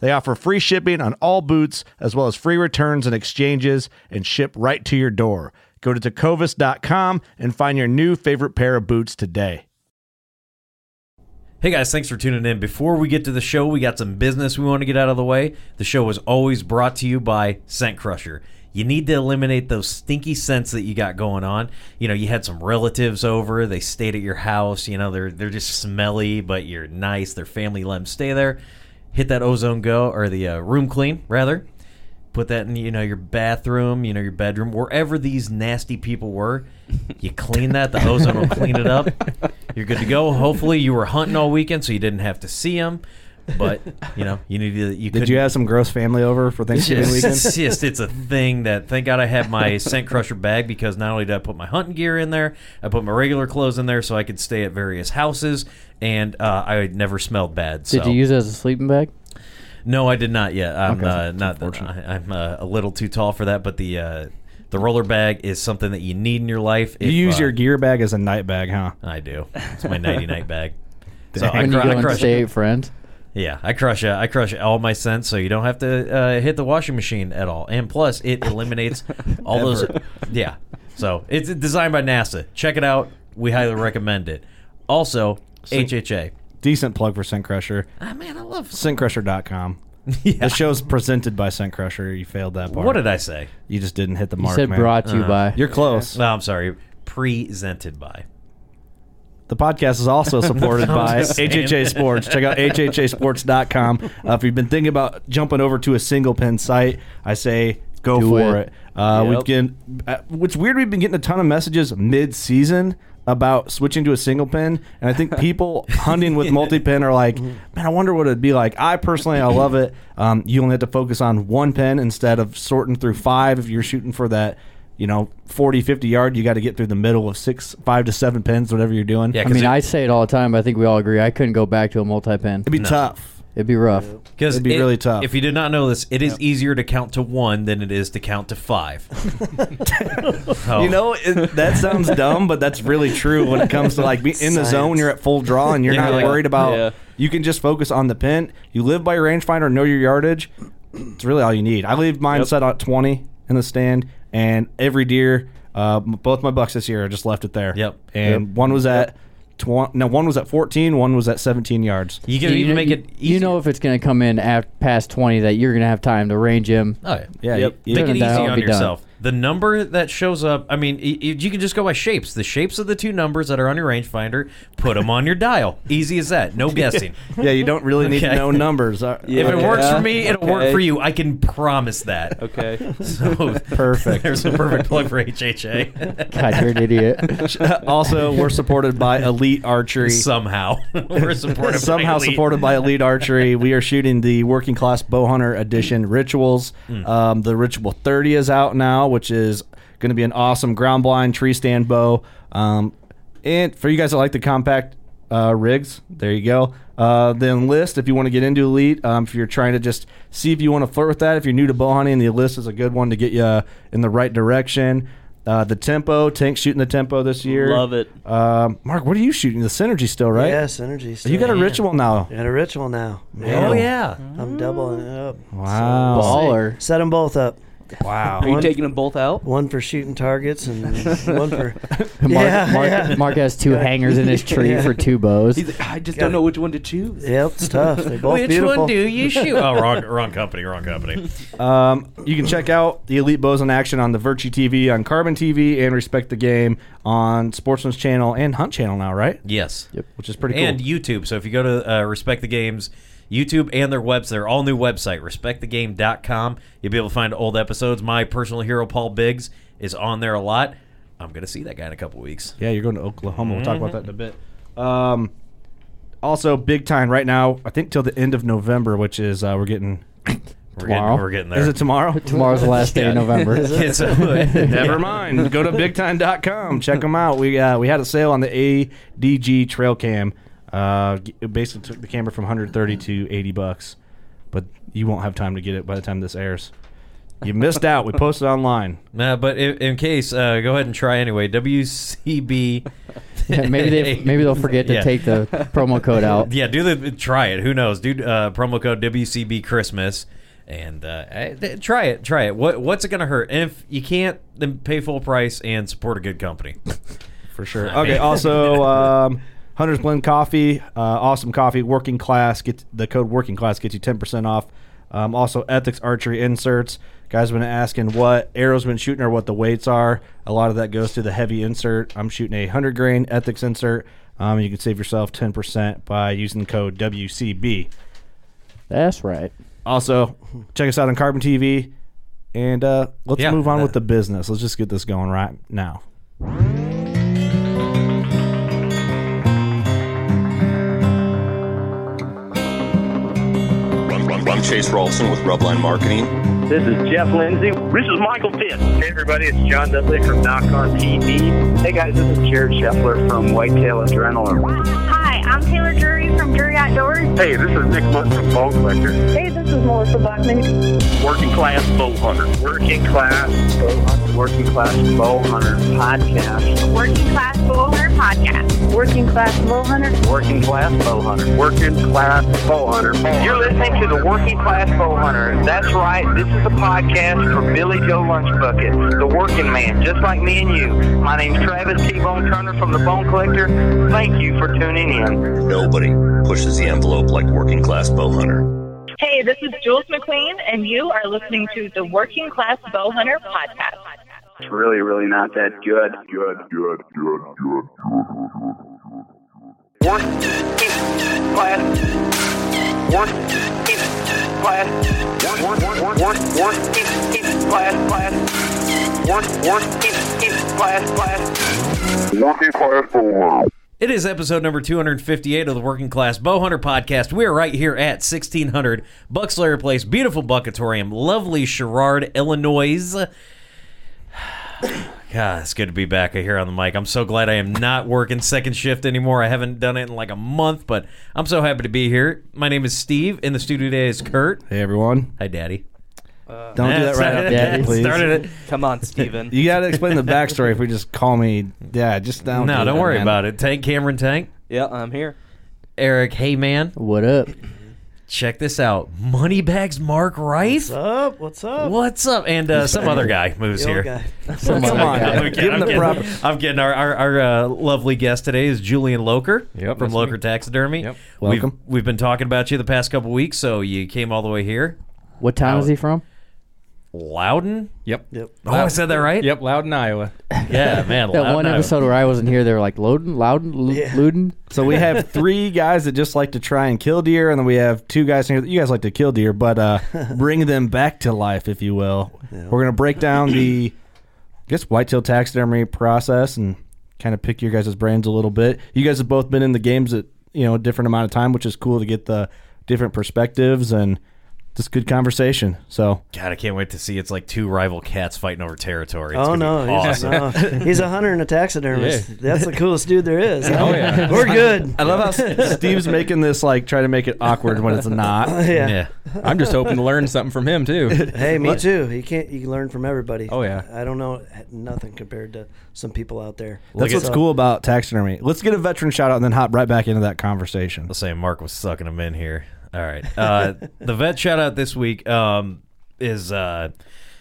They offer free shipping on all boots, as well as free returns and exchanges, and ship right to your door. Go to tecovas.com and find your new favorite pair of boots today. Hey guys, thanks for tuning in. Before we get to the show, we got some business we want to get out of the way. The show is always brought to you by Scent Crusher. You need to eliminate those stinky scents that you got going on. You know, you had some relatives over, they stayed at your house, you know, they're they're just smelly, but you're nice, they're family, let them stay there. Hit that ozone go or the uh, room clean, rather. Put that in, you know, your bathroom, you know, your bedroom, wherever these nasty people were. You clean that, the ozone will clean it up you're good to go. Hopefully, you were hunting all weekend, so you didn't have to see them. But you know, you need to. You Did you have some gross family over for Thanksgiving Yes, weekend? it's just it's a thing that thank God I had my scent crusher bag because not only did I put my hunting gear in there, I put my regular clothes in there so I could stay at various houses and uh, I never smelled bad. So. Did you use it as a sleeping bag? No, I did not yet. I'm uh, not. I, I'm uh, a little too tall for that, but the uh, the roller bag is something that you need in your life. You if, use uh, your gear bag as a night bag, huh? I do. It's my nighty night bag. So I, When cru- you I go and crush stay at friends? Yeah, I crush it. I crush all my scents, so you don't have to uh, hit the washing machine at all. And plus, it eliminates all those. Yeah, so it's designed by NASA. Check it out. We highly recommend it. Also, HHA. Decent plug for Scent Crusher. Ah, man, I love. ScentCrusher.com. Yeah. The show's presented by Scent Crusher. You failed that part. What did I say? You just didn't hit the You mark, said man. brought to you by. You're close. No, I'm sorry. Presented by. The podcast is also supported by HHA Sports. Check out hhasports.com. Uh, if you've been thinking about jumping over to a single pin site, I say go Do for it. it. Uh, Yep. We've been, uh, what's weird, we've been getting a ton of messages mid season about switching to a single pin, and I think people hunting with multi pin are like, man, I wonder what it'd be like. I personally, I love it. Um, you only have to focus on one pin instead of sorting through five if you're shooting for that. You know, 40, 50 yard, you got to get through the middle of six, five to seven pins, whatever you're doing. Yeah, I mean, it- I say it all the time, but I think we all agree. I couldn't go back to a multi pin. It'd be tough. It'd be rough. Because It'd be really tough. If you did not know this, it is easier to count to one than it is to count to five. Oh. You know, it, that sounds dumb, but that's really true when it comes to like being in the zone. You're at full draw, and you're Yeah, not like- worried about. Yeah. You can just focus on the pin. You live by your rangefinder, know your yardage. It's really all you need. I leave mine set at 20 in the stand, and every deer, uh, m- both my bucks this year, I just left it there. Yep. And one was at. 20, no, one was at 14, one was at 17 yards. You can You even know- make you- it. Easier. You know if it's going to come in at past 20 that you're going to have time to range him. Oh, yeah. Yeah, Yep. you- Make Turn it it easy down, on be done. yourself. The number that shows up, I mean, y- y- you can just go by shapes. The shapes of the two numbers that are on your rangefinder, put them on your dial. Easy as that. No guessing. yeah, you don't really need Okay. to know numbers. Uh, If it Yeah. works for me, it'll work Okay. for you. I can promise that. Okay. So Perfect. There's a perfect plug for HHA. God, you're an idiot. also, we're supported by Elite Archery. Somehow, we're supported. by somehow elite. supported by Elite Archery. We are shooting the Working Class Bow Hunter Edition rituals. Hmm. Um, the Ritual 30 is out now, which is going to be an awesome ground blind tree stand bow. Um, and for you guys that like the compact uh, rigs. There you go. Uh, then list if you want to get into elite. Um, if you're trying to just see if you want to flirt with that. If you're new to bow hunting, the list is a good one to get you uh, in the right direction. Uh, the tempo, tank shooting the tempo this year. Love it. Um, Mark, what are you shooting? The synergy still, right? Yes, energy. Still. You got a ritual now. I got a ritual now. Oh yeah. I'm doubling it up. Wow. Baller. Set them both up. Wow. Are you taking them both out? One for shooting targets and one for. Mark, yeah, Mark, yeah. Mark has two hangers in his tree for two bows. He's like, I just don't know which one to choose. Yep, it's tough. They're both beautiful. you shoot? oh, wrong, wrong company, wrong company. Um, you can check out the Elite Bows in action on the Virtue TV, on Carbon TV, and Respect the Game on Sportsman's Channel and Hunt Channel now, right? Yes. Which is pretty cool. And YouTube. So if you go to uh, Respect the Games YouTube and their webs, their all new website, respectthegame.com, you'll be able to find old episodes. My personal hero, Paul Biggs, is on there a lot. I'm gonna see that guy in a couple weeks. Yeah, you're going to Oklahoma. We'll talk about that in a bit. Mm-hmm. Um, also, big time right now. I think till the end of November, which is uh, we're getting. We're Tomorrow? getting, we're getting there. Is it tomorrow? Tomorrow's the last day of Yeah. November. Yeah, so- Never mind. Go to bigtime.com. Check them out. We uh, we had a sale on the ADG trail cam. Uh, g- it basically took the camera from 130 to 80 bucks, but you won't have time to get it by the time this airs. You missed out. We posted online. Nah, but in, in case, uh, go ahead and try anyway. WCB. Yeah, maybe they maybe they'll forget to Yeah. take the promo code out. Yeah, do the try it. Who knows? Do uh, promo code WCB Christmas and uh, eh, th- try it. Try it. What what's it gonna hurt? And if you can't, then pay full price and support a good company. for sure. I Okay. mean- Also, um, Hunter's Blend Coffee, uh, awesome coffee. Working class get the code working class gets you ten percent off. Um, also, ethics archery inserts. Guys have been asking what arrows been shooting or what the weights are. A lot of that goes to the heavy insert. I'm shooting a hundred grain ethics insert. Um, you can save yourself ten percent by using code WCB. That's right. Also, check us out on Carbon TV. And uh, let's Yeah. move on with the business. Let's just get this going right now. I'm Chase Rolson with Rubline Marketing. This is Jeff Lindsay. This is Michael Pitt. Hey, everybody, it's John Dudley from Knock on TV. Hey, guys, this is Jared Scheffler from Whitetail Adrenaline. Hi, I'm Taylor Drury from Drury Outdoors. Hey, this is Nick Munt from Bow Collector. Hey, this is Melissa Blackman. Working Class Bow Hunter. Working Class Bow Hunter. Working Class Bow Hunter podcast. Working Class Bowhunter Podcast. Working Class Bowhunter. Working Class Bow Hunter. Working Class Bow Hunter. You're listening to the Working Class Bow Hunter. That's right. This is a podcast for Billy Joe Lunchbucket, the working man, just like me and you. My name's Travis T. Bone Turner from the Bone Collector. Thank you for tuning in. Nobody pushes the envelope like working class bow hunter. Hey, this is Jules McQueen, and you are listening to the Working Class Bowhunter Podcast. It's really, really not that good. Good, good, good, good, good. Work, class, work, class, work, work, work, work, work, class, class, work, work, class, class. Working class for It is episode number 258 of the Working Class Bowhunter Podcast. We are right here at 1600 Bucks Larry Place, beautiful Buckatorium, lovely Sherrard, Illinois. God, it's good to be back here on the mic. I'm so glad I am not working second shift anymore. I haven't done it in like a month, but I'm so happy to be here. My name is Steve. In the studio today is Kurt. Hey, everyone. Hi, Daddy. Don't do that right after Daddy, please. Started it. Come on, Steven. You got to explain the backstory if we just call me dad. Just don't do No, don't that, worry man. about it. Tank Cameron Tank. yeah, I'm here. Eric, hey man, What up? check this out. Moneybags Mark Rice. What's up? What's up? What's up? And uh, some other guy moves The here. old guy. Some Come other on. guy. I'm kidding. Give him I'm the kidding. proper- I'm kidding. Our, our, our uh, lovely guest today is Julian Loker Yep, from that's Loker me. Taxidermy. Yep. We've- Welcome. We've, been talking about you the past couple weeks, so you came all the way here. What town is he from? Loudon? Yep. Yep. Oh, I said that right? Yep. Loudon, Iowa. Yeah, man. That Loudon, one Iowa. episode where I wasn't here, they were like Loudon, Loudon, L- Yeah. Loudon. So we have three guys that just like to try and kill deer, and then we have two guys here that you guys like to kill deer, but uh, bring them back to life, if you will. We're gonna break down the, I guess, whitetail taxidermy process and kind of pick your guys' brains a little bit. You guys have both been in the games at you know a different amount of time, which is cool to get the different perspectives and just good conversation. So God, I can't wait to see. It's like two rival cats fighting over territory. It's oh gonna no, be he's, awesome. no. he's a hunter and a taxidermist. Yeah. That's the coolest dude there is. Oh, yeah. we're good. I love how S- Steve's making this like try to make it awkward when it's not. Yeah. Yeah. I'm just hoping to learn something from him too. Hey, me too. You can't. You can learn from everybody. Oh, yeah. I don't know nothing compared to some people out there. That's what's So- cool about taxidermy. Let's get a veteran shout out and then hop right back into that conversation. Let's say Mark was sucking him in here. All right. Uh, the vet shout out this week um, is uh,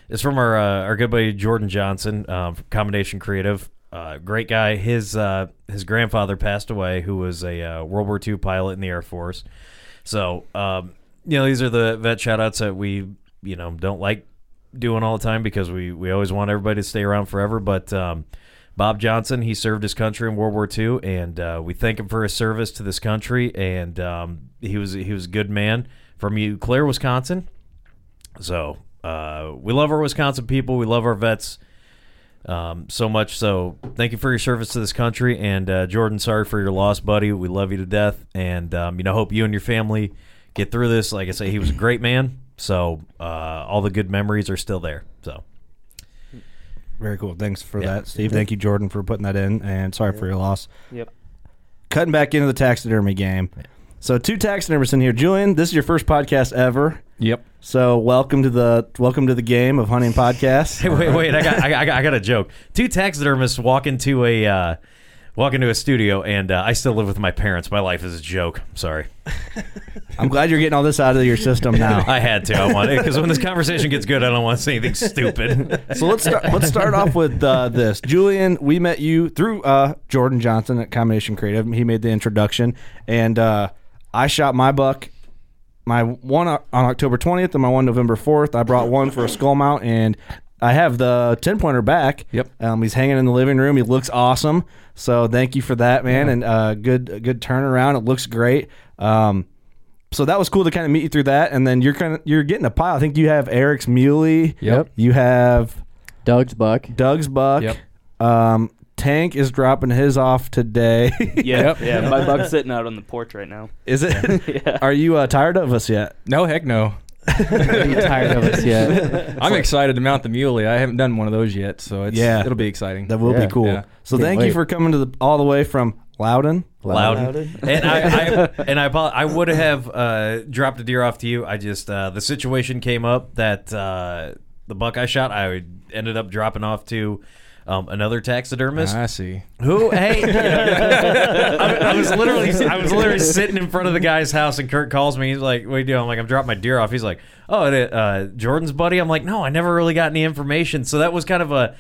is from our uh, our good buddy Jordan Johnson um, from Combination Creative. Uh, great guy. His uh, his grandfather passed away, who was a uh, World War II pilot in the Air Force. So um, you know, these are the vet shout outs that we you know don't like doing all the time because we, we always want everybody to stay around forever. But um, Bob Johnson, he served his country in World War II, and uh, we thank him for his service to this country. And um, he was he was a good man from Eau Claire, Wisconsin. So uh, we love our Wisconsin people. We love our vets um, so much. So thank you for your service to this country. And uh, Jordan, sorry for your loss, buddy. We love you to death. And, um, you know, hope you and your family get through this. Like I say, he was a great man. So uh, all the good memories are still there. So Very cool. Thanks for Yeah. that, Steve. Thank you, Jordan, for putting that in, and sorry for your loss. Yep. Cutting back into the taxidermy game. So two taxidermists in here. Julian, this is your first podcast ever. Yep. So welcome to the welcome to the game of hunting podcasts. Hey, wait, wait. I got, I got, I got a joke. Two taxidermists walk into a uh, walk into a studio, and uh, I still live with my parents. My life is a joke. I'm sorry. I'm glad you're getting all this out of your system now. I had to. I wanted because when this conversation gets good, I don't want to say anything stupid. so let's start, let's start off with uh, this. Julian, we met you through uh, Jordan Johnson at Combination Creative. He made the introduction, and uh, I shot my buck, my one o- on October 20th and my one November 4th. I brought one for a skull mount, and I have the 10 pointer back. Yep. Um, he's hanging in the living room. He looks awesome. So thank you for that, man, and uh, good good turnaround. It looks great. Um, so that was cool to kind of meet you through that, and then you're kind of you're getting a pile. I think you have Eric's Muley. Yep. You have Doug's buck. Doug's buck. Yep. Um, Tank is dropping his off today. Yeah, yeah. My buck's sitting out on the porch right now. Is it? Are you uh, tired of us yet? No, heck no. tired of us yet. I'm excited to mount the muley. I haven't done one of those yet, so it's, Yeah. it'll be exciting. That will Yeah. be cool. Yeah. So thank you for coming to the all the way from Loudon. Loud. And I, I and I apol- I would have uh, dropped a deer off to you. I just uh, the situation came up that uh, the buck I shot, I ended up dropping off to. Um, another taxidermist. I see. Who? Hey, you know, I, I was literally, I was literally sitting in front of the guy's house, and Kurt calls me. He's like, "What do you doing?" I'm like, "I'm dropping my deer off." He's like, "Oh, it, uh, Jordan's buddy." I'm like, "No, I never really got any information." So that was kind of a.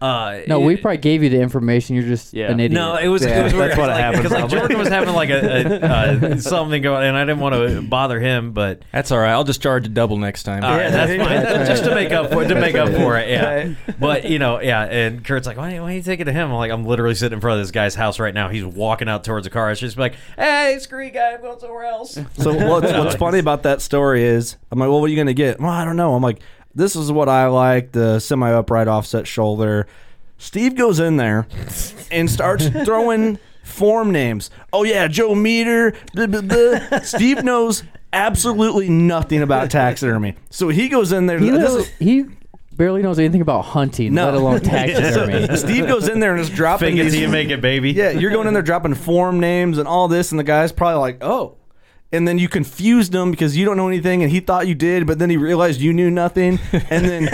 Uh, No, we probably gave you the information. You're just an idiot. no, it was, it was weird. like, Because like Jordan was having like a, a uh, something going, and I didn't want to bother him, but That's all right. I'll just charge a double next time. all right, that's fine. That's just to make up for to make up for it, yeah. Right. But you know, yeah. And Kurt's like, why, why are you taking it to him? I'm like, I'm literally sitting in front of this guy's house right now. He's walking out towards the car. It's just like, hey, screw you, guy, I'm going somewhere else. So what's, what's funny about that story is I'm like, well, what are you gonna get? Well, I don't know. I'm like, this is what I like: the semi upright offset shoulder. Steve goes in there and starts throwing form names. Oh yeah, Joe Meter. Blah, blah, blah. Steve knows absolutely nothing about taxidermy, so he goes in there. he, this knows, is- he barely knows anything about hunting, No. let alone taxidermy. Steve goes in there and is dropping Fake it these. till you make it, baby. Yeah, you're going in there dropping form names and all this, and the guy's probably like, oh. And then you confused him because you don't know anything, and he thought you did, but then he realized you knew nothing. And then,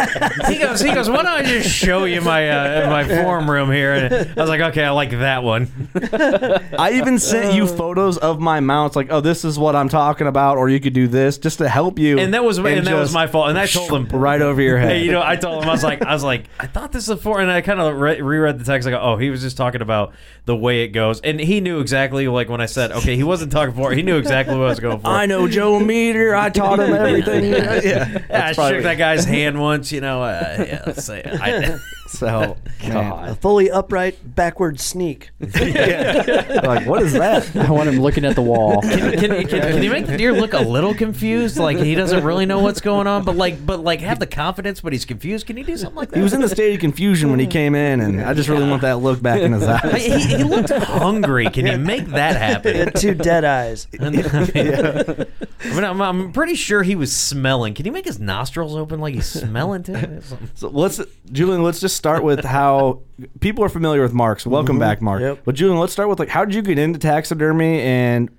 He goes, he goes. Why don't I just show you my uh, my form room here? And I was like, okay, I like that one. I even sent you photos of my mounts, like, oh, this is what I'm talking about, or you could do this, just to help you. And that was and, that was just my fault. And I told him right over your head. Hey, you know, I told him I was like, I was like, I thought this was before, and I kind of re- reread the text. I go, oh, he was just talking about the way it goes, and he knew exactly like when I said, okay, he wasn't talking for. He knew exactly what I was going for. I know Joe Meter. I taught him everything. yeah, Yeah, I that's probably- shook that guy's hand once, you know. Uh, yeah, let's say I, Oh, So, man, A fully upright backward sneak. like, what is that? I want him looking at the wall. can, can, can, can you make the deer look a little confused? Like he doesn't really know what's going on, but like, but like, have the confidence, but he's confused. Can you do something like that? He was in the state of confusion when he came in, and I just really want that look back in his I- eyes. he, he looked hungry. Can you make that happen? Two dead eyes. I mean, I'm, I'm pretty sure he was smelling. Can you make his nostrils open like he's smelling too? So let's, Julian. Let's just start with how people are familiar with Mark's. Mm-hmm. Welcome Mhm. back, Mark. But Julian, let's start with like, how did you get into taxidermy, and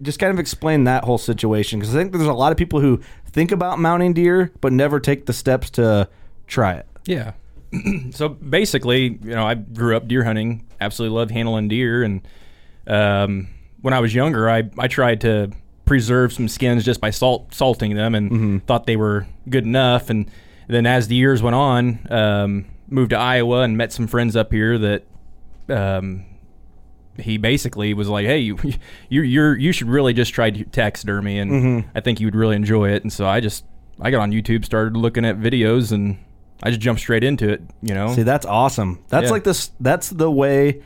just kind of explain that whole situation because I think there's a lot of people who think about mounting deer but never take the steps to try it. Yeah. so basically, you know, I grew up deer hunting. Absolutely love handling deer, and um, when I was younger, I I tried to preserve some skins just by salt salting them, and thought they were good enough. And then as the years went on, um, moved to Iowa and met some friends up here that. Um, he basically was like, "Hey, you, you, you're, you should really just try taxidermy, and Mhm. I think you would really enjoy it." And so I just, I got on YouTube, started looking at videos, and I just jumped straight into it. You know, See, that's awesome. That's Oh. Yeah. like this. That's the way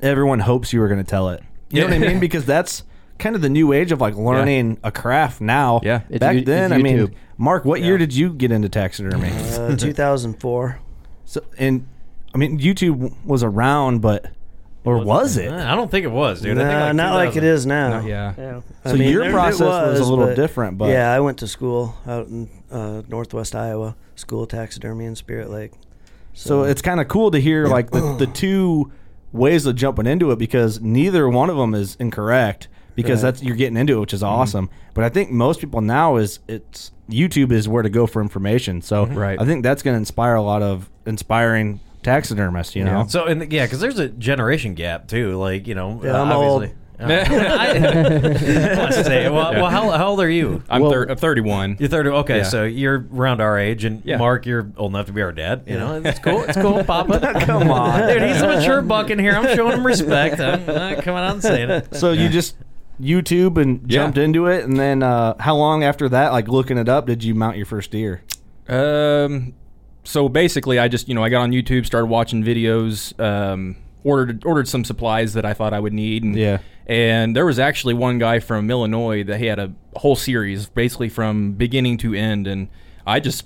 everyone hopes you were going to tell it. You know what I Yeah. mean? Because that's kind of the new age of like learning a craft now. Yeah. It's Back you- it's then, I mean, YouTube. Mark, what year did you get into taxidermy? Uh, 2004. So and I mean, YouTube was around, but or was it? Eh, I don't think it was, dude. I think Nah, like not like it 2000. is now. I So mean, your there- it process was, a little different, but yeah, I went to school out in uh, Northwest Iowa, School of Taxidermy in Spirit Lake. So it's kind of cool to hear like the, the two ways of jumping into it because neither one of them is incorrect because Right. that's you're getting into it, which is Mm-hmm. awesome. But I think most people now is it's YouTube is where to go for information. So Mm-hmm. Right. I think that's going to inspire a lot of inspiring taxidermists. You know, So and the- yeah, because there's a generation gap too. Like you know, uh, Yeah, I'm obviously. old. I- I must say, well, well, how, how old are you? I'm, thir- I'm 31. You're 30. Okay, Yeah. so you're around our age, and Yeah. Mark, you're old enough to be our dad. You Yeah. know, it's cool. It's cool, Papa. Come on. dude. He's a mature buck in here. I'm showing him respect. I'm not coming out and saying it. So you just YouTube and Yeah. jumped into it, and then uh, how long after that, like looking it up, did you mount your first deer? Um, so basically, I just you know I got on YouTube, started watching videos, um, ordered ordered some supplies that I thought I would need, and Yeah. and there was actually one guy from Illinois that he had a whole series basically from beginning to end, and I just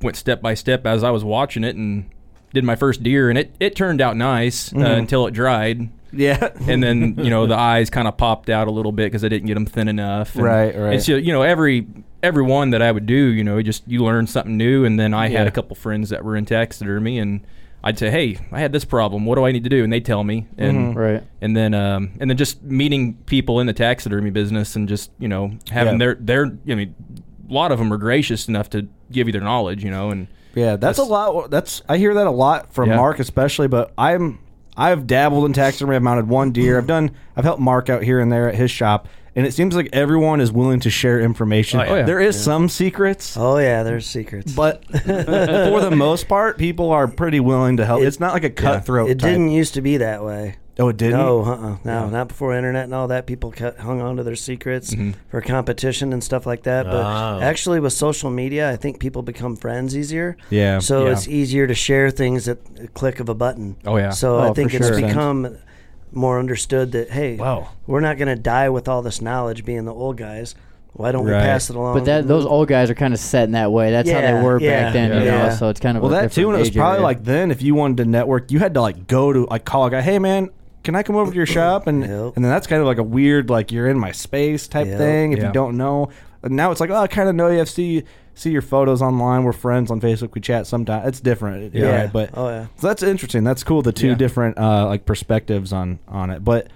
went step by step as I was watching it and did my first deer, and it it turned out nice uh, Mhm. until it dried. Yeah. and then you know the eyes kind of popped out a little bit because I didn't get them thin enough. And- Right, right. And so you know every every one that I would do, you know, just you learn something new. And then I had Yeah. a couple friends that were in taxidermy, and I'd say, hey, I had this problem. What do I need to do? And they tell me. Mm-hmm, And Mhm. Right. And then um and then just meeting people in the taxidermy business and just you know having Yeah. their their I mean a lot of them are gracious enough to give you their knowledge, you know, and Yeah, that's, a lot. That's I hear that a lot from Yeah. Mark, especially. But I'm I've dabbled in taxidermy. I've mounted one deer. I've done. I've helped Mark out here and there at his shop, and it seems like everyone is willing to share information. Oh, yeah. Oh, yeah. There is Yeah. some secrets. Oh yeah, there's secrets. But for the most part, people are pretty willing to help. it's not like a cutthroat. It type. didn't used to be that way. Oh, it didn't? No, uh-uh, no, Yeah. not before internet and all that. People cut, hung on to their secrets Mhm. for competition and stuff like that. But Oh. actually, with social media, I think people become friends easier. Yeah. So Yeah. it's easier to share things at the click of a button. Oh, yeah. So Oh, I think for it's sure. become more understood that hey, Wow. we're not going to die with all this knowledge being the old guys. Why don't we pass it along? But that those old guys are kind of set in that way. That's how Yeah, they were yeah, back then, you yeah. know. So it's kind of well a that too. And it was different age probably area. like then, if you wanted to network, you had to like go to like call a guy. Hey, man. Can I come over to your shop and and then that's kind of like a weird like you're in my space type Yep. thing if you Yep. don't know. And now it's like oh I kind of know you. I see see your photos online. We're friends on Facebook. We chat sometimes. It's different. Yeah. right? But Oh, yeah. So that's interesting. That's cool. The two Yeah. different uh, like perspectives on on it. But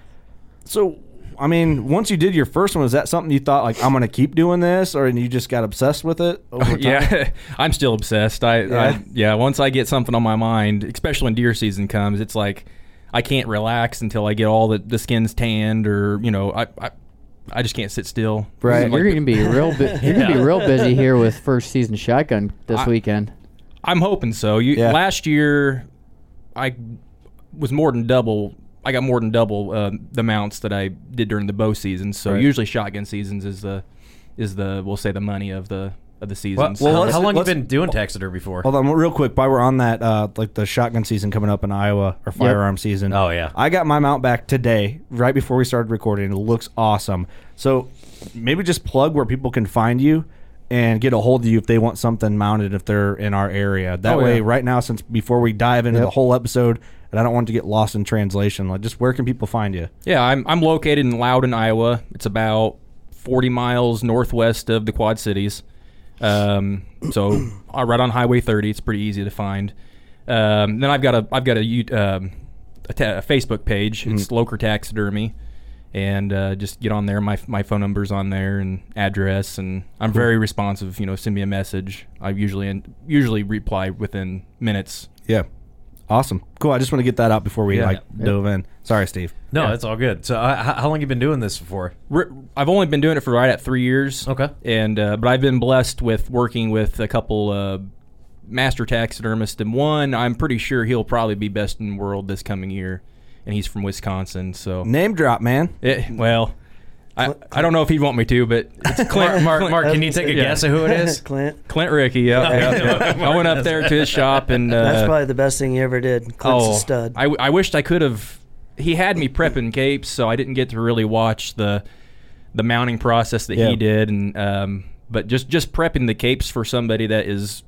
so I mean, once you did your first one, is that something you thought like I'm gonna keep doing this, or and you just got obsessed with it? Over time? yeah, I'm still obsessed. I yeah. Yeah. I yeah. Once I get something on my mind, especially when deer season comes, it's like I can't relax until I get all the, the skins tanned, or you know, I I, I just can't sit still. Right. Like- You're gonna be real. Bu- you're gonna be Yeah. real busy here with first season shotgun this I- weekend. I'm hoping so. You last year, I was more than double. I got more than double uh, the mounts that I did during the bow season. So Right. usually shotgun seasons is the is the we'll say the money of the of the season. Well, So- how, how long you been doing taxidermy before? Hold on, real quick. While we're on that, uh, like the shotgun season coming up in Iowa or firearm season. Oh, yeah. I got my mount back today, right before we started recording. It looks awesome. So maybe just plug where people can find you and get a hold of you if they want something mounted if they're in our area. That Oh, way, yeah. right now, since before we dive into Yep. the whole episode, and I don't want to get lost in translation. Like, just where can people find you? Yeah, I'm I'm located in Loudon, Iowa. It's about 40 miles northwest of the Quad Cities. Um, so uh, right on Highway 30, it's pretty easy to find. Um, then I've got a I've got a you- um, a, ta- a Facebook page. It's Loker Taxidermy, and uh, just get on there. My my phone number's on there and address, and I'm very responsive. You know, send me a message. I usually and usually reply within minutes. Yeah. Awesome. Cool. I just want to get that out before we Yeah. like Yeah. dove in. Sorry, Steve. No, Yeah. it's all good. So, uh, how, how long you been doing this for? R- I've only been doing it for right at three years. Okay. And uh, but I've been blessed with working with a couple uh, master taxidermists, and one I'm pretty sure he'll probably be best in the world this coming year, and he's from Wisconsin. So Name drop, man. It, well, I, I don't know if he'd want me to, but it's Clint. Mark- Mark, can you take a guess at who it is? Clint. Clint Ricky. Yeah. yeah, yeah. I went up there to his shop and uh, That's probably the best thing you ever did. Clint's oh, a stud. I, w- I wished I could have. He had me prepping capes, so I didn't get to really watch the the mounting process that Yeah. he did. And um, but just just prepping the capes for somebody that is,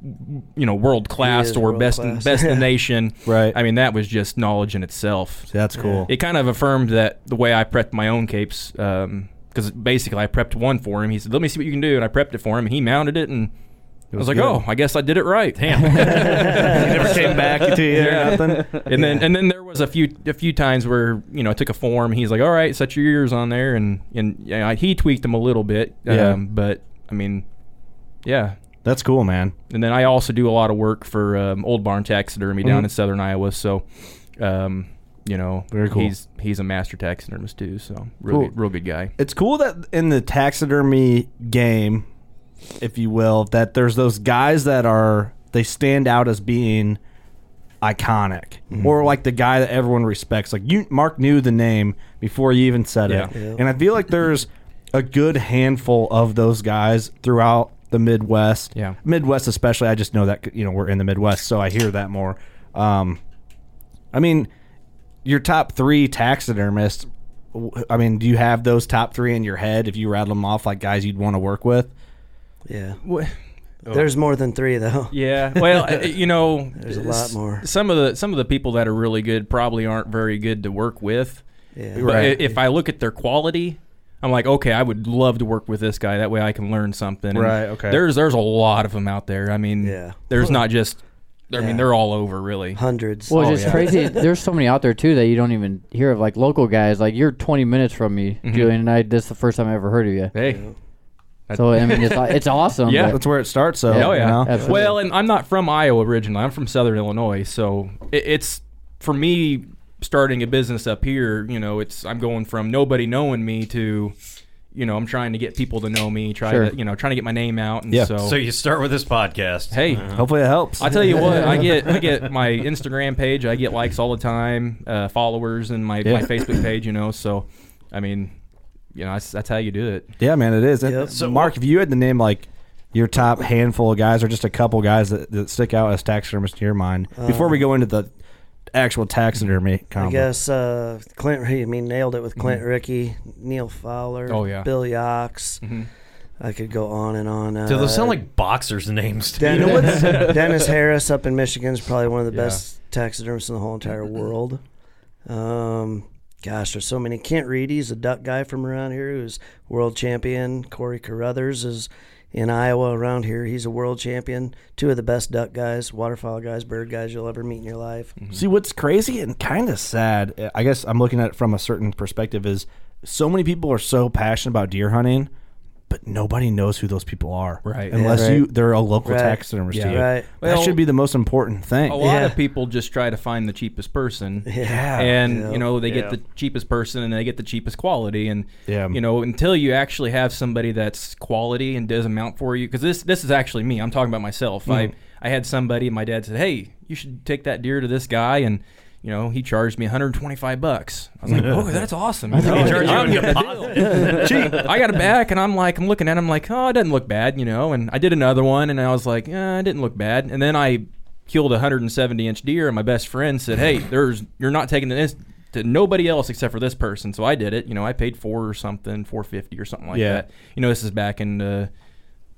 you know, world He class is or world best class. best Yeah. in nation. Right. I mean, that was just knowledge in itself. that's cool. It kind of affirmed that the way I prepped my own capes. Um, because basically, I prepped one for him. He said, "Let me see what you can do," and I prepped it for him. And he mounted it, and I was was like, good. "Oh, I guess I did it right." Damn, never came back to you or nothing? And then and then there was a few a few times where you know I took a form. He's like, "All right, set your ears on there," and and yeah, I, he tweaked them a little bit. Yeah. Um, but I mean, yeah. That's cool, man. And then I also do a lot of work for um, Old Barn Taxidermy down Mhm. in Southern Iowa. So, um, you know, Very cool. He's he's a master taxidermist too. So, real Cool. good, real good guy. It's cool that in the taxidermy game, if you will, that there's those guys that are they stand out as being iconic or like the guy that everyone respects. Like you, Mark knew the name before you even said it, Yeah. Yeah. and I feel like there's a good handful of those guys throughout the Midwest. Yeah. Midwest especially. I just know that you know we're in the Midwest, so I hear that more. Um, I mean, your top three taxidermists. w- I mean, do you have those top three in your head? If you rattle them off, like guys you'd want to work with. Yeah. Oh. There's more than three though. Yeah. Well, I- you know, There's a s- lot more. Some of the some of the people that are really good probably aren't very good to work with. Yeah. But Right. i- if I look at their quality, I'm like, okay, I would love to work with this guy. That way, I can learn something. And Right, okay. There's there's a lot of them out there. I mean, Yeah. There's not just. I Yeah. mean, they're all over really. Hundreds. Well, Oh, it's just yeah. crazy. There's so many out there too that you don't even hear of. Like local guys, like you're 20 minutes from me, Mm-hmm. Julian, and I. This is the first time I ever heard of you. Hey. So I mean, it's it's awesome. Yeah. but- That's where it starts. So, oh you yeah. know? Absolutely. Well, and I'm not from Iowa originally. I'm from Southern Illinois, so it, it's for me starting a business up here. You know, it's I'm going from nobody knowing me to, you know, I'm trying to get people to know me, try Sure. to you know, trying to get my name out. And Yeah. So, So you start with this podcast. hey, Hopefully, it helps. I tell you what, I get I get my Instagram page, I get likes all the time, uh, followers, and my, Yeah. my Facebook page. You know, so I mean, you know, that's, that's how you do it. Yeah, man, it is. And Yep. So, Mark, if you had to name like your top handful of guys or just a couple guys that, that stick out as taxidermists to your mind, before we go into the actual taxidermy combo, Uh, I guess uh, Clint. I mean, nailed it with Clint Ricky, Neil Fowler. Mm-hmm. Oh, yeah. Mm-hmm. Bill Yox. I could go on and on. Uh, Do those sound like boxers' names? to Dennis, you? Dennis Harris up in Michigan is probably one of the best taxidermists in the whole entire world. Um, gosh, there's so many. Kent Reedy's a duck guy from around here who's world champion. Corey Carruthers is in Iowa around here. He's a world champion. Two of the best duck guys, waterfowl guys, bird guys you'll ever meet in your life. Mm-hmm. See, what's crazy and kind of sad, uh, I guess I'm looking at it from a certain perspective, is so many people are so passionate about deer hunting, but nobody knows who those people are. Right. Unless Yeah. you they're a local Right. taxidermist to Yeah. you. Right. Well- that should be the most important thing. A lot Yeah. of people just try to find the cheapest person. Yeah. and Yeah. you know they get Yeah. the cheapest person and they get the cheapest quality and Yeah. you know until you actually have somebody that's quality and does amount for you because this this is actually me i'm talking about myself i i had somebody my dad said hey you should take that deer to this guy and you know he charged me 125 bucks i was like oh that's awesome you know, he charged you I'm a getting a deal. cheap i got it back and i'm like i'm looking at him like oh it doesn't look bad you know and i did another one and i was like eh, it didn't look bad and then i killed a 170 inch deer and my best friend said hey there's you're not taking this to nobody else except for this person so i did it you know i paid four or something 450 or something like Yeah. that you know this is back in the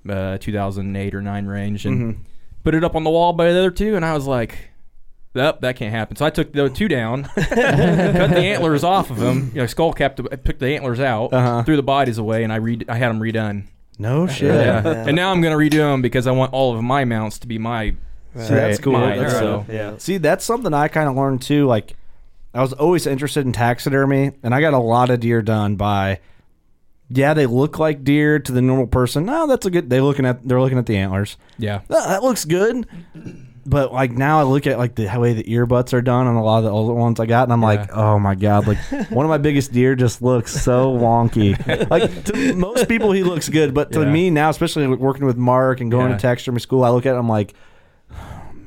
uh, 2008 or 9 range and put it up on the wall by the other two and i was like Nope, that can't happen. So I took the two down, cut the antlers off of them. You know, skull capped, the, I took the antlers out, Uh-huh. threw the bodies away, and I re- I had them redone. No shit. Yeah. Yeah. And now I'm gonna redo them because I want all of my mounts to be my. See, that's cool. mine, That's so. cool. See, that's something I kind of learned too. Like, I was always interested in taxidermy, and I got a lot of deer done by. Yeah, they look like deer to the normal person. No, that's a good. They looking at they're looking at the antlers. Yeah. "Oh, that looks good. But like now, I look at like the how way the earbutts are done on a lot of the older ones I got, and I'm like, oh my god! Like one of my biggest deer just looks so wonky. like to most people, he looks good, but to Yeah. me now, especially working with Mark and going Yeah. to taxidermy school, I look at it, I'm like, "Oh,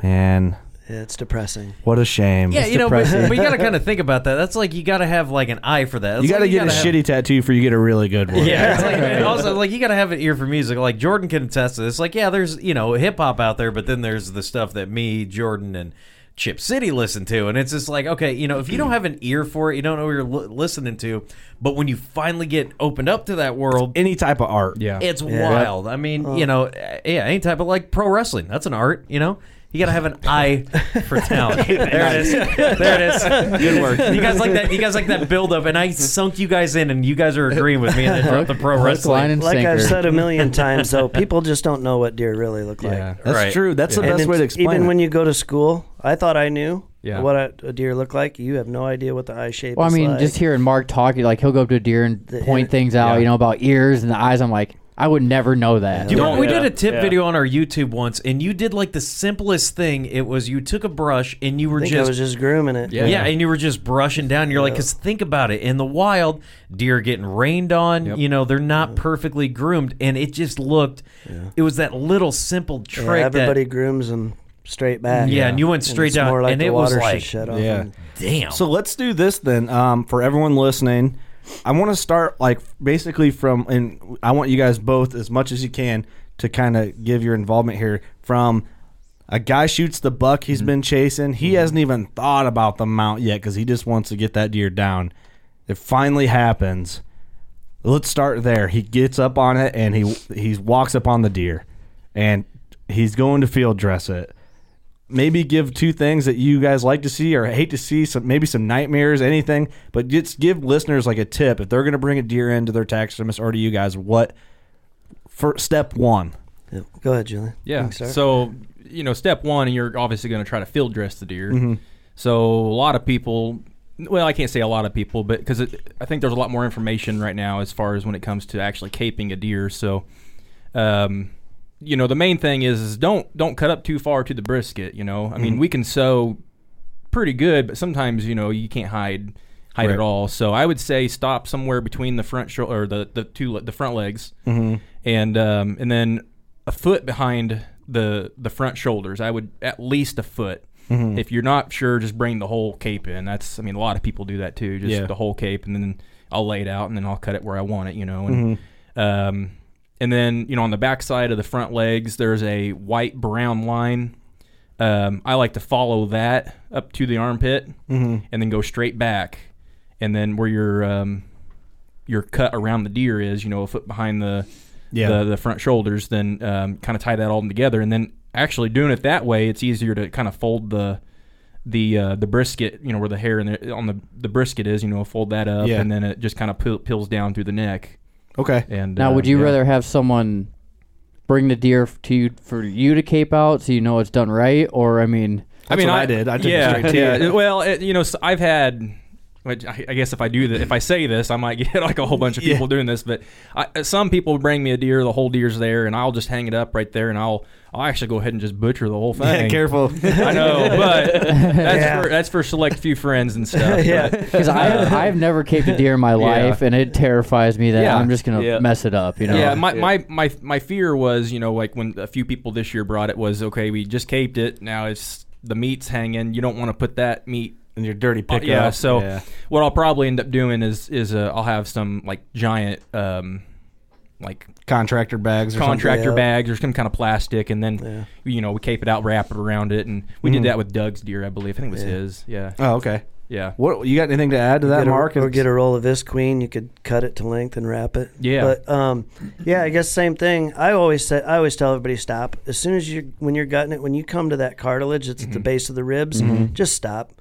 man, Yeah, it's depressing. what a shame. Yeah, It's you know, but, depressing. but you got to kind of think about that. That's like you got to have like an eye for that. That's you got to like get gotta a have- shitty tattoo for you get a really good one. Yeah, it's like, and also like you got to have an ear for music. Like Jordan can attest to this. Like, yeah, there's you know hip hop out there, but then there's the stuff that me, Jordan, and Chip City listen to, and it's just like, okay, you know, if you don't have an ear for it, you don't know what you're li- listening to. But when you finally get opened up to that world, any type of art, yeah, it's Yeah. wild. I mean, you know, uh, yeah, any type of like pro wrestling, that's an art, you know. You gotta have an eye for talent. There it is. There it is. Good work. You guys like that? You guys like that build up? And I sunk you guys in, and you guys are agreeing with me. And then dropped the pro Hook, wrestling. line, and Like I've sinker. said a million times, though, people just don't know what deer really look like. Yeah. That's Right. true. That's the And best way to it's- explain Even it. when you go to school, I thought I knew Yeah. what a, a deer looked like. You have no idea what the eye shape. Well, I is mean, like. just hearing Mark talk, he- like he'll go up to a deer and The point inner- things out, Yeah. you know, about ears and the eyes. I'm like, I would never know that. Do you know, we Yeah. did a tip Yeah. video on our YouTube once, and you did like the simplest thing. It was you took a brush and you I were think I just was just grooming it. Yeah. and you were just brushing down. You're like, because think about it. In the wild, deer getting rained on. Yep. You know, they're not perfectly groomed, and it just looked. It was that little simple Yeah, trick. that- everybody grooms them straight back. Yeah, and you went straight it's down, more like and the it was water should like- shut off. Yeah. and- damn. So let's do this then. Um, for everyone listening, I want to start like basically from, and I want you guys both as much as you can to kind of give your involvement here. From a guy shoots the buck he's been chasing, he hasn't even thought about the mount yet because he just wants to get that deer down. It finally happens. Let's start there. He gets up on it and he he walks up on the deer, and he's going to field dress it maybe give two things that you guys like to see or hate to see some maybe some nightmares anything but just give listeners like a tip if they're going to bring a deer into their taxidermist or to you guys what for step one Yeah. Go ahead, Julian. Yeah. Thanks, sir. So, you know, step one, you're obviously going to try to field dress the deer. Mm-hmm. So, a lot of people, well, I can't say a lot of people, but because I think there's a lot more information right now as far as when it comes to actually caping a deer. So, um, you know, the main thing is, is don't don't cut up too far to the brisket. You know, I Mm-hmm. mean, we can sew pretty good, but sometimes you know you can't hide hide Right. at all. So I would say stop somewhere between the front shoulder or the the two le- the front legs, Mm-hmm. and um, and then a foot behind the the front shoulders. I would at least a foot. Mm-hmm. If you're not sure, just bring the whole cape in. That's I mean a lot of people do that too. Just Yeah. the whole cape, and then I'll lay it out, and then I'll cut it where I want it. You know, and Mm-hmm. um, and then you know on the back side of the front legs, there's a white brown line um, I like to follow that up to the armpit Mm-hmm. and then go straight back. And then where your um, your cut around the deer is, you know, a foot behind the Yeah. the, the front shoulders, then um, kind of tie that all together. And then actually doing it that way, it's easier to kind of fold the the uh, the brisket, you know, where the hair and the, on the the brisket is, you know, fold that up, Yeah. and then it just kind of pil- peels down through the neck. okay And Now, uh, would you yeah. rather have someone bring the deer f- to you for you to cape out so you know it's done right, or I mean, That's what I did. I took it yeah, straight to yeah. you. Well, it, you know, s I've had. which I I guess if I do that, if I say this, I might get like a whole bunch of people doing this. But I, uh, some people bring me a deer, the whole deer's there, and I'll just hang it up right there, and I'll I'll actually go ahead and just butcher the whole thing. careful I know, but that's Yeah. for that's for select few friends and stuff. Yeah. but- because I've, I've never caped a deer in my life, and it terrifies me that Yeah. I'm just gonna Yeah. mess it up. You know, Yeah, my, my my my fear was, you know, like when a few people this year brought it was okay, we just caped it. Now it's the meat's hanging. You don't want to put that meat and your dirty Uh, pickup yeah. So yeah. what I'll probably end up doing is is uh, I'll have some like giant um, like contractor bags, or something. contractor Yeah. bags or some kind of plastic, and then you know we cape it out, wrap it around it, and we Mhm. did that with Doug's deer, I believe. I think it was Yeah. his. Yeah. Oh, okay. Yeah. What you got anything to add to Get that, a- Mark? or It's- get a roll of this queen you could cut it to length and wrap it Yeah. but um yeah i guess same thing i always say i always tell everybody stop as soon as you when you're gutting it when you come to that cartilage it's at the base of the ribs Mhm. just stop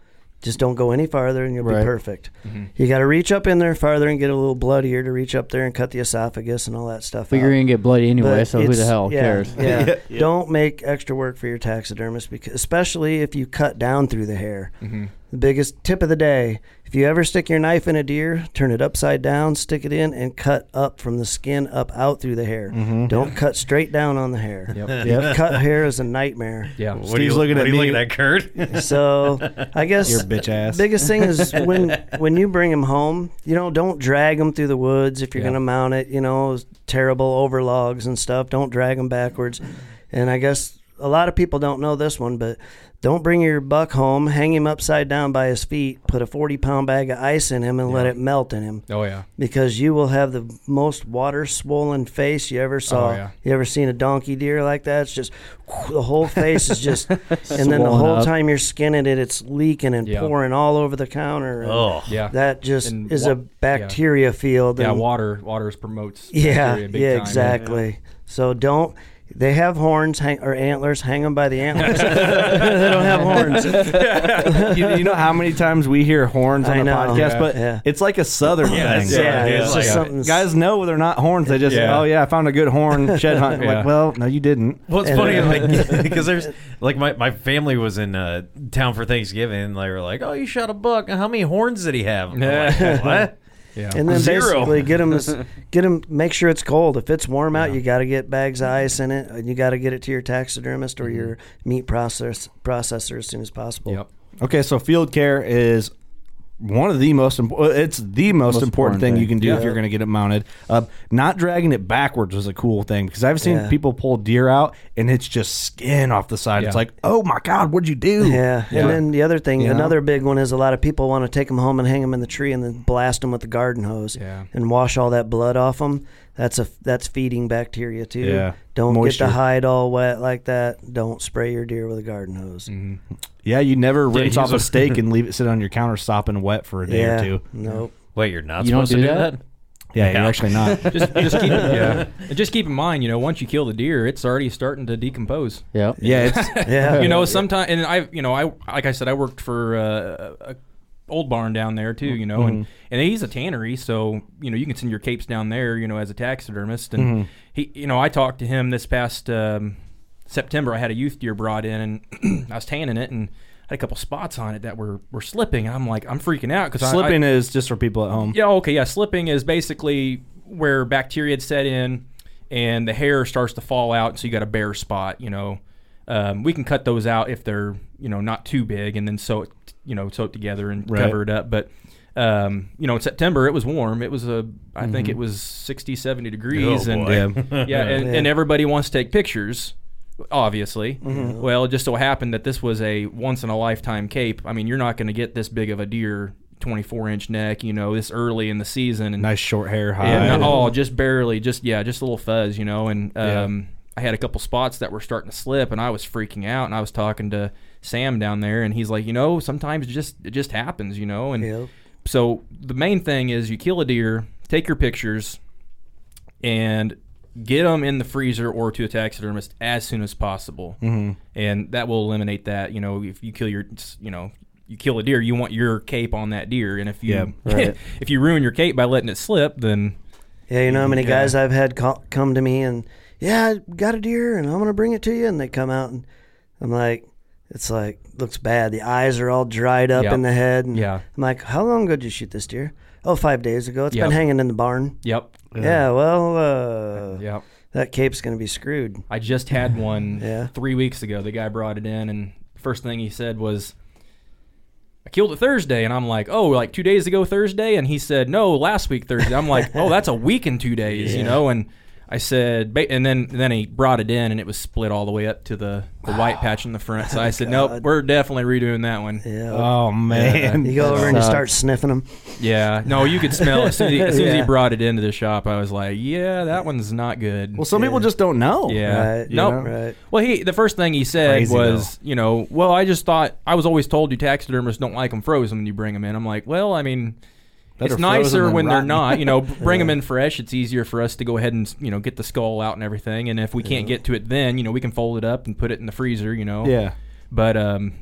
just don't go any farther and you'll Right. be perfect Mm-hmm. Mhm. you got to reach up in there farther and get a little bloodier to reach up there and cut the esophagus and all that stuff But out. you're gonna get bloody anyway, But so who the it's- hell yeah, cares? yeah. Yeah. don't make extra work for your taxidermist because especially if you cut down through the hair Mhm. the biggest tip of the day if you ever stick your knife in a deer turn it upside down stick it in and cut up from the skin up out through the hair Mhm. don't cut straight down on the hair Yep. Yep. cut hair is a nightmare Yeah. What are you- what are you looking at, Kurt? so i guess Your bitch ass. biggest thing is when when you bring them home you know don't drag them through the woods if you're Yeah. gonna mount it you know terrible over logs and stuff don't drag them backwards and i guess a lot of people don't know this one but don't bring your buck home hang him upside down by his feet put a 40 pound bag of ice in him and let it melt in him Oh yeah. because you will have the most water swollen face you ever saw. Oh, yeah. You ever seen a donkey deer like that? It's just the whole face is just, and then the Swollen whole up. time you're skinning it, it's leaking and Yeah. pouring all over the counter. and Oh. Ugh. Yeah. that just And is wa- a bacteria field. Yeah. and- Water. Water is promotes. yeah, bacteria big yeah, time. exactly. So don't. They have horns hang, or antlers. Hang them by the antlers. they don't have horns. you, you know how many times we hear horns on I the know. podcast, Yeah. but Yeah. it's like a southern Yeah, thing. it's- yeah, Yeah, it's it's like- just something- guys know they're not horns. They just Yeah. oh yeah, I found a good horn shed hunt. I'm Yeah. Like well, no, you didn't. Well, it's And- funny, like, because there's like my, my family was in uh, town for Thanksgiving, and they were like, "Oh, you shot a buck. How many horns did he have?" I'm like, what? And then Zero. basically get them, get them. Make sure it's cold. If it's warm out, you got to get bags of ice in it, and you got to get it to your taxidermist or your meat process processor as soon as possible. Yep. Okay, so field care is one of the most important. It's the most, Most important important thing, you thing. can do if Yeah. you're going to get it mounted. Uh, not dragging it backwards is a cool thing because I've seen Yeah. people pull deer out and it's just skin off the side. It's Yeah. like, oh my god, what'd you do? Yeah. And then the other thing, You know? another big one is a lot of people want to take them home and hang them in the tree and then blast them with the garden hose Yeah. and wash all that blood off them. That's a that's feeding bacteria too. Yeah. Don't Moisture. get the hide all wet like that. Don't spray your deer with a garden hose. Yeah, you never Yeah, rinse he's off a a- steak and leave it sit on your counter sopping wet for a day or Yeah, two. nope. Wait, you're not You don't supposed to do do that? that? Yeah, you're actually not. just, just keep, yeah. And just keep in mind, you know, once you kill the deer, it's already starting to decompose. Yeah. Yeah, it's- yeah. You know, sometimes, and I, you know, I like I said, I worked for uh, a old barn down there too. You know, Mhm. and and he's a tannery, so you know you can send your capes down there. You know, as a taxidermist, and Mhm. he, you know, I talked to him this past um, September. I had a youth deer brought in, and I was tanning it, and had a couple spots on it that were were slipping, and I'm like, I'm freaking out because Slipping I, is just for people at home. yeah, okay, yeah. Slipping is basically where bacteria had set in and the hair starts to fall out, so you got a bare spot, you know. Um, we can cut those out if they're, you know, not too big and then sew it, you know, sew it together and Right. cover it up. But, um, you know, in September, it was warm. It was, a, I think Mhm. it was 60, 70 degrees. Oh, and boy. yeah, Yeah. and, Yeah. and everybody wants to take pictures, obviously. Mhm. Well, it just so happened that this was a once in a lifetime cape. I mean, you're not going to get this big of a deer, 24 inch neck, you know, this early in the season. And Nice short hair, high. Yeah, not, oh, just barely, just yeah, just a little fuzz, you know. And um, I had a couple spots that were starting to slip, and I was freaking out. And I was talking to Sam down there, and he's like, you know, sometimes it just it just happens, you know. And so the main thing is you kill a deer, take your pictures, and get them in the freezer or to a taxidermist as soon as possible, Mhm. and that will eliminate that. You know, if you kill your, you know, you kill a deer, you want your cape on that deer, and if you Yeah, right. if you ruin your cape by letting it slip, then Yeah, you know how many Yeah. guys I've had call, come to me and, yeah, I got a deer and I'm going to bring it to you. And they come out and I'm like, it's like, looks bad. The eyes are all dried up Yep. in the head. And Yeah. I'm like, how long ago did you shoot this deer? Oh, five days ago. It's Yep. been hanging in the barn. Yep. Yeah, well, uh, Yep. that cape's going to be screwed. I just had one Yeah. three weeks ago. The guy brought it in, and first thing he said was, "I killed it Thursday," and I'm like, "Oh, like two days ago Thursday," and he said, "No, last week Thursday." I'm like, "Oh, that's a week and two days," you Yeah. know, and. I said, ba- and then then he brought it in, and it was split all the way up to the, the white patch in the front. Oh, So I said, nope, God. we're definitely redoing that one. Yeah. Oh man, You go over and you start sniffing them. Yeah, no, you could smell it. As soon as he, as soon as he Yeah. brought it into the shop, I was like, yeah, that one's not good. Well, some people just don't know. Yeah. Right, you Nope. know? Right. Well, he the first thing he said Crazy, was, you know, well, I just thought I was always told you taxidermists don't like them frozen when you bring them in. I'm like, well, I mean, Better it's frozen nicer than when they're rotten. not. You know, b- bring them in fresh. It's easier for us to go ahead and you know get the skull out and everything. And if we can't get to it, then you know we can fold it up and put it in the freezer. You know. Yeah. But um,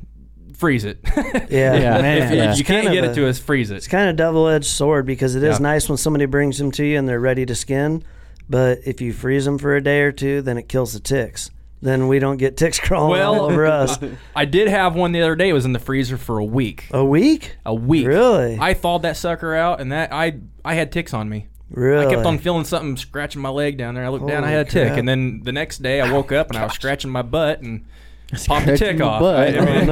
freeze it. Yeah, If- man. if, you- Yeah. if you It's kind can't of get it a- to us, freeze it. It's kind of double edged sword because it is Yeah. nice when somebody brings them to you and they're ready to skin, but if you freeze them for a day or two, then it kills the ticks. Then we don't get ticks crawling all over us. I did have one the other day. It was in the freezer for a week. A week? A week. Really? I thawed that sucker out, and that I I had ticks on me. I Really? kept on feeling something scratching my leg down there. I looked down, I Holy had a tick, crap. and then the next day I woke up and I was scratching my butt and popped a tick Scratching off. your I- I mean-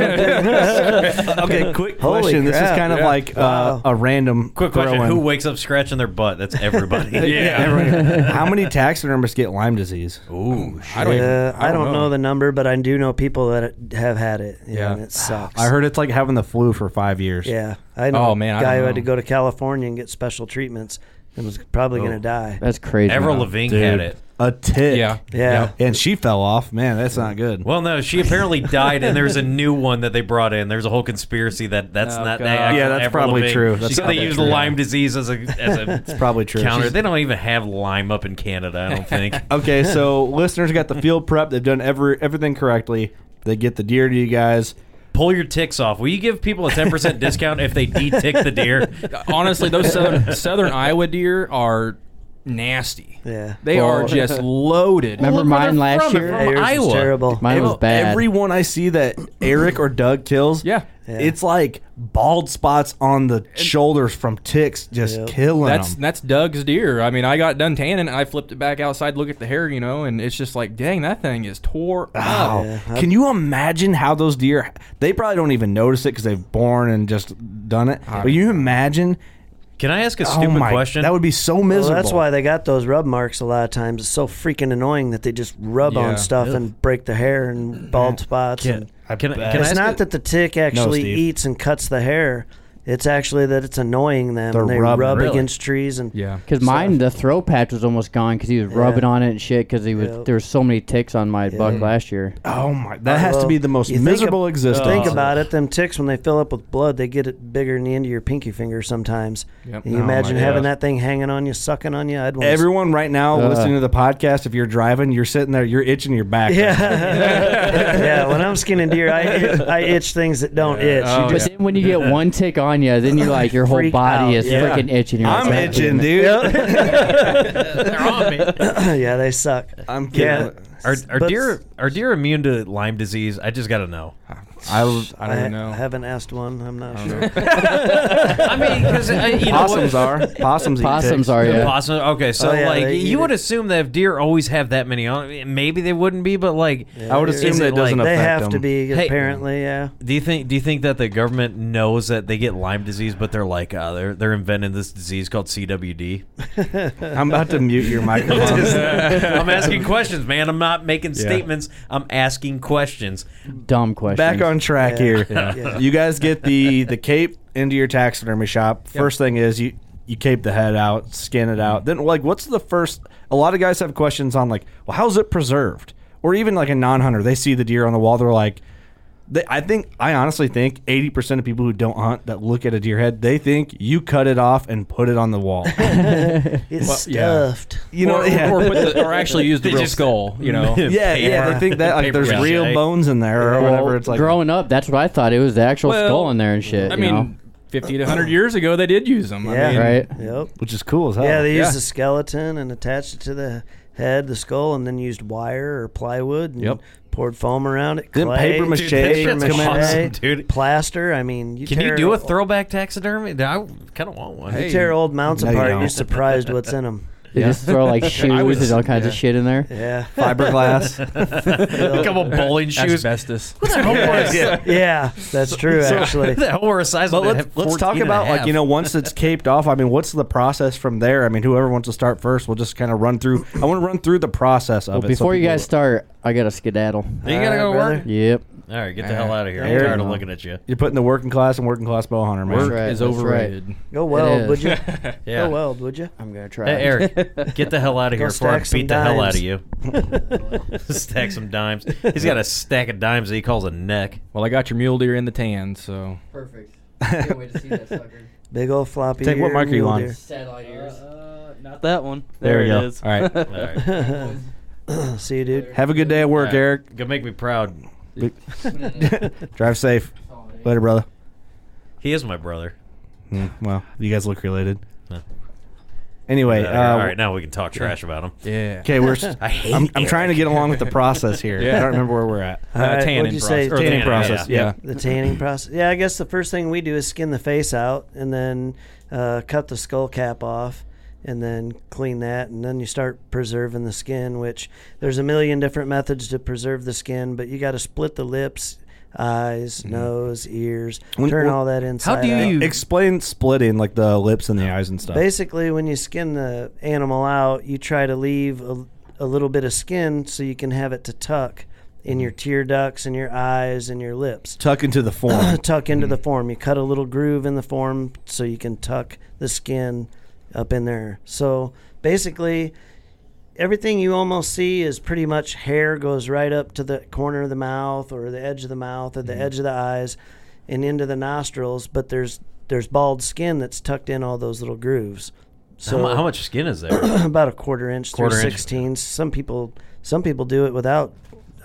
okay, quick question. This is kind of Yeah. like uh, a random Quick question: throw-in. Who wakes up scratching their butt? That's everybody. Everyone- How many taxidermists get Lyme disease? Ooh, I don't, yeah, I don't know. the number, but I do know people that have had it. yeah, Yeah. and it sucks. I heard it's like having the flu for five years. Yeah, I know. Oh a man, I guy don't who had to know. go to California and get special treatments and was probably Oh. going to die. That's crazy. Avril Lavigne Dude, had it. A tick. Yeah. Yeah. And she fell off. Man, that's not good. Well, no, she apparently died, and there's a new one that they brought in. There's a whole conspiracy that that's Oh, not the God. actual Yeah, that's Avril probably Lavigne. true. That's so they probably use true. Lyme disease as a as a It's probably true. counter. She's- they don't even have Lyme up in Canada. I don't think. okay, so listeners got the field prep. They've done every everything correctly. They get the deer to you guys. Pull your ticks off. Will you give people a ten percent discount if they de-tick the deer? Honestly, those southern, southern Iowa deer are nasty. Yeah, They are just loaded. Remember Look where mine they're last from. They're year? from Yeah, yours was Iowa. terrible. Mine was Ev- bad. Everyone I see that Eric or Doug kills, yeah, it's like bald spots on the shoulders from ticks, just killing That's them. that's Doug's deer. I mean, I got done tanning, and I flipped it back outside, look at the hair, you know, and it's just like, dang, that thing is tore Ah. Wow. up. Can you imagine how those deer? They probably don't even notice it because they've born and just done it. But you imagine? Can I ask a Oh stupid my- question? That would be so miserable. Well, that's why they got those rub marks a lot of times. It's so freaking annoying that they just rub Yeah. on stuff Ugh. and break the hair and bald spots. Can- and I Can I- bet. can I it's ask not a- that the tick actually Steve. eats and cuts the hair. It's actually that it's annoying them. They're and they rubbing. rub Really? against trees and yeah. Because mine, the throw patch was almost gone because he was rubbing on it and shit. Because he was Yep. there were so many ticks on my buck last year. Oh my! That has to be the most miserable existence. Think about it. Them ticks, when they fill up with blood, they get it bigger than the end of your pinky finger sometimes. Yep. Can Oh you my imagine God. having that thing hanging on you, sucking on you? I'd want Everyone right now Uh. listening to the podcast, if you're driving, you're sitting there, you're itching your back. Yeah. yeah. When I'm skinning deer, I itch, I itch things that don't itch. Oh, You but just- then when you get one tick on you, then you're like your whole Freak body out, is yeah. freaking itching. You're like, I'm "God itching, damn it." dude. yeah, they suck. I'm yeah. Are, are But- deer are deer immune to Lyme disease? I just got to know. I, I haven't asked one. I'm not sure. I mean, because you know Possums what? are. Possums eat Possums ticks. are, yeah. Possum- Okay, so Oh, yeah, like they eat you would assume that if deer always have that many on, maybe they wouldn't be, but like Yeah, I would assume is that it, it doesn't like- They have to be Hey, apparently. Yeah. Do you think? Do you think that the government knows that they get Lyme disease, but they're like, uh, they're they're inventing this disease called CWD? I'm about to mute your microphone. I'm asking questions, man. I'm not making Yeah. statements. I'm asking questions. Dumb question. Back on track Yeah. here. Yeah. You guys get the the cape into your taxidermy shop. Yep. First thing is you you cape the head out, skin it out. Then like what's the first a lot of guys have questions on like, well, how's it preserved? Or even like a non-hunter, they see the deer on the wall, they're like they, I think I honestly think 80% of people who don't hunt that look at a deer head, they think you cut it off and put it on the wall. It's Well, yeah. stuffed. You know, or, yeah. or, put the, or actually use the They real just- skull, you know. yeah, yeah, they think that like there's real bones in there or whatever. It's like growing up, that's what I thought. It was the actual Well, skull in there and shit. I you mean, know? 50 to 100 years ago, they did use them. Yeah. I mean, Right. Yep. which is cool as hell. Yeah, they used the skeleton and attached it to the head, the skull, and then used wire or plywood and Yep. poured foam around it. Then clay, paper Dude, mache that shit's come in. awesome, dude. Plaster. I mean, you Can you tear do a old- throwback taxidermy? I kind of want one. You tear old mounts No, you apart, don't. you're surprised what's in them. They just throw like shoes I was- and all kinds of yeah. shit in there. Yeah. Fiberglass. A couple bowling shoes. Asbestos. yeah. that's true. So- actually, But let's, let's talk about like you know once it's caped off. I mean, what's the process from there? I mean, whoever wants to start first, we'll just kind of run through. I want to run through the process of Well, it. before you guys start, I got to skedaddle. You gotta go to work? Yep. All right, get the hell out of here. I'm Eric, tired of looking at you. You're putting the working class and working class bow hunter. Man. Work That's right, is that's overrated. right. Go weld, would you? Yeah. Go weld, would you? I'm gonna Hey, Eric, get the hell out of Go here before I stack some beat the hell out of dimes. you. stack some dimes. He's got a stack of dimes that he calls a neck. Well, I got your mule deer in the tan, so Perfect. Can't wait to see that sucker. Big old floppy. Take what ear, mic are you mule on? deer. Uh, Satellite ears. Not that one. There There, we go. it is. All right. See you, dude. Have a good day at work, All right. Eric. Go make me proud. Drive safe. Later, brother. He is my brother. Hmm, well, you guys look related. Huh. Anyway, All uh, right, all right, now we can talk trash about him. yeah. Okay, we're. s- I hate I'm, I'm trying to Eric. get along with the process here. I Yeah. don't remember where we're at. Uh, All right, tanning uh, what'd you say? process. Or the Tanning tanning process. process, yeah. The tanning process. Yeah, I guess the first thing we do is skin the face out, and then uh, cut the skull cap off, and then clean that, and then you start preserving the skin. Which there's a million different methods to preserve the skin, but you got to split the lips, eyes, Mm-hmm. nose, ears, When- turn when- all that inside. out. explain splitting like the lips and the eyes and stuff? Basically, when you skin the animal out, you try to leave a, a little bit of skin so you can have it to tuck in your tear ducts and your eyes and your lips. Tuck into the Um, form. tuck into the hmm. form. You cut a little groove in the form so you can tuck the skin up in there. So basically, everything you almost see is pretty much hair goes right up to the corner of the mouth or the edge of the mouth or the Mm-hmm. edge of the eyes and into the nostrils, but there's there's bald skin that's tucked in all those little grooves. How mu- how much skin is there? about a quarter inch Quarter through inch. sixteenths. Some people some people do it without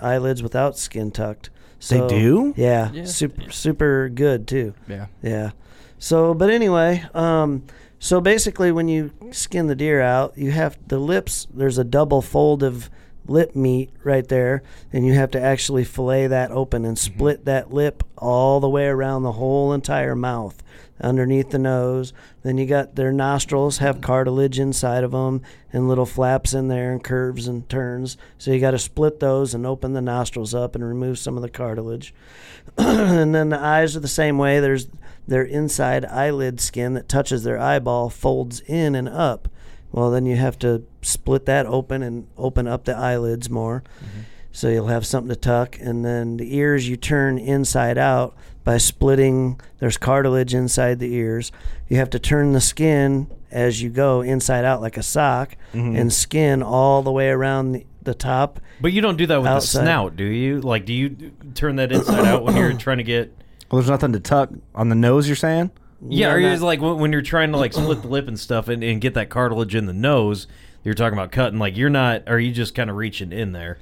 eyelids without skin tucked. They So- do? Yeah, Super super good too. Yeah. Yeah. So but anyway, um so basically when you skin the deer out, you have the lips there's a double fold of lip meat right there and you have to actually fillet that open and split that lip all the way around the whole entire mouth underneath the nose then you got their nostrils have cartilage inside of them and little flaps in there and curves and turns so you got to split those and open the nostrils up and remove some of the cartilage and then the eyes are the same way. There's their inside eyelid skin that touches their eyeball folds in and up. Well, then you have to split that open and open up the eyelids more. Mm-hmm. So you'll have something to tuck. And then the ears you turn inside out by splitting. There's cartilage inside the ears. You have to turn the skin as you go inside out like a sock Mm-hmm. Mhm. and skin all the way around the, the top. But you don't do that with Outside. the snout, do you? Like, do you turn that inside out when you're trying to get? Well, there's nothing to tuck on the nose. You're saying? Yeah, No, or not- is like when, when you're trying to like split the lip and stuff and, and get that cartilage in the nose. You're talking about cutting. Like you're not. Are you just kind of reaching in there?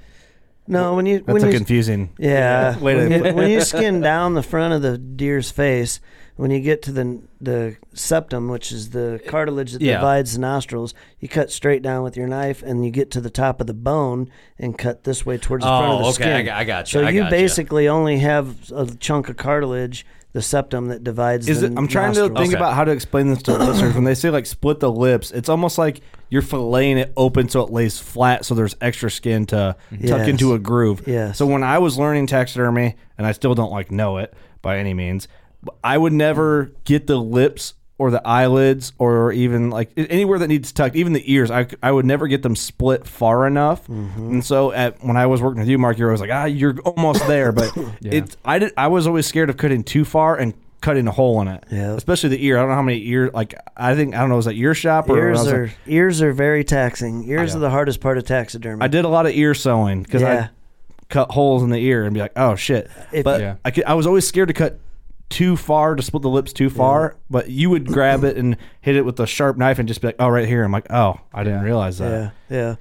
No, when you That's when a you, confusing. Yeah. Way to when, you, put- when you skin down the front of the deer's face, when you get to the the septum, which is the cartilage that Yeah. divides the nostrils, you cut straight down with your knife, and you get to the top of the bone and cut this way towards the front of Oh, the okay, skin. I got- I got you, So I you got you. basically only have a chunk of cartilage, the septum that divides. Is the it? I'm trying to nostrils. think about how to explain this to the listeners. When they say like split the lips, it's almost like you're filleting it open so it lays flat, so there's extra skin to tuck Yes. into a groove. Yes. So when I was learning taxidermy, and I still don't like know it by any means, but I would never get the lips or the eyelids or even like a- anywhere that needs tucked, even the ears. I, c- I would never get them split far enough. Mm-hmm. And so at when I was working with you, Mark, you were always like, ah, you're almost there, but it's I did I was always scared of cutting too far and cutting a hole in it. Yeah. Especially the ear. I don't know how many ear like I think I don't know is that ear shop or I Ears was like- are ears are very taxing. Ears are the hardest part of taxidermy. I did a lot of ear sewing because Yeah. I cut holes in the ear and be like, oh shit. If- but Yeah. I, could- I was always scared to cut too far to split the lips too far. But you would grab it and hit it with a sharp knife and just be like, oh, right here. I'm like, oh, I didn't realize that. Yeah, yeah,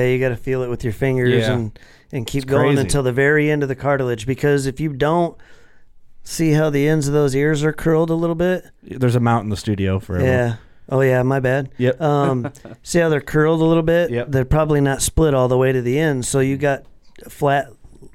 yeah. You got to feel it with your fingers Yeah. and and keep going crazy. until the very end of the cartilage because if you don't see how the ends of those ears are curled a little bit, There's a mount in the studio for everyone. yeah. Oh yeah, my bad. Yep. Um, see how they're curled a little bit? Yep. Mm-hmm. They're probably not split all the way to the end, so you got flat,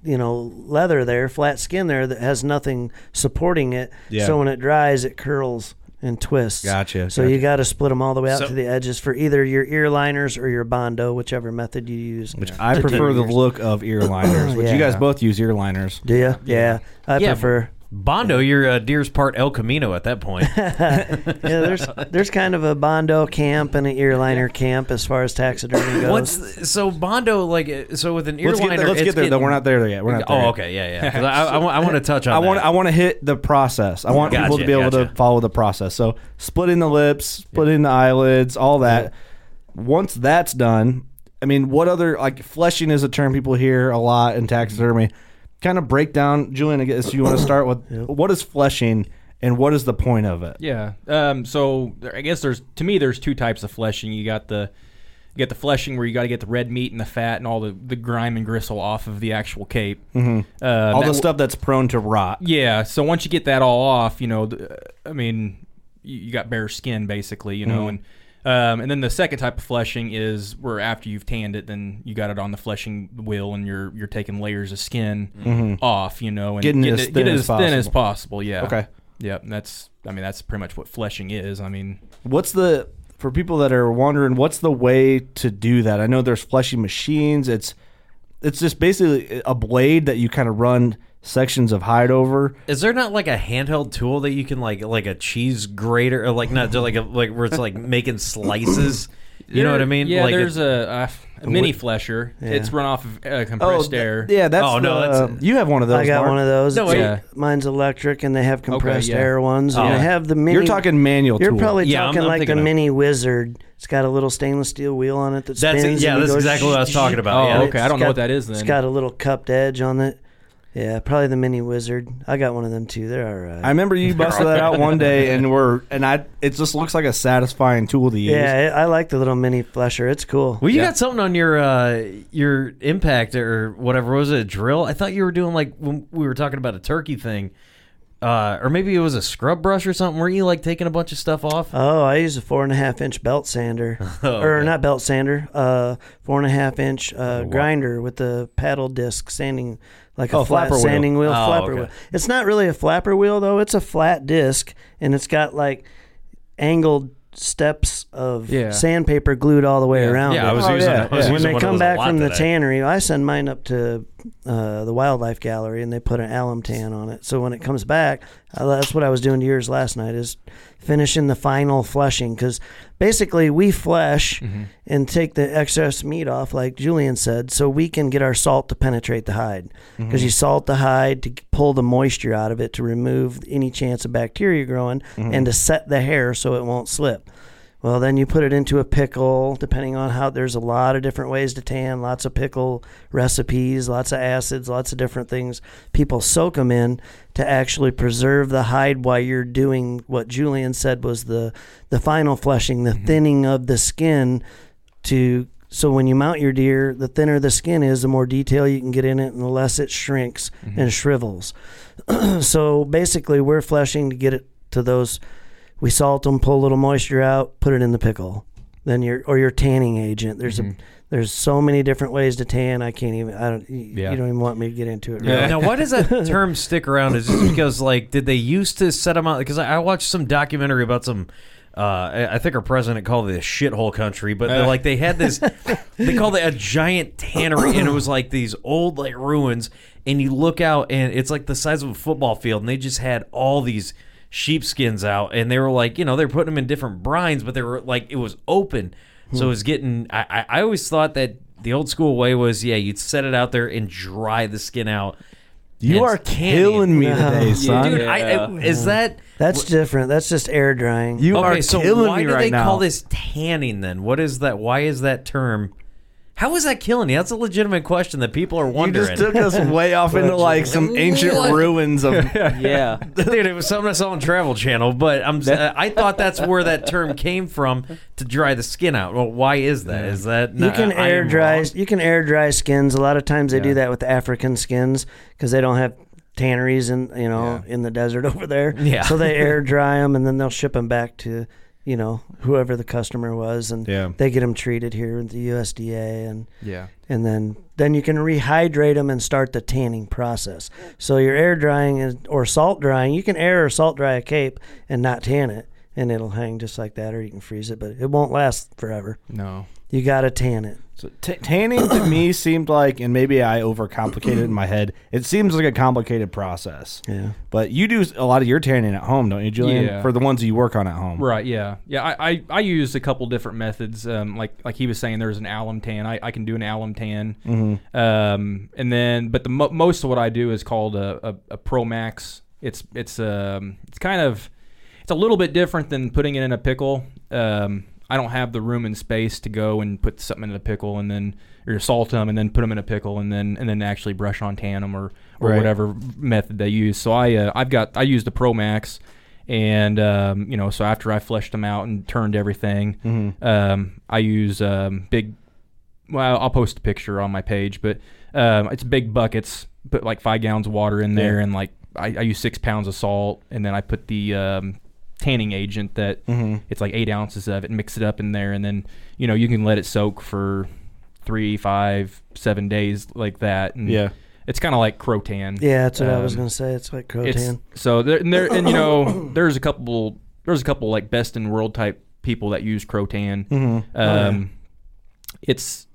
you know, leather there, flat skin there that has nothing supporting it. Yeah. So when it dries, it curls and twists. Gotcha, So you gotcha. got to split them all the way out So- to the edges for either your ear liners or your bondo, whichever method you use. Which I prefer the look of ear liners, which you guys Yeah. both use ear liners. Do you? Yeah, I prefer. Bondo, you're uh, Deer's part El Camino at that point. yeah, there's there's kind of a bondo camp and an ear liner camp as far as taxidermy goes. What's the, so Bondo like? uh, So with an earliner, Let's get there- let's get there, though. We're not there yet. We're not there Oh, yet. okay, yeah, yeah. 'Cause I, I, want to touch on. I want that. I want to hit the process. I want people Gotcha, to be able gotcha. to follow the process. So splitting the lips, splitting the eyelids, all that. Once that's done, I mean, what other like fleshing is a term people hear a lot in taxidermy. Kind of break down, Julian. I guess you want to start with what is fleshing and what is the point of it. Yeah. Um, so there- I guess there's to me there's two types of fleshing. You got the you get the fleshing where you got to get the red meat and the fat and all the, the grime and gristle off of the actual cape. Mm-hmm. Mhm. Uh, all that the w- stuff that's prone to rot. Yeah. So once you get that all off, you know, th- I mean, you, you got bare skin basically, you know, Mhm. and um, and then the second type of fleshing is where after you've tanned it, then you got it on the fleshing wheel, and you're you're taking layers of skin Mhm. off, you know, and Getting it as thin get it as as thin as possible. possible. Yeah. Okay. Yep. And that's I mean that's pretty much what fleshing is. I mean, What's the for people that are wondering what's the way to do that? I know there's fleshing machines. It's it's just basically a blade that you kind of run sections of hide over. Is there not like a handheld tool that you can like like a cheese grater or like not like a like where it's like making slices? You know what I mean? Yeah. like there's a, a, mini Wh- flesher. Yeah. It's run off of uh, Oh, compressed th- air. yeah, that's Oh no, the- um, that's you have one of those, I got Mark. one of those. No, It's- yeah. Mine's electric, and they have compressed yeah. air ones. Oh. And they have the mini. You're talking manual You're tool. probably Yeah, I'm- talking I'm like the thinking of- mini wizard. It's got a little stainless steel wheel on it that That's- spins. yeah, and you that's go exactly what I was talking about, and yeah. it's Oh, Okay, I don't know what that is It's then. got a little cupped edge on it. Yeah, probably the mini wizard. I got one of them too. They're all right. I remember you busted that out one day, and we're and I. It just looks like a satisfying tool to use. Yeah, I I like the little mini flesher. It's cool. Well, you got something on your uh, your impact or whatever was it a drill? I thought you were doing like when we were talking about a turkey thing, uh, or maybe it was a scrub brush or something. Weren't you like taking a bunch of stuff off? Oh, I use a four and a half inch belt sander, Oh, or okay. not belt sander, uh, four and a half inch uh, grinder with the paddle disc sanding, like a Oh, flat flapper wheel. sanding wheel, Oh, flapper okay. wheel. It's not really a flapper wheel though; it's a flat disc, and it's got like angled steps of Yeah. sandpaper glued all the way Yeah. around. Yeah, it. I was Oh, using- yeah, I was yeah. when using they one of come those a back lot from the today. tannery, I send mine up to uh, the wildlife gallery, and they put an alum tan on it. So when it comes back, I, that's what I was doing to yours last night is finishing the final flushing because basically we flesh Mm-hmm. and take the excess meat off, like Julian said, so we can get our salt to penetrate the hide because Mhm. you salt the hide to pull the moisture out of it to remove any chance of bacteria growing Mhm. and to set the hair so it won't slip. Well, then you put it into a pickle, depending on how there's a lot of different ways to tan, lots of pickle recipes, lots of acids, lots of different things. People soak them in to actually preserve the hide while you're doing what Julian said was the, the final fleshing, the thinning of the skin to so when you mount your deer, the thinner the skin is, the more detail you can get in it and the less it shrinks Mm-hmm. and shrivels. so basically we're fleshing to get it to those we salt them, pull a little moisture out, put it in the pickle. Then your or your tanning agent. There's Mm-hmm. a there's so many different ways to tan. I can't even I don't you, Yeah. you don't even want me to get into it. Yeah. really. Now, why does that term stick around? Is it because like did they used to set them out? Because I, I watched some documentary about some. Uh, I- I think our president called it a shithole country, but they're Uh. like they had this, they called it a giant tannery, and it was like these old like ruins. And you look out, and it's like the size of a football field, and they just had all these sheepskins out, and they were like, you know, they're putting them in different brines, but they were like it was open, so it was getting. I, I I always thought that the old school way was, yeah, you'd set it out there and dry the skin out. You And are it's killing me today, son. Dude, I, I, is that That's different. That's just air drying. You okay? are so killing why me do right they now. call this tanning then? What is that? Why is that term? How is that killing you? That's a legitimate question that people are You wondering. just took us way off into like some ancient What? ruins of yeah, dude, it was something I saw on Travel Channel, but I'm I thought that's where that term came from to dry the skin out. Well, why is that? Is that You can I- I air am dry. You can air dry skins. A lot of times they do that with African skins because they don't have tanneries in you know in the desert over there. Yeah. So they air dry them and then they'll ship them back to you know whoever the customer was and Yeah. they get them treated here with the USDA and Yeah. and then then you can rehydrate them and start the tanning process. So your air drying is, or salt drying, you can air or salt dry a cape and not tan it. and it'll hang just like that, or you can freeze it, but it won't last forever. No. You got to tan it. So t- tanning to me seemed like, and maybe I overcomplicated it in my head. It seems like a complicated process. Yeah. But you do a lot of your tanning at home, don't you, Julian? Yeah. For the ones you work on at home. Right. Yeah. Yeah. I, I, I used a couple different methods. Um, like like he was saying, there's an alum tan. I, I can do an alum tan. Mhm. Um, and then but the mo- most of what I do is called a, a, a Pro Max. It's it's um it's kind of it's a little bit different than putting it in a pickle. Um, I don't have the room and space to go and put something in a pickle and then or salt them and then put them in a pickle and then and then actually brush on tan them or or Right. whatever method they use. So I uh, I've got I used the Pro Max and um, you know so after I fleshed them out and turned everything, Mhm. um, I use um, big. Well, I'll post a picture on my page, but um, it's big buckets. Put like five gallons of water in there, Yeah. and like I, I use six pounds of salt, and then I put the um, tanning agent that Mhm. it's like eight ounces of it, mix it up in there, and then you know you can let it soak for three, five, seven days like that. And Yeah. it's kind of like crotan. Yeah, that's what I was Um, gonna say. It's like it's- crotan. so there and there and you know there's a couple there's a couple like best in world type people that use crotan. Mhm. Um, Oh, yeah. It's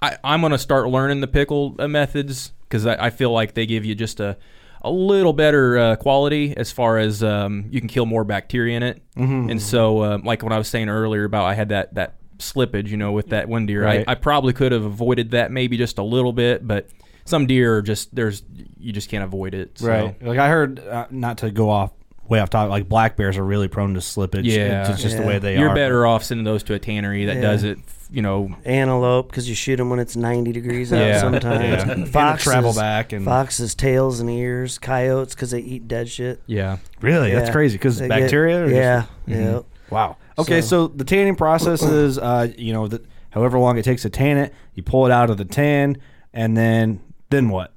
I I'm gonna start learning the pickle uh, methods because I, I feel like they give you just a a little better uh, quality as far as um, you can kill more bacteria in it. Mhm. And so um, like what I was saying earlier about I had that that slippage you know with that one deer Right. I, I probably could have avoided that maybe just a little bit but some deer are just there's you just can't avoid it so. Right. Like I heard, uh, not to go off way off topic, like black bears are really prone to slippage. Yeah, It's just the way they You're are. better off sending those to a tannery that Yeah. does it. f- You know, Antelope, because you shoot them when it's 90 degrees out Yeah. sometimes. Yeah. And they Foxes, travel back and- foxes, tails and ears. Coyotes, because they eat dead shit. Yeah. Really? That's Yeah. crazy because They get- bacteria. or just- yeah. Mhm. Yeah. Wow. Okay, so, the tanning process is, uh, you know, the, however long it takes to tan it, you pull it out of the tan, and then then what?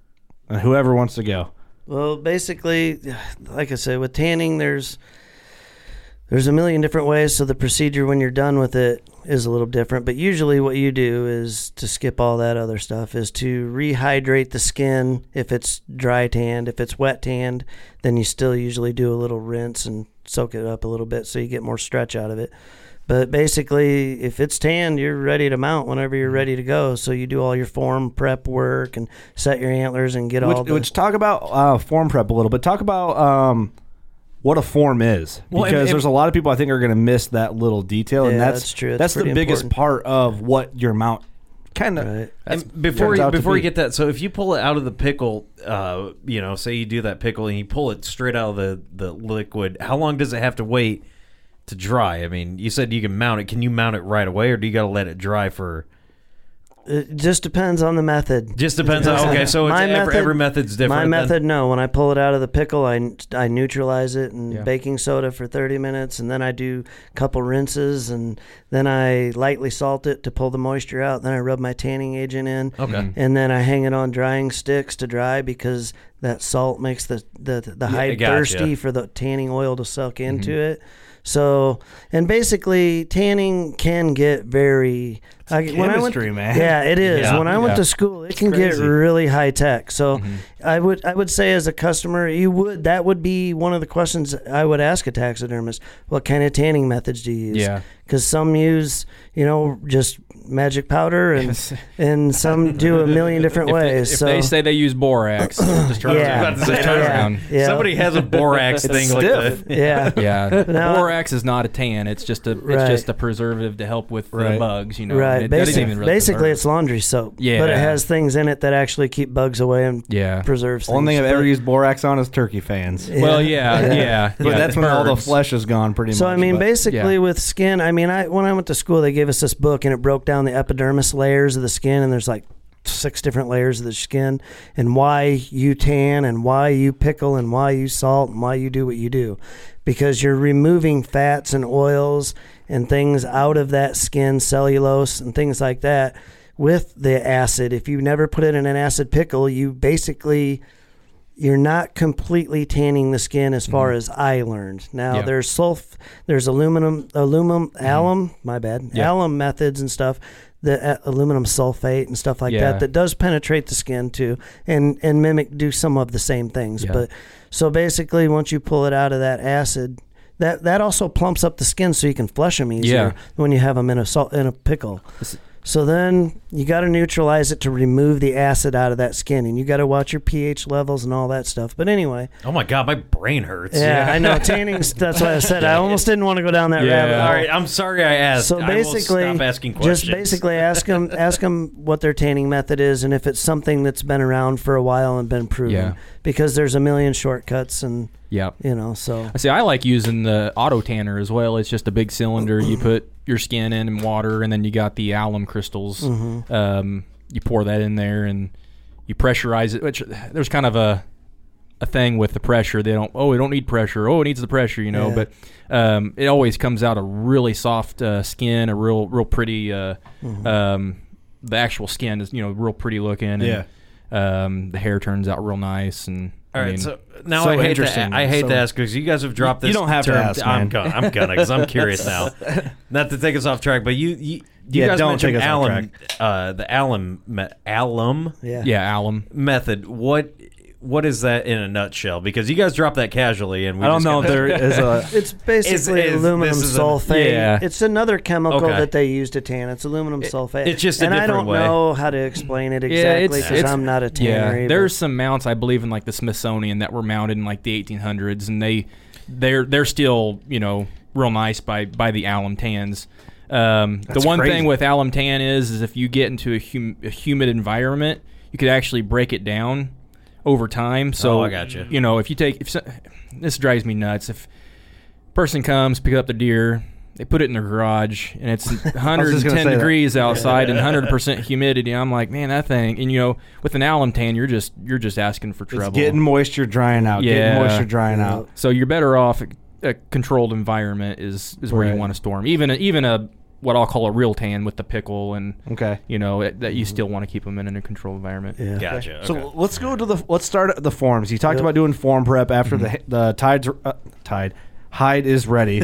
Uh, whoever wants to go. Well, basically, like I said, with tanning, there's there's a million different ways. So the procedure when you're done with it is a little different. But usually, what you do is to skip all that other stuff is to rehydrate the skin if it's dry tanned. If it's wet tanned, then you still usually do a little rinse and soak it up a little bit so you get more stretch out of it. But basically, if it's tanned, you're ready to mount whenever Mm-hmm. you're ready to go. So you do all your form prep work and set your antlers and get which, all the which talk about uh, form prep a little bit. Talk about um, what a form is Well, because if- there's a lot of people I think are going to miss that little detail, and Yeah, that's, that's true. It's That's, the pretty biggest important. part of what your mount kind of. And before you, before you get that, so if you pull it out of the pickle, uh, you know, say you do that pickle and you pull it straight out of the the liquid, how long does it have to wait to dry? I mean, you said you can mount it. Can you mount it right away, or do you got to let it dry for? It just depends on the method. Just depends on- okay, so it's ev- every method's different My then? method, no. When I pull it out of the pickle, I, I neutralize it in Yeah. baking soda for 30 minutes, and then I do a couple rinses, and then I lightly salt it to pull the moisture out. Then I rub my tanning agent in. Okay. Mm-hmm. And then I hang it on drying sticks to dry because that salt makes the, the, the hide gotcha. Mm-hmm. thirsty for the tanning oil to suck into it. So, and basically, tanning can get very. I, chemistry, I went, man. Yeah, it is. Yeah. When I went Yeah. to school, it It's can crazy. get really high tech. So, Mm-hmm. I would I would say as a customer, you would that would be one of the questions I would ask a taxidermist. What kind of tanning methods do you use? Yeah. Because some use, you know, just magic powder, and and some do a million different if, they, ways. if so they say they use borax, just turn Yeah. around. I was about to say, Just turn yeah. around. Yeah. Somebody has a borax It's thing like stiff. that. Yeah. yeah. But now- borax is not a tan. It's just a Right. it's just a preservative to help with the Right. bugs. You know, right. It doesn't basically, even really basically preserve. it's laundry soap. Yeah. But it has things in it that actually keep bugs away and Yeah. preserves things. One thing I've But- ever used borax on is turkey fans. Well, Oh, yeah, Yeah. yeah, but yeah, that's when all the birds. flesh is gone, pretty so much. I mean, but- basically Yeah. with skin, I mean, I when I went to school, they gave us this book and it broke down the epidermis layers of the skin, and there's like six different layers of the skin, and why you tan, and why you pickle, and why you salt, and why you do what you do, because you're removing fats and oils and things out of that skin, cellulose and things like that, with the acid. If you never put it in an acid pickle, you basically you're not completely tanning the skin as far as I learned. Now Mm-hmm. Yeah. Mm-hmm. there's sulf, there's aluminum, aluminum, alum, my bad, Yeah. alum methods and stuff, the uh, aluminum sulfate and stuff like Yeah. that that does penetrate the skin too, and and mimic do some of the same things. Yeah. But so basically, once you pull it out of that acid, that that also plumps up the skin so you can flush them easier Yeah. when you have them in a salt in a pickle. So then you got to neutralize it to remove the acid out of that skin, and you got to watch your pH levels and all that stuff. But anyway, Oh my god, my brain hurts. yeah, I know tanning's. That's why I said I almost didn't want to go down that rabbit hole. All right, I'm sorry I asked. So basically, I will stop asking questions. just basically ask them ask them what their tanning method is and if it's something that's been around for a while and been proven. Yeah. Because there's a million shortcuts and Yep. you know so I see. I like using the auto tanner as well. It's just a big cylinder. You put your skin in and water, and then you got the alum crystals. Mhm. Um, you pour that in there, and you pressurize it. Which there's kind of a a thing with the pressure. They don't. Oh, it don't need pressure. Oh, it needs the pressure. You know. Yeah. But um, it always comes out a really soft uh, skin, a real, real pretty. Uh, Mhm. um, the actual skin is you know real pretty looking. And, Yeah. Um, the hair turns out real nice, and All I right, mean- so now I hate to I hate to ask because you guys have dropped this. You don't have to term. ask, I'm man. gonna, I'm gonna, because I'm curious now. Not to take us off track, but you, you, you Yeah, guys don't mentioned take us off alum, uh, the alum, me- alum, Yeah. Yeah, alum method. What, what is that in a nutshell? Because you guys dropped that casually, and we I don't just know kinda- if there is a- it's basically Is- is- aluminum this is a- sulfate. Yeah. It's another chemical Okay. that they use to tan. It's aluminum sulfate. it's just a and I different don't way. know how to explain it exactly because I'm not a tanner. Yeah, there's some mounts I believe in like the Smithsonian that were mounted in like the 1800s, and they they're they're still you know real nice by by the alum tans. Um, the That's one crazy. thing with alum tan is is if you get into a, hum- a humid environment, you could actually break it down over time. So Oh, I gotcha. You know, if you take if so- this drives me nuts if person comes pick up the deer. They put it in their garage, and it's just gonna 110 say that. degrees Yeah. outside and 100 percent humidity. I'm like, man, that thing. And you know, with an alum tan, you're just you're just asking for trouble. It's getting moisture drying out. Getting moisture drying out. So you're better off. A controlled environment is is where Right. you want to storm. Even a, even a what I'll call a real tan with the pickle and Okay. Mm-hmm. you know it, that you still want to keep them in, in a controlled environment. Yeah. Gotcha, So let's go to the let's start at the forms. You talked about doing form prep after the the tides are- uh, tide hide is ready.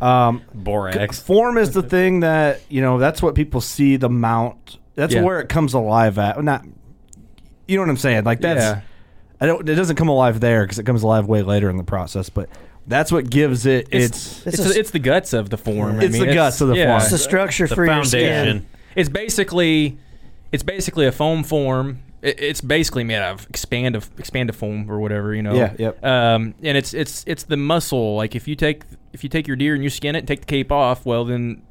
um, Borax. c- form is the thing that you know. That's what people see the mount. That's Yeah. where it comes alive at. Not you know what I'm saying. Like that's Yeah. I don't. It doesn't come alive there because it comes alive way later in the process. But that's what gives it its It's, it's, the guts of the form. I It's mean, the guts of the form. It's the structure The for your foundation. skin. It's basically, it's basically a foam form. It, it's basically made of expand of expand foam or whatever you know. Yeah, yep. Um, and it's it's it's the muscle. Like if you take if you take your deer and you skin it and take the cape off, well then,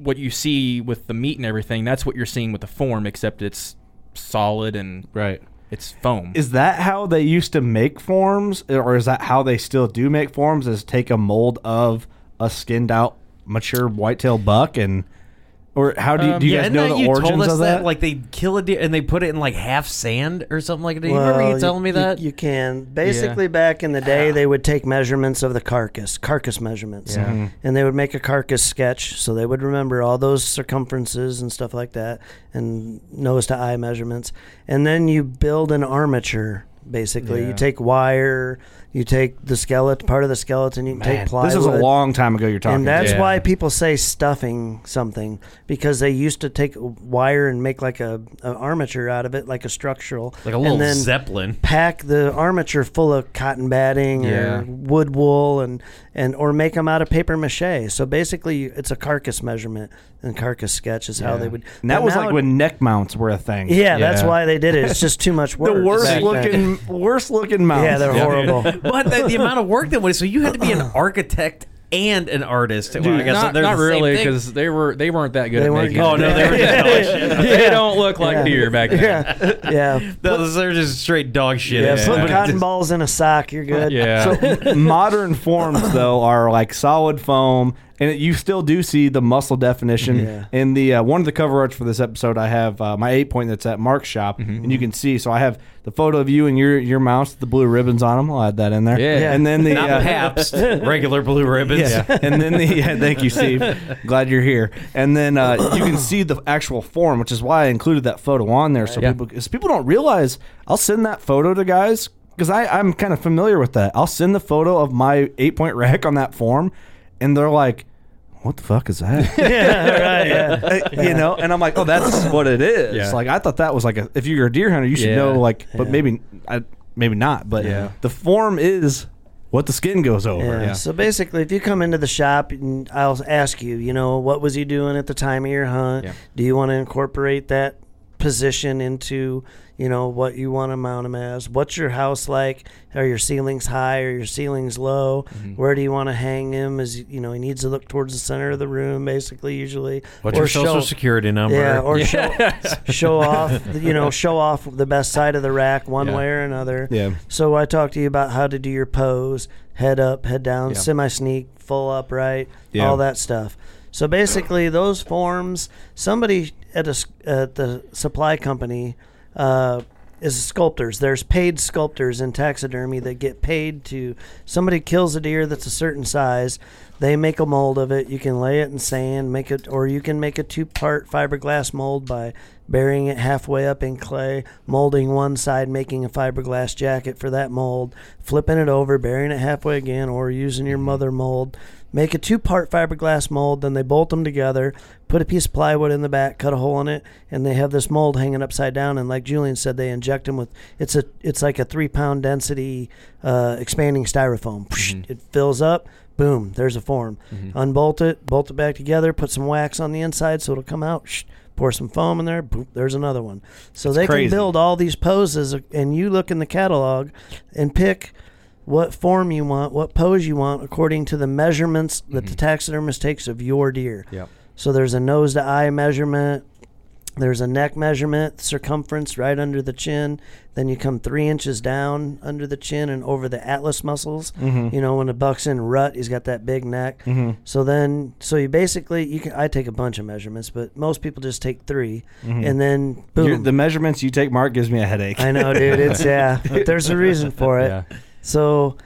what you see with the meat and everything, that's what you're seeing with the form, except it's solid and right. It's foam. Is that how they used to make forms, or is that how they still do make forms? Is take a mold of a skinned out mature whitetail buck and, or how do you, do Um, you yeah, guys isn't know that the you origins told us of that? Like they kill a deer and they put it in like half sand or something like that. Do you Well, remember you telling me that? you, can basically back in the day they would take measurements of the carcass carcass measurements Yeah. Mhm. and they would make a carcass sketch so they would remember all those circumferences and stuff like that and nose to eye measurements and then you build an armature basically you Yeah. take wire you take the skeleton part of the skeleton you can Man, take plywood this is a long time ago you're talking and that's about. why people say stuffing something because they used to take wire and make like a, a armature out of it like a structural Like a little and then zeppelin. pack the armature full of cotton batting Yeah. or wood wool and and or make them out of paper mache so basically it's a carcass measurement and carcass sketch is how Yeah. they would And that but was now- like when neck mounts were a thing. yeah, that's why they did it. It's just too much work. the worst back then. looking, worst looking mounts. Yeah, they're horrible. but the, the amount of work that went so you had to be an architect and an artist. Well, I guess not, they're the not same really thing. because they were they weren't that good They at weren't making. good. Oh, no, they were just dog shit. They don't look like deer back then. Oh, Yeah, yeah. Those, they're just straight dog shit. Yeah, It's put like- cotton balls in a sock. You're good. So modern forms though are like solid foam, and it, you still do see the muscle definition Yeah. in the uh, one of the cover arts for this episode. I have uh, my eight point that's at Mark's shop, and you can see. So I have the photo of you and your your mouse, with the blue ribbons on them. I'll add that in there. Yeah. and then the Not uh, Pabst, regular blue ribbons. Yeah. and then the yeah, thank you, Steve. Glad you're here. And then uh, you can see the actual form, which is why I included that photo on there. So Yeah. people, cause people don't realize, I'll send that photo to guys because I'm kind of familiar with that. I'll send the photo of my eight point rack on that form, and they're like, "What the fuck is that?" yeah, right. Yeah. Uh, you know, and I'm like, oh, that's what it is. Yeah. Like I thought that was like a, if you're a deer hunter, you should Yeah. know like, but maybe I, maybe not. But Yeah. the form is what the skin goes over. Yeah. So basically, if you come into the shop, and I'll ask you, you know, what was you doing at the time of your hunt? Yeah. Do you want to incorporate that position into, you know, what you want to mount them as? What's your house like? Are your ceilings high? Are your ceilings low? Where do you want to hang him? Is you know, he needs to look towards the center of the room, basically, usually. What's your social security number? Yeah, or Yeah. show show off, you know, show off the best side of the rack one way or another. Yeah. So I talked to you about how to do your pose, head up, head down, Yeah. semi sneak, full upright, Yeah. all that stuff. So basically, those forms, somebody at a s- at the supply company uh, is sculptors. There's paid sculptors in taxidermy that get paid to. Somebody kills a deer that's a certain size. They make a mold of it. You can lay it in sand, make it, or you can make a two-part fiberglass mold by burying it halfway up in clay, molding one side, making a fiberglass jacket for that mold, flipping it over, burying it halfway again, or using your mother mold. Make a two part fiberglass mold, then they bolt them together, put a piece of plywood in the back, cut a hole in it, and they have this mold hanging upside down. And like Julian said, they inject them with it's a it's like a three pound density uh, expanding styrofoam. It fills up, boom, there's a form. Unbolt it, bolt it back together, put some wax on the inside so it'll come out. pour some foam in there, boop, there's another one. So they crazy. can build all these poses, and you look in the catalog and pick what form you want, what pose you want, according to the measurements that the taxidermist takes of your deer. Mm-hmm. Yep. So there's a nose to eye measurement. There's a neck measurement, circumference right under the chin. Then you come three inches down under the chin and over the atlas muscles. Mhm. You know, when a buck's in rut, he's got that big neck. Mhm. So then, so you basically, you can. I take a bunch of measurements, but most people just take 3 Mhm. and then boom. Your- the measurements you take, Mark, gives me a headache. I know, dude. It's yeah. But there's a reason for it. Yeah. So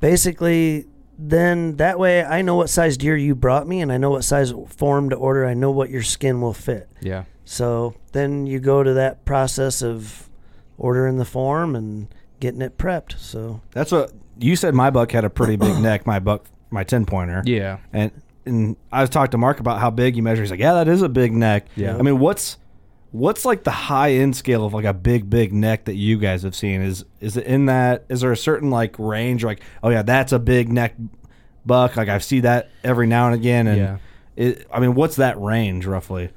basically, then that way I know what size deer you brought me, and I know what size form to order. I know what your skin will fit. Yeah. So then you go to that process of ordering the form and getting it prepped. So That's what you said. My buck had a pretty big neck. My buck, my ten pointer. Yeah. and and I was talking to Mark about how big you measure. He's like, yeah, that is a big neck. Yeah. I mean, what's what's like the high end scale of like a big big neck that you guys have seen? Is is it in that? Is there a certain like range? Like, oh yeah, that's a big neck buck. Like I see that every now and again. And Yeah. it, I mean, what's that range roughly?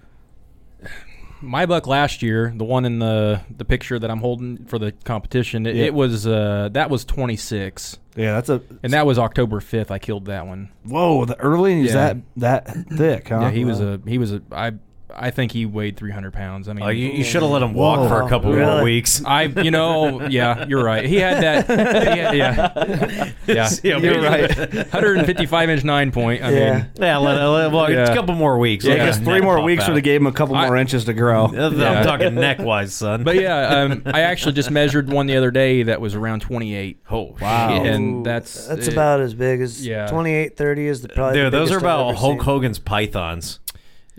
my buck last year, the one in the the picture that I'm holding for the competition, it, Yeah. it was uh, that was 26, Yeah, that's a and that was October 5th. I killed that one. whoa. The early is Yeah. that that thick? Huh? Yeah, he was a he was a I I think he weighed 300 pounds. I mean, Uh-huh. Oh, you, you should have let him walk Whoa. for a couple more Really? weeks. I you know yeah you're right. He had that he had- yeah yeah Yeah, You're right. 155 inch nine point. I Yeah. mean Yeah, let- let- well, it's a couple more weeks. Yeah, Let I guess that three neck more pop weeks out. would have gave him a couple more inches to grow. Yeah. I'm talking neck wise, son. But yeah, um, I actually just measured one the other day that was around 28. Oh Wow. And that's that's it. about as big as yeah. twenty eight thirty is the probably. Dude, the those are biggest I've about ever Hulk seen. Hogan's pythons.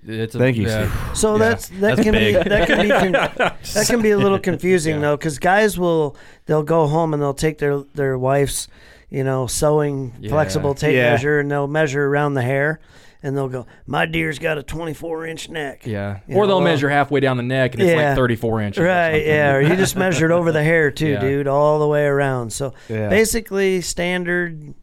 It's a, Thank you, yeah. Steve. So Yeah. that's that That's can big. be that can be con- that can be a little confusing though, 'cause though, because guys will they'll go home and they'll take their their wife's you know sewing Yeah. flexible tape Yeah. measure and they'll measure around the hair and they'll go, my deer's got a twenty four inch neck. Yeah. You Or know, they'll well- measure halfway down the neck and it's like 34 inches. or Right, something. yeah. Or you just measured over the hair too, Yeah. dude, all the way around. So Yeah. basically standard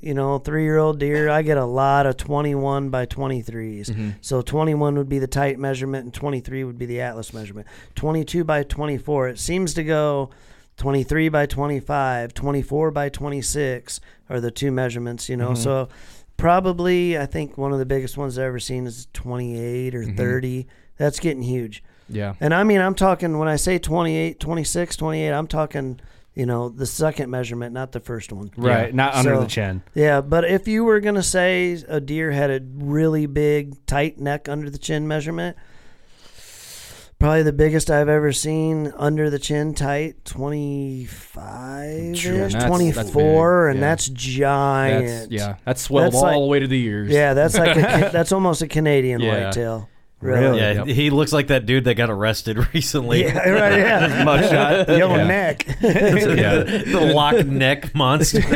you know, three year old deer, I get a lot of 21 by 23s. Mm-hmm. So 21 would be the tight measurement and 23 would be the atlas measurement. 22 by 24, it seems to go 23 by 25, 24 by 26 are the two measurements, you know. Mhm. Mm-hmm. So probably, I think one of the biggest ones I've ever seen is 28 Mm-hmm. or 30. That's getting huge. Yeah. And I mean, I'm talking when I say 28, 26, 28, I'm talking, you know, the second measurement, not the first one. Right, not under So- the chin. Yeah, but if you were going to say a deer had a really big, tight neck under the chin measurement, probably the biggest I've ever seen under the chin tight, 25 Sure, that's- that's 24, big, and yeah. that's giant. That's, yeah. That's swelled all like- the way to the ears. Yeah, that's like a, ca- that's almost a Canadian Yeah. whitetail. Yeah, he looks like that dude that got arrested recently. Oh, Yeah, right, yeah. Mugshot. Yellow neck. yeah. The lock neck monster. Say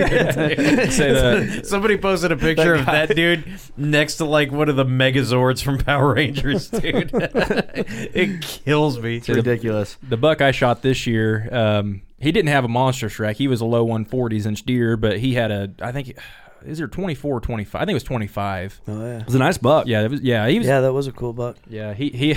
that. Somebody posted a picture of that dude next to like one of the Megazords from Power Rangers, dude. it kills me. It's ridiculous. The buck I shot this year, um, he didn't have a monster Shrek. He was a low 140s inch deer, but he had a I think is there 24 25? I think it was 25. Oh yeah. It was a nice buck. Yeah, it was yeah, he was yeah, that was a cool buck. Yeah, he he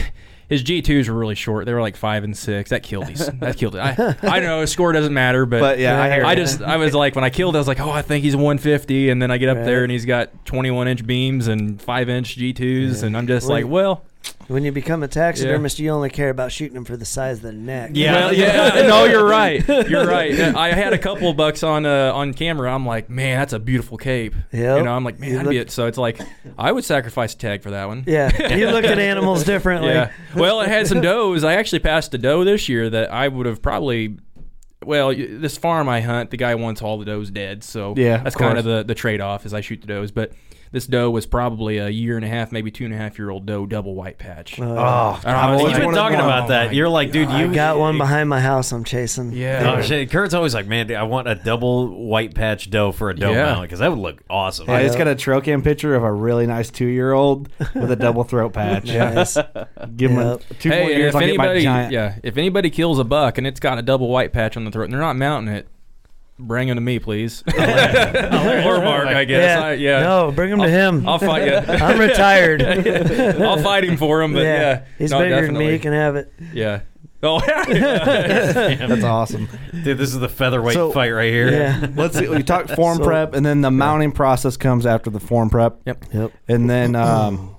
his G2s were really short. They were like 5 and 6. That killed these. that killed it. I I know the score doesn't matter, but, But, yeah, I hear I, you. just I was like when I killed I was like, "Oh, I think he's 150." And then I get up Right. there and he's got 21 inch beams and 5 inch G2s and I'm just Well, like, "Well, When you become a taxidermist, you only care about shooting them for the size of the neck. Well, yeah. No, you're right. You're right. I had a couple of bucks on uh, on camera. I'm like, man, that's a beautiful cape. Yep. You know, I'm like, man, You that'd be it. So it's like, I would sacrifice a tag for that one. Yeah, you look at animals differently. Yeah. Well, it had some does. I actually passed a doe this year that I would have probably. Well, y- this farm I hunt, the guy wants all the does dead, so Yeah, of that's kind course. of the the trade off is I shoot the does, but. This doe was probably a year and a half, maybe two and a half year old doe, double white patch. Uh, God. You've been talking about that. You're like, dude, I you- got one behind my house. I'm chasing. Oh, shit. Kurt's always like, man, dude, I want a double white patch doe for a doe Yeah. mount because that would look awesome. I just got a trail cam picture of a really nice two year old with a double throat patch. Nice. Give him a, two more years. I'll get my anybody, giant. yeah, if anybody kills a buck and it's got a double white patch on the throat and they're not mounting it, bring him to me, please. or Mark, I guess. Yeah. I, yeah. No, bring him to I'll- him. I'll fight you. I'm retired. I'll fight him for him, but yeah, he's no, bigger than me. definitely. He can have it. Yeah. Oh, That's awesome. Dude, this is the featherweight fight right here. Let's see. We talked form So- prep, and then the mounting process comes after the form prep. Yep. Yep. And then um,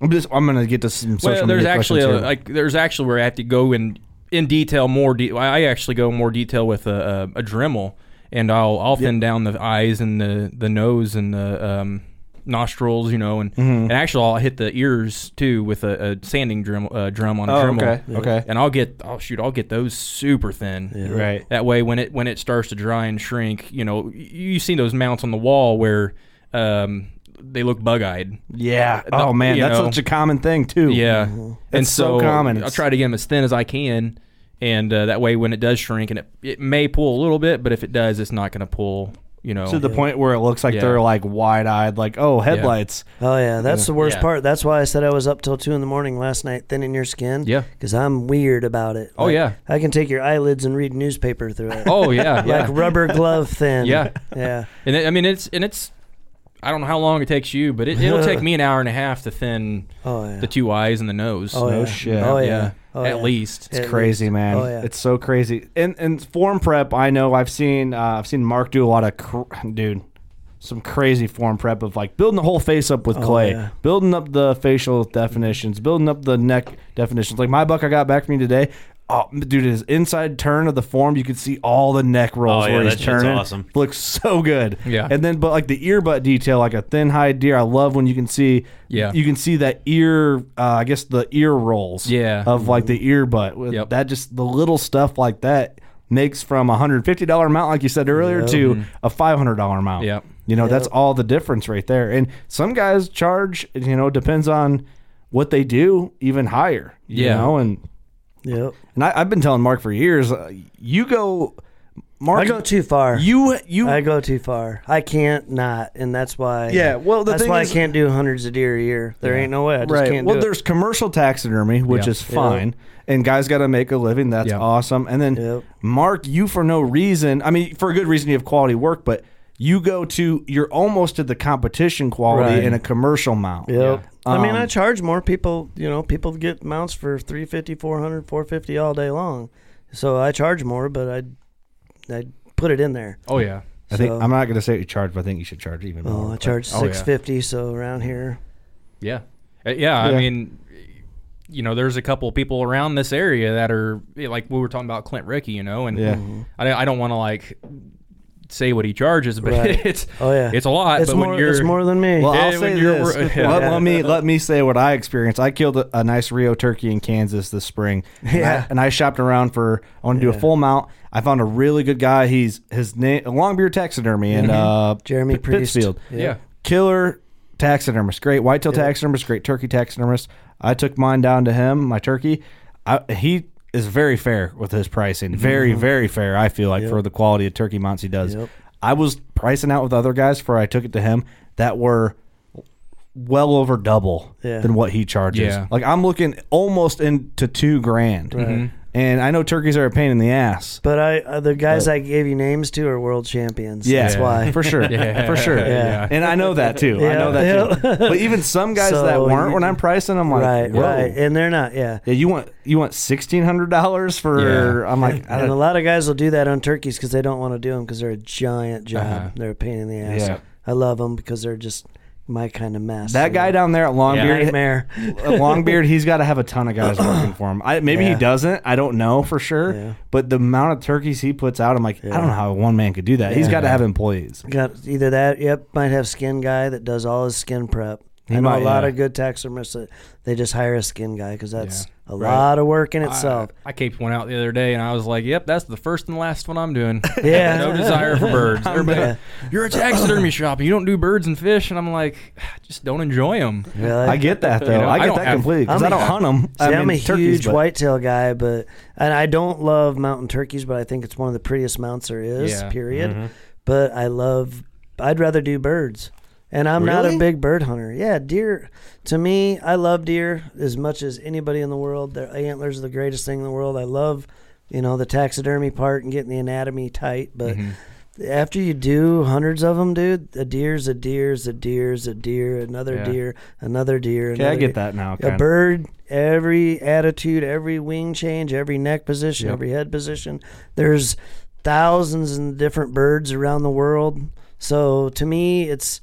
I'm just I'm gonna get to some social Well, there's media actually a, questions here. like there's actually where I have to go in in detail more. De- I actually go more detail with a, a, a Dremel, and I'll I'll thin down the eyes and the the nose and the um, nostrils, you know, and Mhm. and actually I'll hit the ears too with a, a sanding Dremel uh, drum on a Oh, Dremel. okay, Yeah. okay. And I'll get I'll shoot I'll get those super thin. Right. That way, when it when it starts to dry and shrink, you know, y- you've seen those mounts on the wall where. Um, they look bug-eyed. yeah. The- Oh man, you that's know. such a common thing too. Yeah, It's so common. I'll try to get them as thin as I can, and uh, that way, when it does shrink, and it, it may pull a little bit, but if it does, it's not going to pull. You know, to the point where it looks like Yeah. they're like wide eyed, like oh headlights. Oh yeah, that's the worst Yeah. part. That's why I said I was up till two in the morning last night, thinning your skin. Yeah. because I'm weird about it. Oh, yeah. I can take your eyelids and read newspaper through it. Oh, yeah, like yeah. rubber glove thin. Yeah. yeah. And it, I mean, it's and it's. I don't know how long it takes you, but it, it'll take me an hour and a half to thin Oh, yeah. the two eyes and the nose. Oh, No yeah. shit. Oh, yeah. Oh, At yeah. least It's crazy, man. Oh, yeah. It's so crazy. And and form prep, I know I've seen uh, I've seen Mark do a lot of cr- dude, some crazy form prep of like building the whole face up with Oh, clay, yeah. building up the facial definitions, building up the neck definitions. Like my buck I got back from you today. Oh, dude, his inside turn of the form, you could see all the neck rolls Oh, yeah, where that he's shit's turning. awesome. Looks so good. Yeah. And then, but like the ear butt detail, like a thin high deer, I love when you can see. Yeah. You can see that ear. Uh, I guess the ear rolls. Yeah. Of like the ear butt. With That just the little stuff like that makes from a hundred fifty dollar amount, like you said earlier, Yeah. to Mhm. a five hundred dollar amount. Yep. You know, that's Yep. all the difference right there. And some guys charge, you know, depends on what they do, even higher. You Yeah. know, and Yep. And I, I've been telling Mark for years, uh, you go Mark I go too far. You you I go too far. I can't not, and that's why. Yeah, well, the that's thing why is- I can't do hundreds of deer a year. There ain't no way. I just right. can't. well, do it. there's commercial taxidermy, which Yeah. is fine, and guys got to make a living. That's awesome. And then Mark, you for no reason. I mean, for a good reason, you have quality work, but you go to you're almost at the competition quality Right. in a commercial mount. Yep. I mean, Um, I charge more people. You know, people get mounts for 350 400 450 all day long. So I charge more, but I I put it in there. Oh, I think So- I'm not going to say what you charge, but I think you should charge even more. Oh, I but- charge Oh, yeah. 650 So around here. Yeah. Uh, yeah, Yeah. I mean, you know, there's a couple people around this area that are eh, like we were talking about Clint Ricky, you know, and Yeah. Mhm. I, I don't want to like say what he charges, but Right. it's Oh, yeah. it's a lot. It's Uh, but more- when you're it's more than me. Well, Yeah, I'll when say you're- this. yeah. Let, let me let me say what I experienced. I killed a, a nice Rio turkey in Kansas this spring. And Yeah. I, and I shopped around for. I want to do Yeah. a full mount. I found a really good guy. He's his name Longbeard Taxidermy and Mhm. uh, Jeremy P- Priest. Pittsfield. Yeah. Yeah. killer taxidermist, great whitetail taxidermist, great turkey taxidermist. I took mine down to him, my turkey. I, he is very fair with his pricing. Very, Mhm. very fair. I feel like Yep. for the quality of turkey mounts he does. Yep. I was pricing out with other guys for I took it to him that were well over double Yeah. than what he charges. Yeah. Like I'm looking almost into two grand. Mm-hmm. Right. Mhm. And I know turkeys are a pain in the ass. But I uh, the guys I gave you names to are world champions. Yeah, That's why. for sure, for sure. Yeah. and I know that too. I Yeah. know that too. But even some guys So that weren't, you- when I'm pricing, I'm like, right, Whoa. right, and they're not. Yeah. Yeah, you want you want sixteen hundred dollars for? I'm like, I and a don't, lot of guys will do that on turkeys because they don't want to do them because they're a giant job. Uh-huh. They're a pain in the ass. Yeah. I love them because they're just my kind of mess. that guy down there at Longbeard, Nightmare. Longbeard, he's got to have a ton of guys working for him. I, maybe he Yeah. doesn't. I don't know for sure. But the amount of turkeys he puts out, I'm like, I don't know how one man could do that. He's Yeah. got to have employees. Got either that. Yep, might have skin guy that does all his skin prep. He I know might, a lot yeah. of good taxidermists that they just hire a skin guy because that's a Right. lot of work in itself. I caped one out the other day, and I was like, "Yep, that's the first and last one I'm doing." Yeah. no desire for birds. I'm Everybody, done. you're a taxidermy shop, and you don't do birds and fish, and I'm like, "Ah, just don't enjoy them. Really? I get that though. I get that completely because I'm I don't a- hunt them. See, I'm a huge whitetail guy, but and I don't love mountain turkeys, but I think it's one of the prettiest mounts there is. Yeah. Period. Mhm. But I love. I'd rather do birds, and I'm not a Really? big bird hunter. Yeah, deer. To me, I love deer as much as anybody in the world. Their antlers are the greatest thing in the world. I love, you know, the taxidermy part and getting the anatomy tight, but. Mhm. Mm-hmm. After you do hundreds of them, dude, a deer's a deer's a deer's a deer, another Yeah. deer, another deer. Okay, I another get deer. that now, A kinda. bird, every attitude, every wing change, every neck position, Yep. every head position. There's thousands and different birds around the world. So to me, it's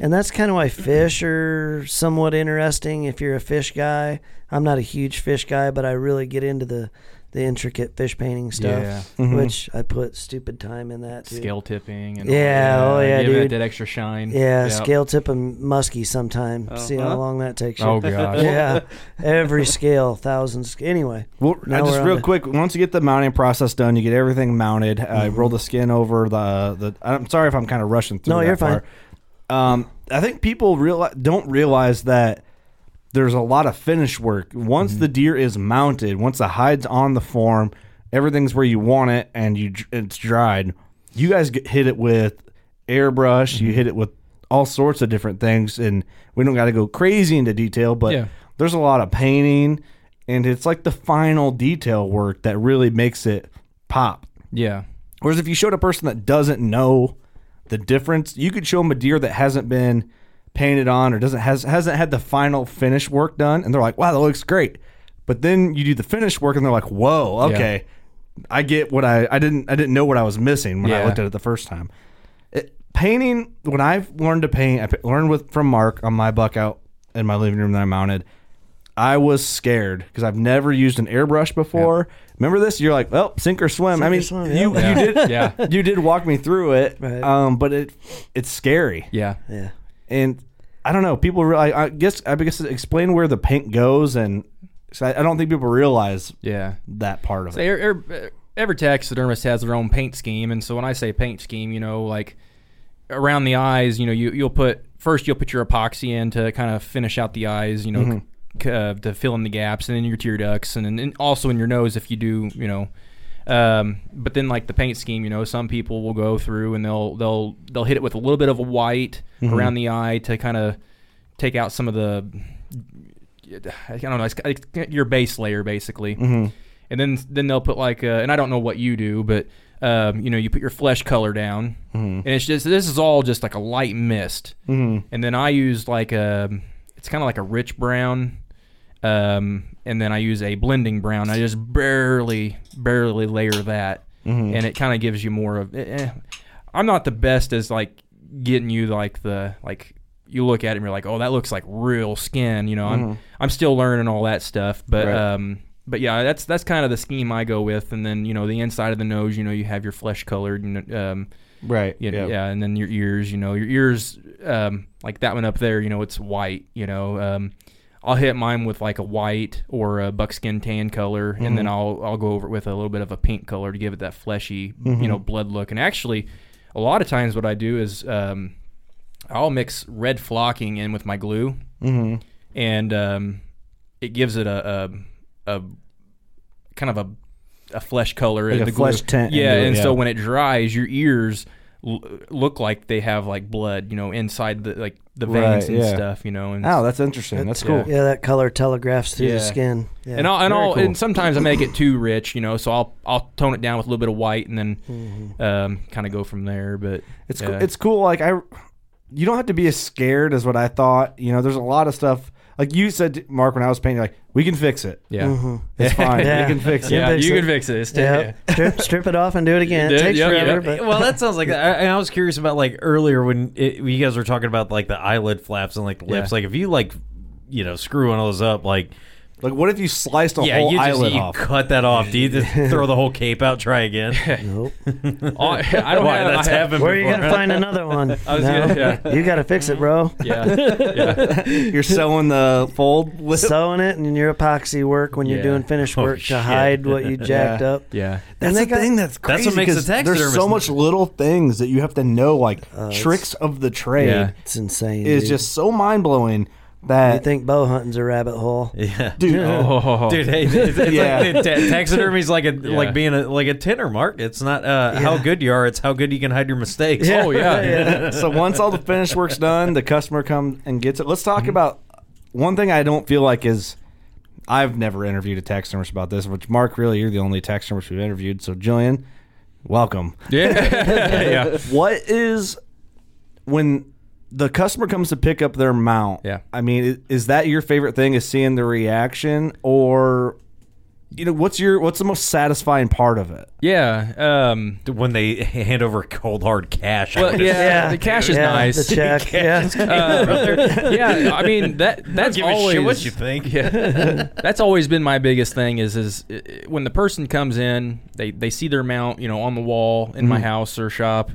and that's kind of why fish are somewhat interesting if you're a fish guy. I'm not a huge fish guy, but I really get into the the intricate fish painting stuff, Yeah. Mhm. which I put stupid time in that. Too. Scale tipping and all yeah, that. oh yeah, Giving it dude. that extra shine. Yeah, Yep. scale tip and muskie sometime. See Uh-huh. how long that takes. you. Oh, gosh. yeah, every scale, thousands. Anyway, Well, now just we're on real the- quick, once you get the mounting process done, you get everything mounted. Uh, Mm-hmm. I roll the skin over the the. I'm sorry if I'm kind of rushing through. No, that you're fine. part. Um, I think people realize don't realize that there's a lot of finish work. Once the deer is mounted, once the hide's on the form, everything's where you want it, and you dr- it's dried. You guys get, hit it with airbrush. You hit it with all sorts of different things, and we don't got to go crazy into detail, but Yeah. there's a lot of painting, and it's like the final detail work that really makes it pop. Yeah. Whereas if you showed a person that doesn't know the difference, you could show them a deer that hasn't been painted on or doesn't has hasn't had the final finish work done, and they're like, "Wow, that looks great." But then you do the finish work, and they're like, "Whoa, Yeah. okay, I get what I I didn't I didn't know what I was missing when I Yeah. looked at it the first time." It, painting when I've learned to paint, I p- learned with from Mark on my buck out in my living room that I mounted. I was scared because I've never used an airbrush before. Remember this? You're like, well, sink or swim. Sink I or mean, swim, you yeah. you did Yeah. you did walk me through it, Right. um, but it it's scary. Yeah. Yeah. and I don't know. People realize. I guess I guess explain where the paint goes, and so I, I don't think people realize. Yeah. that part of So it. er- er- every taxidermist has their own paint scheme, and so when I say paint scheme, you know, like around the eyes, you know, you you'll put first you'll put your epoxy in to kind of finish out the eyes, you know, Mhm. c- uh, to fill in the gaps, and in your tear ducts, and, and also in your nose if you do, you know. Um, but then like the paint scheme, you know, some people will go through and they'll they'll they'll hit it with a little bit of a white Mhm. around the eye to kind of take out some of the I don't know, it's, it's your base layer basically Mhm. and then then they'll put like uh, and I don't know what you do, but um, you know you put your flesh color down, Mhm. and it's just this is all just like a light mist, Mhm. and then I use like a it's kind of like a rich brown, um, and then I use a blending brown. I just barely barely layer that, Mhm. and it kind of gives you more of. eh, eh. I'm not the best as like getting you like the like you look at it and you're like oh that looks like real skin you know Mhm. I'm I'm still learning all that stuff but Right. um, but yeah, that's that's kind of the scheme I go with, and then you know the inside of the nose, you know, you have your flesh colored, and um, Right, you yeah. yeah, and then your ears, you know, your ears, um, like that one up there, you know, it's white, you know, um, I'll hit mine with like a white or a buckskin tan color, and then Mhm. I'll I'll go over it with a little bit of a pink color to give it that fleshy, Mhm. you know, blood look. And actually, a lot of times what I do is um, I'll mix red flocking in with my glue Mm-hmm. and um, it gives it a, a a kind of a a flesh color Like in a the glue. flesh tint Yeah, into it, and so yeah. when it dries, your ears l- look like they have like blood, you know, inside the like the veins and stuff, you know. And oh, that's interesting. That's, cool. Yeah, that color telegraphs through the skin. Yeah. And I'll, and Very I'll, cool. and sometimes I make it too rich, you know. So I'll I'll tone it down with a little bit of white and then um, kind of go from there. But Mm-hmm. It's cool. it's cool. Like I, you don't have to be as scared as what I thought. You know, there's a lot of stuff. Like you said, Mark, when I was painting, like we can fix it. Yeah. Mhm. it's fine. Yeah. You can fix it. Yeah, you can fix it. It's t- Yep. strip, strip it off and do it again. It takes forever, but well, that sounds like. I, I was curious about like earlier when, it, when you guys were talking about like the eyelid flaps and like the lips. Yeah. Like if you like, you know, screw one of those up, like. Like what if you sliced a yeah, whole you just, eyelid you off? cut that off. Do you just throw the whole cape out? Try again. Nope. I don't Why, have- that's I have- happened. Where are you before. gonna find another one? I was gonna- yeah. You gotta fix it, bro. yeah. You're sewing the fold lip. Sewing it and your epoxy work when you're Yeah. doing finish Holy work to shit. hide what you jacked Yeah. up. Yeah. That's the got- thing that's That's what crazy. makes a 'cause There's taxidermist- so much little things that you have to know, like Uh, it's- tricks of the trade. Yeah. It's insane. Is dude. just so mind blowing you that think bow hunting's a rabbit hole? Yeah. dude. Oh, Dude, hey, it's, it's Yeah. like the ta- taxidermy's like a Yeah. like being a like a tenor mark. It's not uh, how good you are; it's how good you can hide your mistakes. oh yeah. so once all the finished work's done, the customer comes and gets it. Let's talk Mm-hmm. about one thing I don't feel like is I've never interviewed a taxidermist about this, which Mark really you're the only taxidermist we've interviewed. So Jillian, welcome. Yeah. yeah. What is when the customer comes to pick up their mount? Yeah. I mean, i- is that your favorite thing? Is seeing the reaction, or you know, what's your what's the most satisfying part of it? Yeah. Um, When they hand over cold hard cash, well, yeah, Yeah. The cash is yeah, nice. The check. yeah. Uh, yeah, I mean that that's give always a shit what you think. yeah, that's always been my biggest thing is is uh, when the person comes in, they they see their mount, you know, on the wall in Mm-hmm. my house or shop,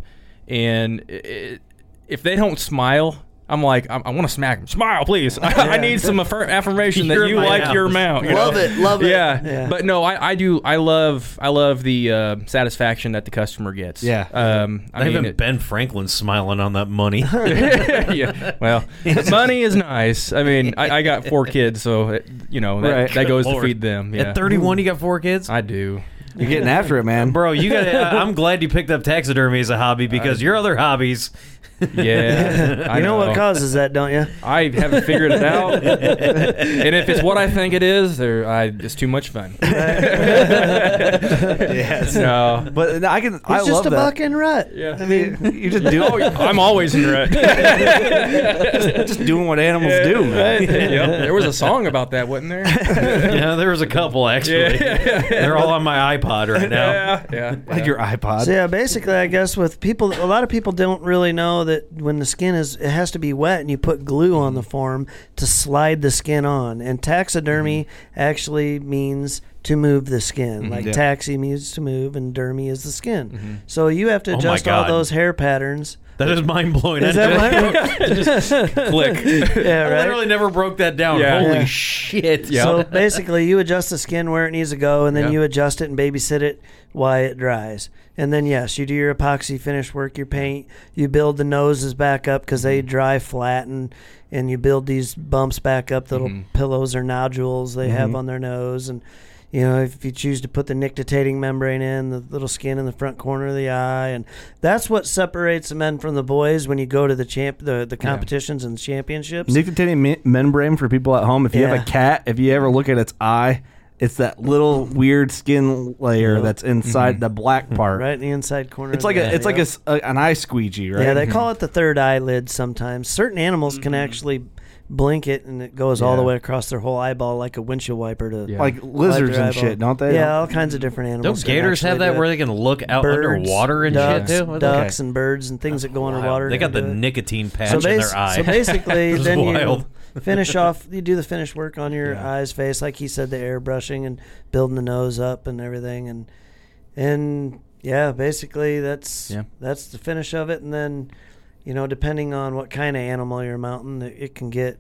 and it, if they don't smile. I'm like, I, I want to smack them. Smile, please. I, need some affir- affirmation that You're you my like house. your mount. you Love know? it, love it. Yeah. Yeah. But no, I, I do. I love. I love the uh, satisfaction that the customer gets. Yeah. Um. I I mean, even it- Ben Franklin smiling on that money. yeah. Well, money is nice. I mean, I, I got four kids, so it, you know that, Right. that goes Lord. to feed them. Yeah. At 31, you got four kids, I do. You're getting after it, man, bro. You got. I'm glad you picked up taxidermy as a hobby because your other hobbies. Yeah. I You know what causes that, don't you? I haven't figured it out, and if it's what I think it is, there, I, it's too much fun. yes. No. But I can. I It's just love a that. buck and rut. Yeah. I mean, You just do. Oh, I'm always in rut. just doing what animals do, man. Yep. There was a song about that, wasn't there? yeah, there was a couple actually. They're all on my iPod right now. Yeah. Yeah. Like your iPod. so yeah, basically, I guess with people, a lot of people don't really know that when the skin is, it has to be wet, and you put glue on the form to slide the skin on. And taxidermy Mm-hmm. actually means to move the skin, like Yeah. taxi means to move, and dermy is the skin. So you have to Oh my adjust all God. those hair patterns. That is mind blowing. Is that right? Click. yeah, I right. literally never broke that down. Yeah. Holy Yeah. shit. Yeah. So basically, you adjust the skin where it needs to go, and then Yeah. you adjust it and babysit it while it dries. And then yes, you do your epoxy finish work, your paint. You build the noses back up because they Mm-hmm. dry flat, and and you build these bumps back up, the little Mm-hmm. pillows or nodules they have on their nose, and you know if you choose to put the nictitating membrane in, the little skin in the front corner of the eye, and that's what separates the men from the boys when you go to the champ, the, the competitions and championships. Nicotinium me- membrane for people at home. If you have Yeah. a cat, if you ever look at its eye, it's that little weird skin layer that's inside the black part. Mm-hmm. Right in the inside corner. It's of like the a, eye, it's like a yep. s- a- an eye squeegee, right? Yeah, Mm-hmm. they call it the third eyelid sometimes. Certain animals can actually blink it and it goes all the Yeah. way across their whole eyeball like a windshield wiper to Yeah. like lizards and shit, don't they? Yeah, all kinds of different animals. Don't can gators have actually that do it. where they can look out Birds, underwater and ducks, shit too? What the- Ducks and birds and things that go underwater. They got the can do it. nicotine patch so, in basi- their eye. so basically, This is then wild. you finish off. You do the finish work on your eyes, face, like he said, the airbrushing and building the nose up and everything, and and yeah, basically that's Yeah. that's the finish of it. And then, you know, depending on what kind of animal you're mounting, it, it can get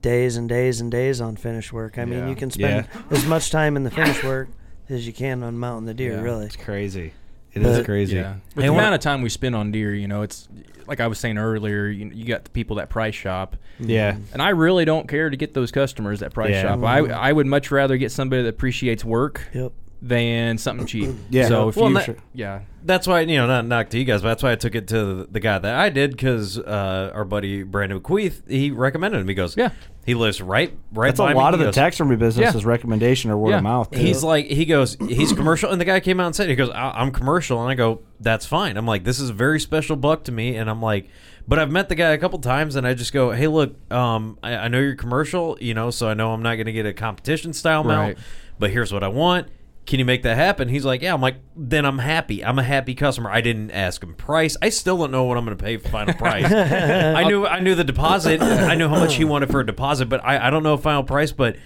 days and days and days on finish work. I mean, Yeah. you can spend as much time in the finish work as you can on mounting the deer. Yeah. Really, crazy. It is is But- crazy. Yeah. But the what- amount of time we spend on deer, you know, it's like I was saying earlier, you, you got the people that price shop. Yeah. And I really don't care to get those customers that price Yeah. shop. I, I would much rather get somebody that appreciates work Mm-hmm. yep. than something cheap. So if Well, you, that- yeah. That's why you know not knock to you guys, but that's why I took it to the, the guy that I did because uh, our buddy Brandon Queeth he recommended him. He goes, yeah, he lives right right. That's by a lot me. of He the goes, tax removal business Yeah. is recommendation or word of mouth. He's like, he goes, he's commercial, and the guy came out and said, he goes, I- I'm commercial, and I go, that's fine. I'm like, this is a very special buck to me, and I'm like, but I've met the guy a couple times, and I just go, hey, look, um, I, I know you're commercial, you know, so I know I'm not going to get a competition style mount, Right. but here's what I want. Can you make that happen? He's like, yeah. I'm like, then I'm happy. I'm a happy customer. I didn't ask him price. I still don't know what I'm going to pay for final price. I knew I knew the deposit. I knew how much he wanted for a deposit, but I, I don't know final price. But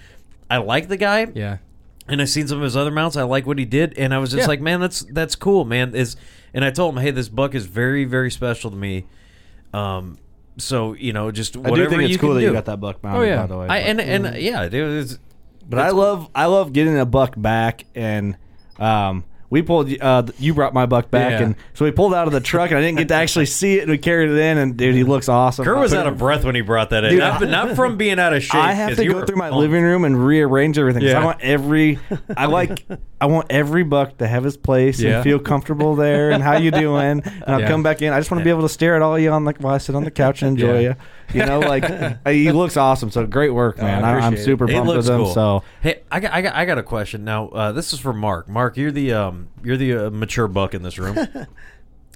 I like the guy. Yeah. And I've seen some of his other mounts. I like what he did, and I was just Yeah. like, man, that's that's cool, man. Is and I told him, hey, this buck is very very special to me. Um, so you know, just do whatever think it's you cool can that you do. got that buck mounted, Oh, yeah. by the way, I, but- and and yeah, dude, it's, But I love I love getting a buck back and um we pulled uh th- you brought my buck back Yeah. and so we pulled out of the truck and I didn't get to actually see it and we carried it in and dude he looks awesome. Kerr I was put out it- of breath when he brought that in. Dude, not, I- not from being out of shape. I have 'cause to you go were through my pumped. living room and rearrange everything. 'cause Yeah. I want every I like I want every buck to have his place Yeah. and feel comfortable there and how you doing. And I'll Yeah. come back in. I just want to be able to stare at all you on like while I sit on the couch and enjoy Yeah. you. You know, like uh, he looks awesome. So great work, man. I am appreciate super it. It pumped looks with him. cool. So hey, I got, I got I got a question now. Uh, this is for Mark. Mark, you're the um you're the uh, mature buck in this room.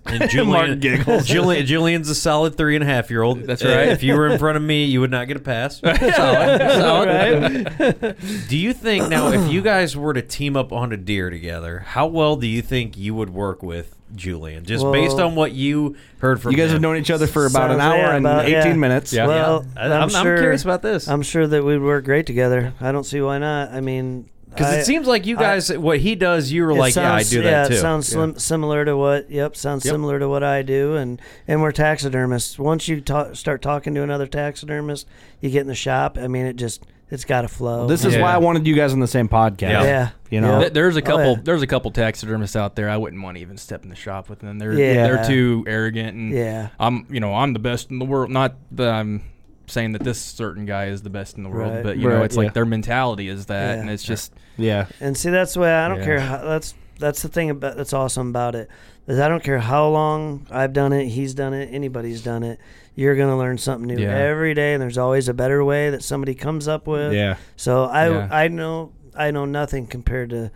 And Julian, Mark giggles. Julian, Julian's a solid three and a half year old. That's right. If you were in front of me, you would not get a pass. Solid, solid. Do you think now, if you guys were to team up on a deer together, how well do you think you would work with Julian? Just Well- based on what you heard from You guys him? have known each other for about an Sounds- hour yeah, and about- 18 yeah. minutes. Well, Yeah. I- I'm- I'm curious about this. I'm sure that we'd work great together. I don't see why not. I mean, Because I- it seems like you guys, what he does, you were it like, sounds- yeah, I do that too. It sounds Yeah. slim, similar to what. Yep, sounds Yep. similar to what I do, and and we're taxidermists. Once you ta- start talking to another taxidermist, you get in the shop. I mean, it just it's got to flow. This is Yeah. why I wanted you guys on the same podcast. Yeah. Yeah. You know, Th- there's Oh, a couple. yeah. There's a couple taxidermists out there. I wouldn't want to even step in the shop with them. They're Yeah. they're too arrogant. And Yeah. I'm you know I'm the best in the world. Not that I'm saying that this certain guy is the best in the world, Right. but you know Right, it's yeah. like their mentality is that, Yeah. and it's just yeah. And see, that's why I don't Yeah. care. How, that's that's the thing about that's awesome about it is I don't care how long I've done it, he's done it, anybody's done it. You're gonna learn something new Yeah. every day, and there's always a better way that somebody comes up with. Yeah. So I Yeah. I know I know nothing compared to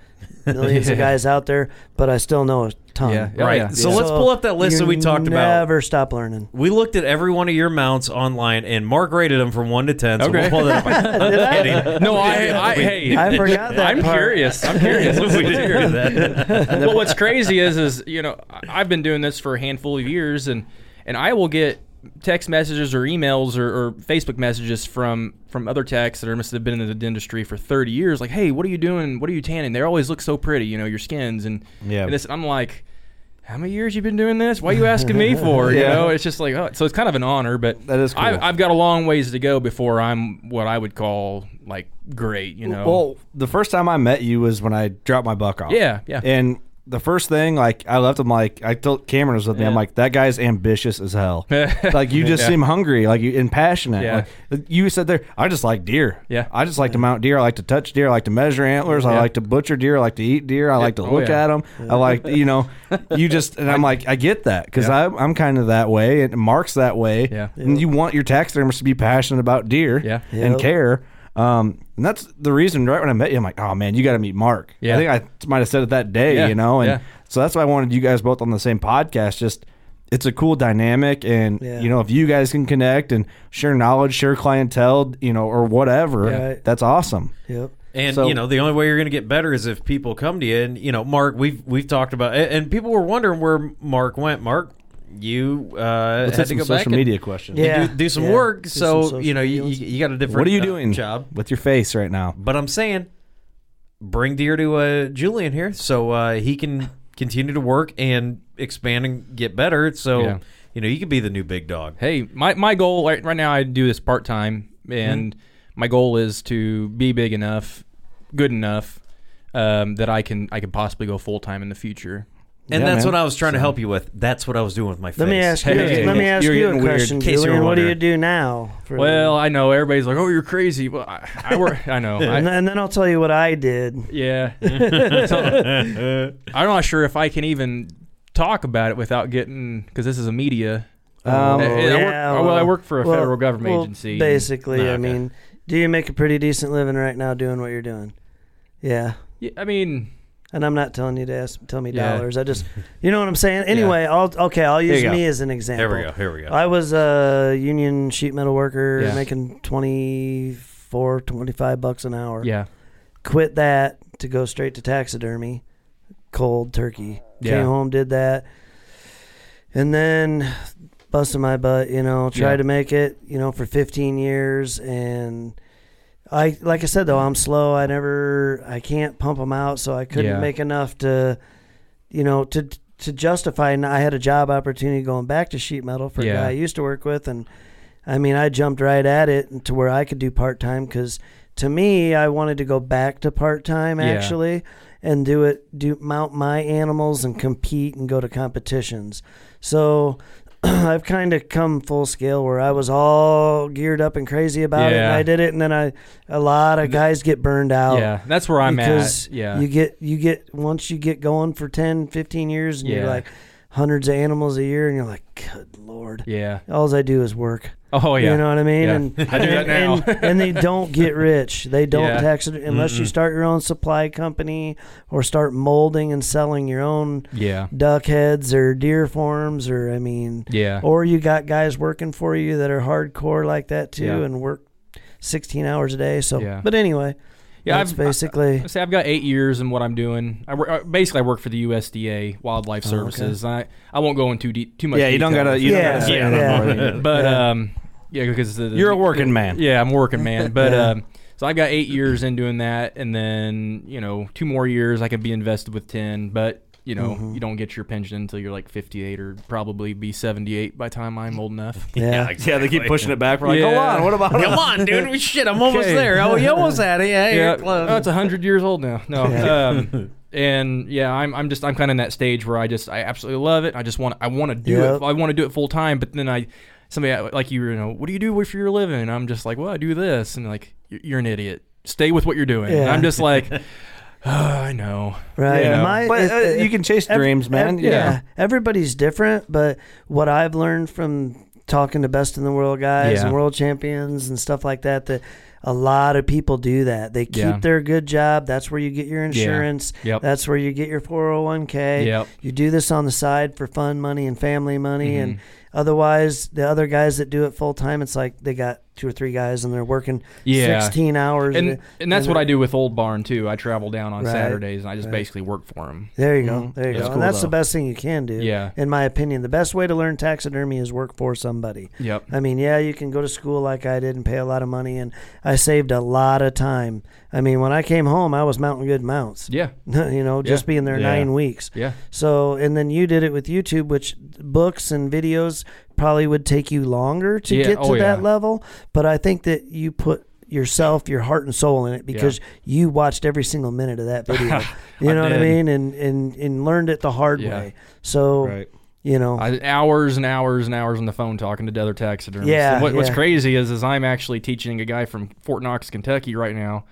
millions of Yeah. guys out there, but I still know a ton. Yeah. Right. So let's pull up that list you that we talked about. Never stop learning. We looked at every one of your mounts online, and Mark rated them from one to ten. So Okay. we'll pull that up. I'm Did I? kidding. No, I, I We- hey, I forgot that I'm part. curious. I'm curious. We Let's did hear do that. well, what's crazy is, is you know, I- I've been doing this for a handful of years, and and I will get text messages or emails or, or Facebook messages from from other taxidermists that have been in the industry for 30 years. Like, hey, what are you doing? What are you tanning? They always look so pretty, you know, your skins and Yeah. And this, I'm like. How many years you been doing this? Why are you asking me for? You Yeah. know, it's just like oh, so it's kind of an honor, but that is I, cool. I've got a long ways to go before I'm what I would call like great. You know, Well, the first time I met you was when I dropped my buck off. Yeah, yeah. And the first thing, like, I left him like I told Cameron was with me. I'm Yeah. like, that guy's ambitious as hell. like, you just Yeah. seem hungry, like you and passionate. Yeah. Like, you said there, I just like deer. Yeah. I just like to mount deer. I like to touch deer. I like to measure antlers. I Yeah. like to butcher deer. I like to eat deer. I like to Oh, look yeah. at 'em. at them. I like, you know, you just and I'm like, I get that because I'm, I'm kind of that way, and Mark's that way. Yeah. And you want your taxidermist to be passionate about deer. Yeah. And Yep. care. Um, and that's the reason. Right when I met you, I'm like, oh man, you got to meet Mark. Yeah. I think I t- might have said it that day, Yeah, you know. And yeah. so that's why I wanted you guys both on the same podcast. Just it's a cool dynamic, and Yeah. you know, if you guys can connect and share knowledge, share clientele, you know, or whatever, Yeah. Right. that's awesome. Yep. And So- you know, the only way you're going to get better is if people come to you. And you know, Mark, we've we've talked about, and- and people were wondering where Mark went. Mark, you uh, Let's hit had to some go back social and- media questions. and Yeah. do, do some Yeah. work. Do some so social you know, media you, ones. you you got a different. What are you uh, doing job? with your face right now? But I'm saying, bring deer to uh, Julian here so uh, he can continue to work and expand and get better. So Yeah. you know, you could be the new big dog. hey, my, my goal right, right now, I do this part time, Mm-hmm. and my goal is to be big enough, good enough, um, that I can I can possibly go full time in the future. And Yeah, that's man. what I was trying to help you with. That's what I was doing with my face. Let me ask you. let me ask you a question, Julian. What do you do now? for- well, I know everybody's like, "Oh, you're crazy." Well, I, I work. I know. I, and, then, and then I'll tell you what I did. Yeah. So, I'm not sure if I can even talk about it without getting because this is a media. Oh, Um, I- I, work, yeah, well, I work for a well, federal government well, agency. Basically, Nah, I mean, do you make a pretty decent living right now doing what you're doing? Yeah. Yeah, I mean, and I'm not telling you to ask, tell me Yeah. dollars. I just, you know what I'm saying. Anyway, I'll okay. I'll Here use you go. me as an Here we example. go, here we go. I was a union sheet metal worker, Yeah. making 24, 25 bucks an hour. Yeah. Quit that to go straight to taxidermy, cold turkey. Yeah. Came home, did that, and then busted my butt. You know, tried Yeah. to make it. You know, for 15 years and. I like I said though I'm slow. I never I can't pump them out, so I couldn't Yeah. make enough to, you know, to to justify. And I had a job opportunity going back to sheet metal for a Yeah. guy I used to work with, and I mean I jumped right at it to where I could do part time because to me I wanted to go back to part time Yeah. actually and do it do mount my animals and compete and go to competitions. So. I've kind of come full scale where I was all geared up and crazy about it, and Yeah. I did it, and then I a lot of guys get burned out. Yeah, that's where I'm at, because yeah. you get you get once you get going for 10, 15 years, and you're Yeah. like hundreds of animals a year, and you're like, good lord. Yeah. All I do is work. Oh, yeah. You know what I mean? Yeah. And I do that and- now. and, and they don't get rich. They don't Yeah. Mm-hmm. tax it unless you Mm-mm. start your own supply company or start molding and selling your own Yeah. duck heads or deer farms or I mean Yeah. Oh, or you got guys working for you that are hardcore like that too Yeah. and work 16 hours a day so Yeah. but anyway Yeah, that's I've- basically I, say I've got eight years in what I'm doing. I, wor- I basically I work for the USDA Wildlife Oh, okay. Services. I I won't go into deep, too much. Yeah, you don't detail. gotta- you don't Yeah. gotta say it anymore. Yeah. But Yeah. um, yeah, because the, the- You're a working man. Yeah, I'm a working man. But Yeah. um, so I've got eight years in doing that, and then you know two more years I could be invested with ten, but. You know, Mhm. Mm-hmm. you don't get your pension until you're like 58 or probably be 78 by the time I'm old enough. Yeah. Yeah, Yeah, they keep pushing it back. We're like, "Hold on, what about Come us?" on, dude. We, shit, I'm almost Okay. there. Oh, you almost had it. Yeah, Yeah. you're close. Oh, it's 100 years old now. No. Yeah. Um, and yeah, I'm, I'm just I'm kind of in that stage where I just I absolutely love it. I just want I want to do Yep. it. I want to do it full time. But then I somebody I- like you, you know, what do you do if you're living? And I'm just like, well, I do this, and like "You're- you're an idiot. Stay with what you're doing. And Yeah. I'm just like, "Oh, I know. Right. You know? My- But, if- uh, if- you can chase ev- dreams, ev- man. yeah. Yeah. Everybody's different, but what I've learned from talking to best in the world guys Yeah. and world champions and stuff like that that a lot of people do that. They keep Yeah. their good job. That's where you get your insurance. Yep. That's where you get your 401k. Yep. You do this on the side for fun money and family money Mhm. and otherwise the other guys that do it full time it's like they got two or three guys and they're working Yeah. 16 hours and and that's what I. what I do with Old Barn too. I travel down on Right. Saturdays and I just Right. basically work for them. There you go. There you It's go. Mm-hmm. cool, and that's the though. best thing you can do. Yeah. In my opinion, the best way to learn taxidermy is work for somebody. Yep. I mean, yeah, you can go to school like I did and pay a lot of money, and I saved a lot of time. I mean, when I came home, I was mounting good mounts. Yeah. you know, just Yeah. being there Yeah. nine weeks. Yeah. So, and then you did it with YouTube, which books and videos probably would take you longer to Yeah. get to Oh, that yeah. level. But I think that you put yourself, your heart and soul in it because you watched every single minute of that video. you I know what I did. mean? And and and learned it the hard Yeah. way. So you know, I, hours and hours and hours on the phone talking to other taxidermists. Yeah, And what, What's yeah. crazy is, is I'm actually teaching a guy from Fort Knox, Kentucky, right now,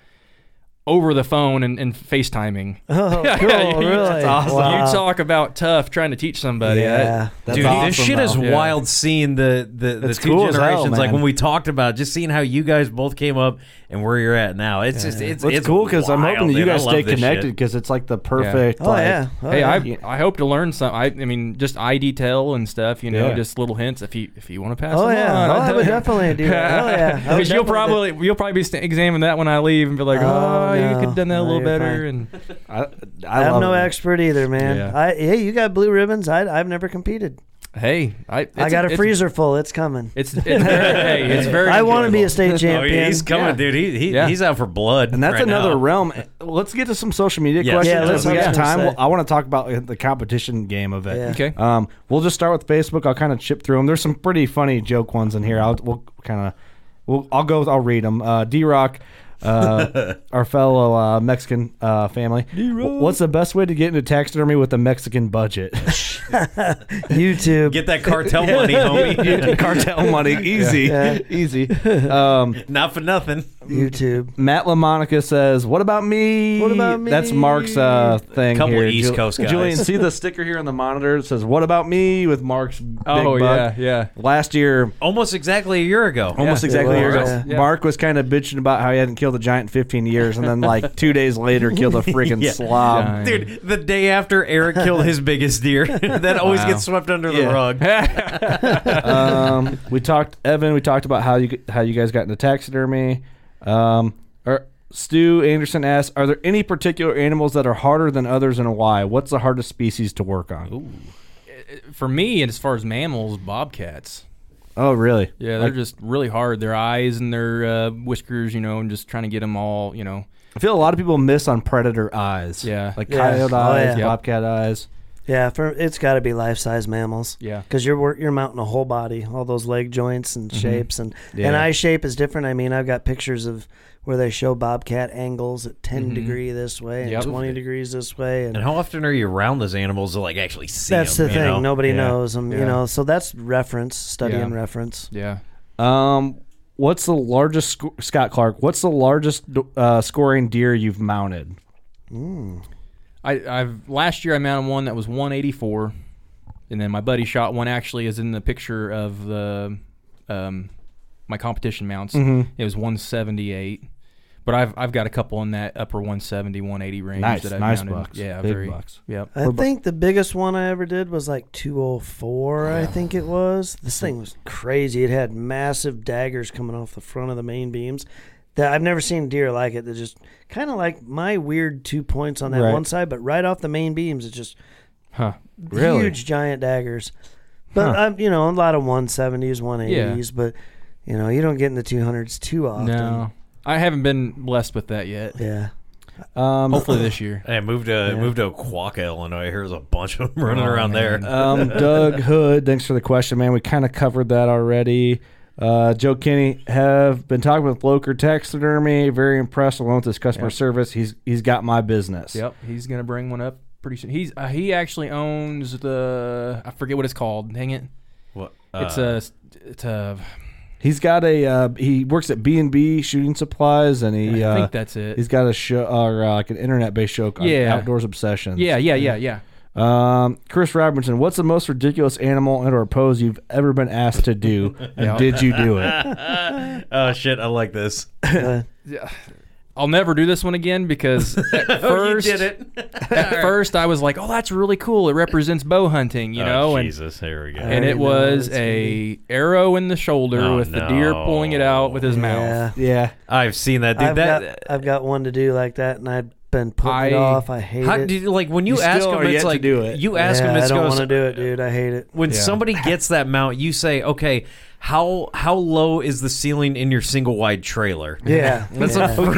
over the phone and, and FaceTiming. Oh, Yeah, cool, you- really? That's awesome. Wow. You talk about tough trying to teach somebody. Yeah, That- that's Dude, this awesome, shit though. is wild Seeing the the, the It's two cool as hell, generations, like man. when we talked about, just seeing how you guys both came up and where you're at now. It's just it's Well, it's it's cool because I'm hoping wild, that you dude. I guys love stay this shit. connected because it's like the perfect. like- hey, I, I hope to learn some. I, I mean, just eye detail and stuff. You know, Yeah. just little hints if you if you want to pass. Oh, them yeah. on. Oh, I would definitely do that. Oh, yeah. I would because you'll definitely probably you'll probably be st- examine that when I leave and be like, oh, Oh, you no. could have done that No, a little you're better. fine. And I, am no expert either, man. Yeah. I hey, you got blue ribbons. I I've never competed. Hey, I I it's got a it's- freezer full. It's coming. It's, it's very, hey, it's very. I want to be a enjoyable. state Oh, yeah, champion. he's coming, dude. He, he Yeah. he's out for blood. And that's right another now. realm. Let's get to some social media Yes. questions. Yeah, since let's- we yeah. got time. Say. Well, I want to talk about uh, the competition game of it. Yeah. Okay. Um, we'll just start with Facebook. I'll kind of chip through them. There's some pretty funny joke ones in here. I'll we'll kind of we'll, I'll go. I'll read them. Uh, D Rock. uh, our fellow uh, Mexican uh, family. D-Rock. What's the best way to get into taxidermy with a Mexican budget? YouTube. Get that cartel money, homie. cartel money, easy, Yeah. easy. Um, Not for nothing. YouTube. Matt LaMonica says, "What about me? What about me?" That's Mark's uh, thing Couple here. East Ju- Coast guys. Julian, see the sticker here on the monitor that says "What about me?" with Mark's. Big Oh, buck. yeah, yeah. Last year, Almost exactly a year ago. almost exactly a year ago, Yeah. Mark was kind of bitching about how he hadn't killed a giant in 15 years, and then like two days later, killed a freaking Yeah. slob. Dude, the day after Eric killed his biggest deer, that always Wow. gets swept under the Yeah. rug. um, we talked, Evan. We talked about how you how you guys got into taxidermy. Um, or Stu Anderson asks, are there any particular animals that are harder than others, and why? What's the hardest species to work on? For me, and as far as mammals, bobcats. Oh, really? Yeah, they're Like, just really hard. Their eyes and their uh, whiskers, you know, and just trying to get them all, you know. I feel a lot of people miss on predator eyes. Yeah. like Yeah. coyote Oh, eyes, yeah. bobcat eyes. Yeah, for, it's got to be life size mammals. Yeah. because you're wor- you're mounting a whole body, all those leg joints and Mm-hmm. shapes, and and Yeah. eye shape is different. I mean, I've got pictures of where they show bobcat angles at 10 Mhm. degree this way and Yep. twenty degrees this way, and, And how often are you around those animals to like actually see that's them, the you thing. know? Nobody Yeah. knows them, Yeah. you know. So that's reference study Yeah. and reference. Yeah. Um, what's the largest sc- Scott Clark? What's the largest uh, scoring deer you've mounted? I, I've last year I mounted one that was 184, and then my buddy shot one actually is in the picture of the um, my competition mounts. Mhm. It was 178, but I've I've got a couple in that upper 170, 180 range Nice, that I've nice mounted. bucks, Yeah, big very bucks. Yep. I think the biggest one I ever did was like 204, I think it was. This thing was crazy. It had massive daggers coming off the front of the main beams. That I've never seen deer like it. That just kind of like my weird two points on that Right. one side, but right off the main beams, it's just Huh. Really? huge giant daggers. But Huh. um, you know, a lot of 170s, 180s, Yeah. but you know, you don't get in the 200s too often. No, I haven't been blessed with that yet. Yeah. Um, Hopefully this year. Hey, I moved to Yeah. moved to Aquaca, Illinois. Here's a bunch of them running Oh, around man. there. Um, Doug Hood, thanks for the question, man. We kind of covered that already. Uh, Joe Kinney have been talking with Loker Taxidermy. Very impressed along with his customer Yep. service. He's he's got my business. Yep, he's gonna bring one up pretty soon. He's uh, he actually owns the I forget what it's called. Dang it, What? it's uh, a it's a He's got a uh, he works at B and B Shooting Supplies, and he I uh, think that's it. He's got a show or uh, like an internet based show called Yeah. Outdoors Obsessions. yeah yeah yeah yeah. Um, Chris Robinson, what's the most ridiculous animal and or pose you've ever been asked to do? and Yeah. did you do it? oh shit! I like this. I'll never do this one again because Oh, at first you did it. at first I was like, oh, that's really cool. It represents bow hunting, you Oh, know, and Jesus, here we go. and it was a arrow in the shoulder Oh, with the deer no. pulling it out with his mouth. Yeah. Yeah. I've seen that dude. I've that got I've got one to do like that, and I've been putting it I- off. I hate How it. do you, like when you, You ask still him? are yet It's to like do it. you ask Yeah, him. It's I don't goes, want to do it, dude. I hate it. When Yeah. somebody gets that mount, you say, "Okay, how how low is the ceiling in your single wide trailer?" Yeah. that's Yeah. the first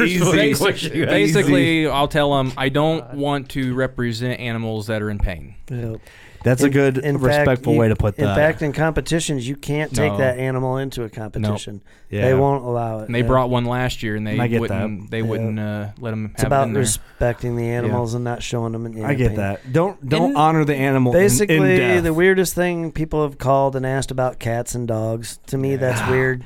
Basi- question. you ask. basically, I'll tell him I don't want to represent animals that are in pain. Yep. That's a In- good, in fact, respectful you- way to put that. In fact, in competitions, you can't take No. that animal into a competition. Yeah. They won't allow it. And they Yeah. brought one last year, and they I get wouldn't they wouldn't uh, let him have It's it about in there. respecting the animals and not showing them. An I get that. Don't don't honor the animal. in- in Basically, death. the weirdest thing people have called and asked about cats and dogs. To me, that's weird.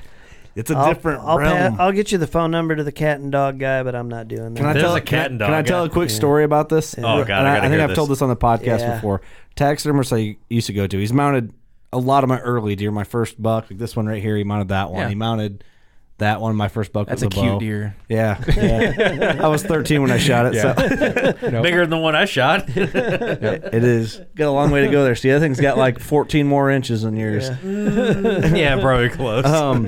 it's a I'll- different I'll, pa- realm. I'll get you the phone number to the cat and dog guy, but I'm not doing that. Can I There's tell a cat can I- and Can I dog, tell yeah. a quick story about this? Oh, God, I And I, gotta think hear I've this. told this on the podcast Yeah. before. Taxidermist I used to go to. He's mounted a lot of my early deer. My first buck, like this one right here. He mounted that one. Yeah. He mounted that one. My first buck. That's with a the cute bow. deer. Yeah, yeah. I was 13 when I shot it. So bigger than the one I shot. it is got a long way to go there. See, that thing's got like 14 more inches than yours. yeah, probably close. Um,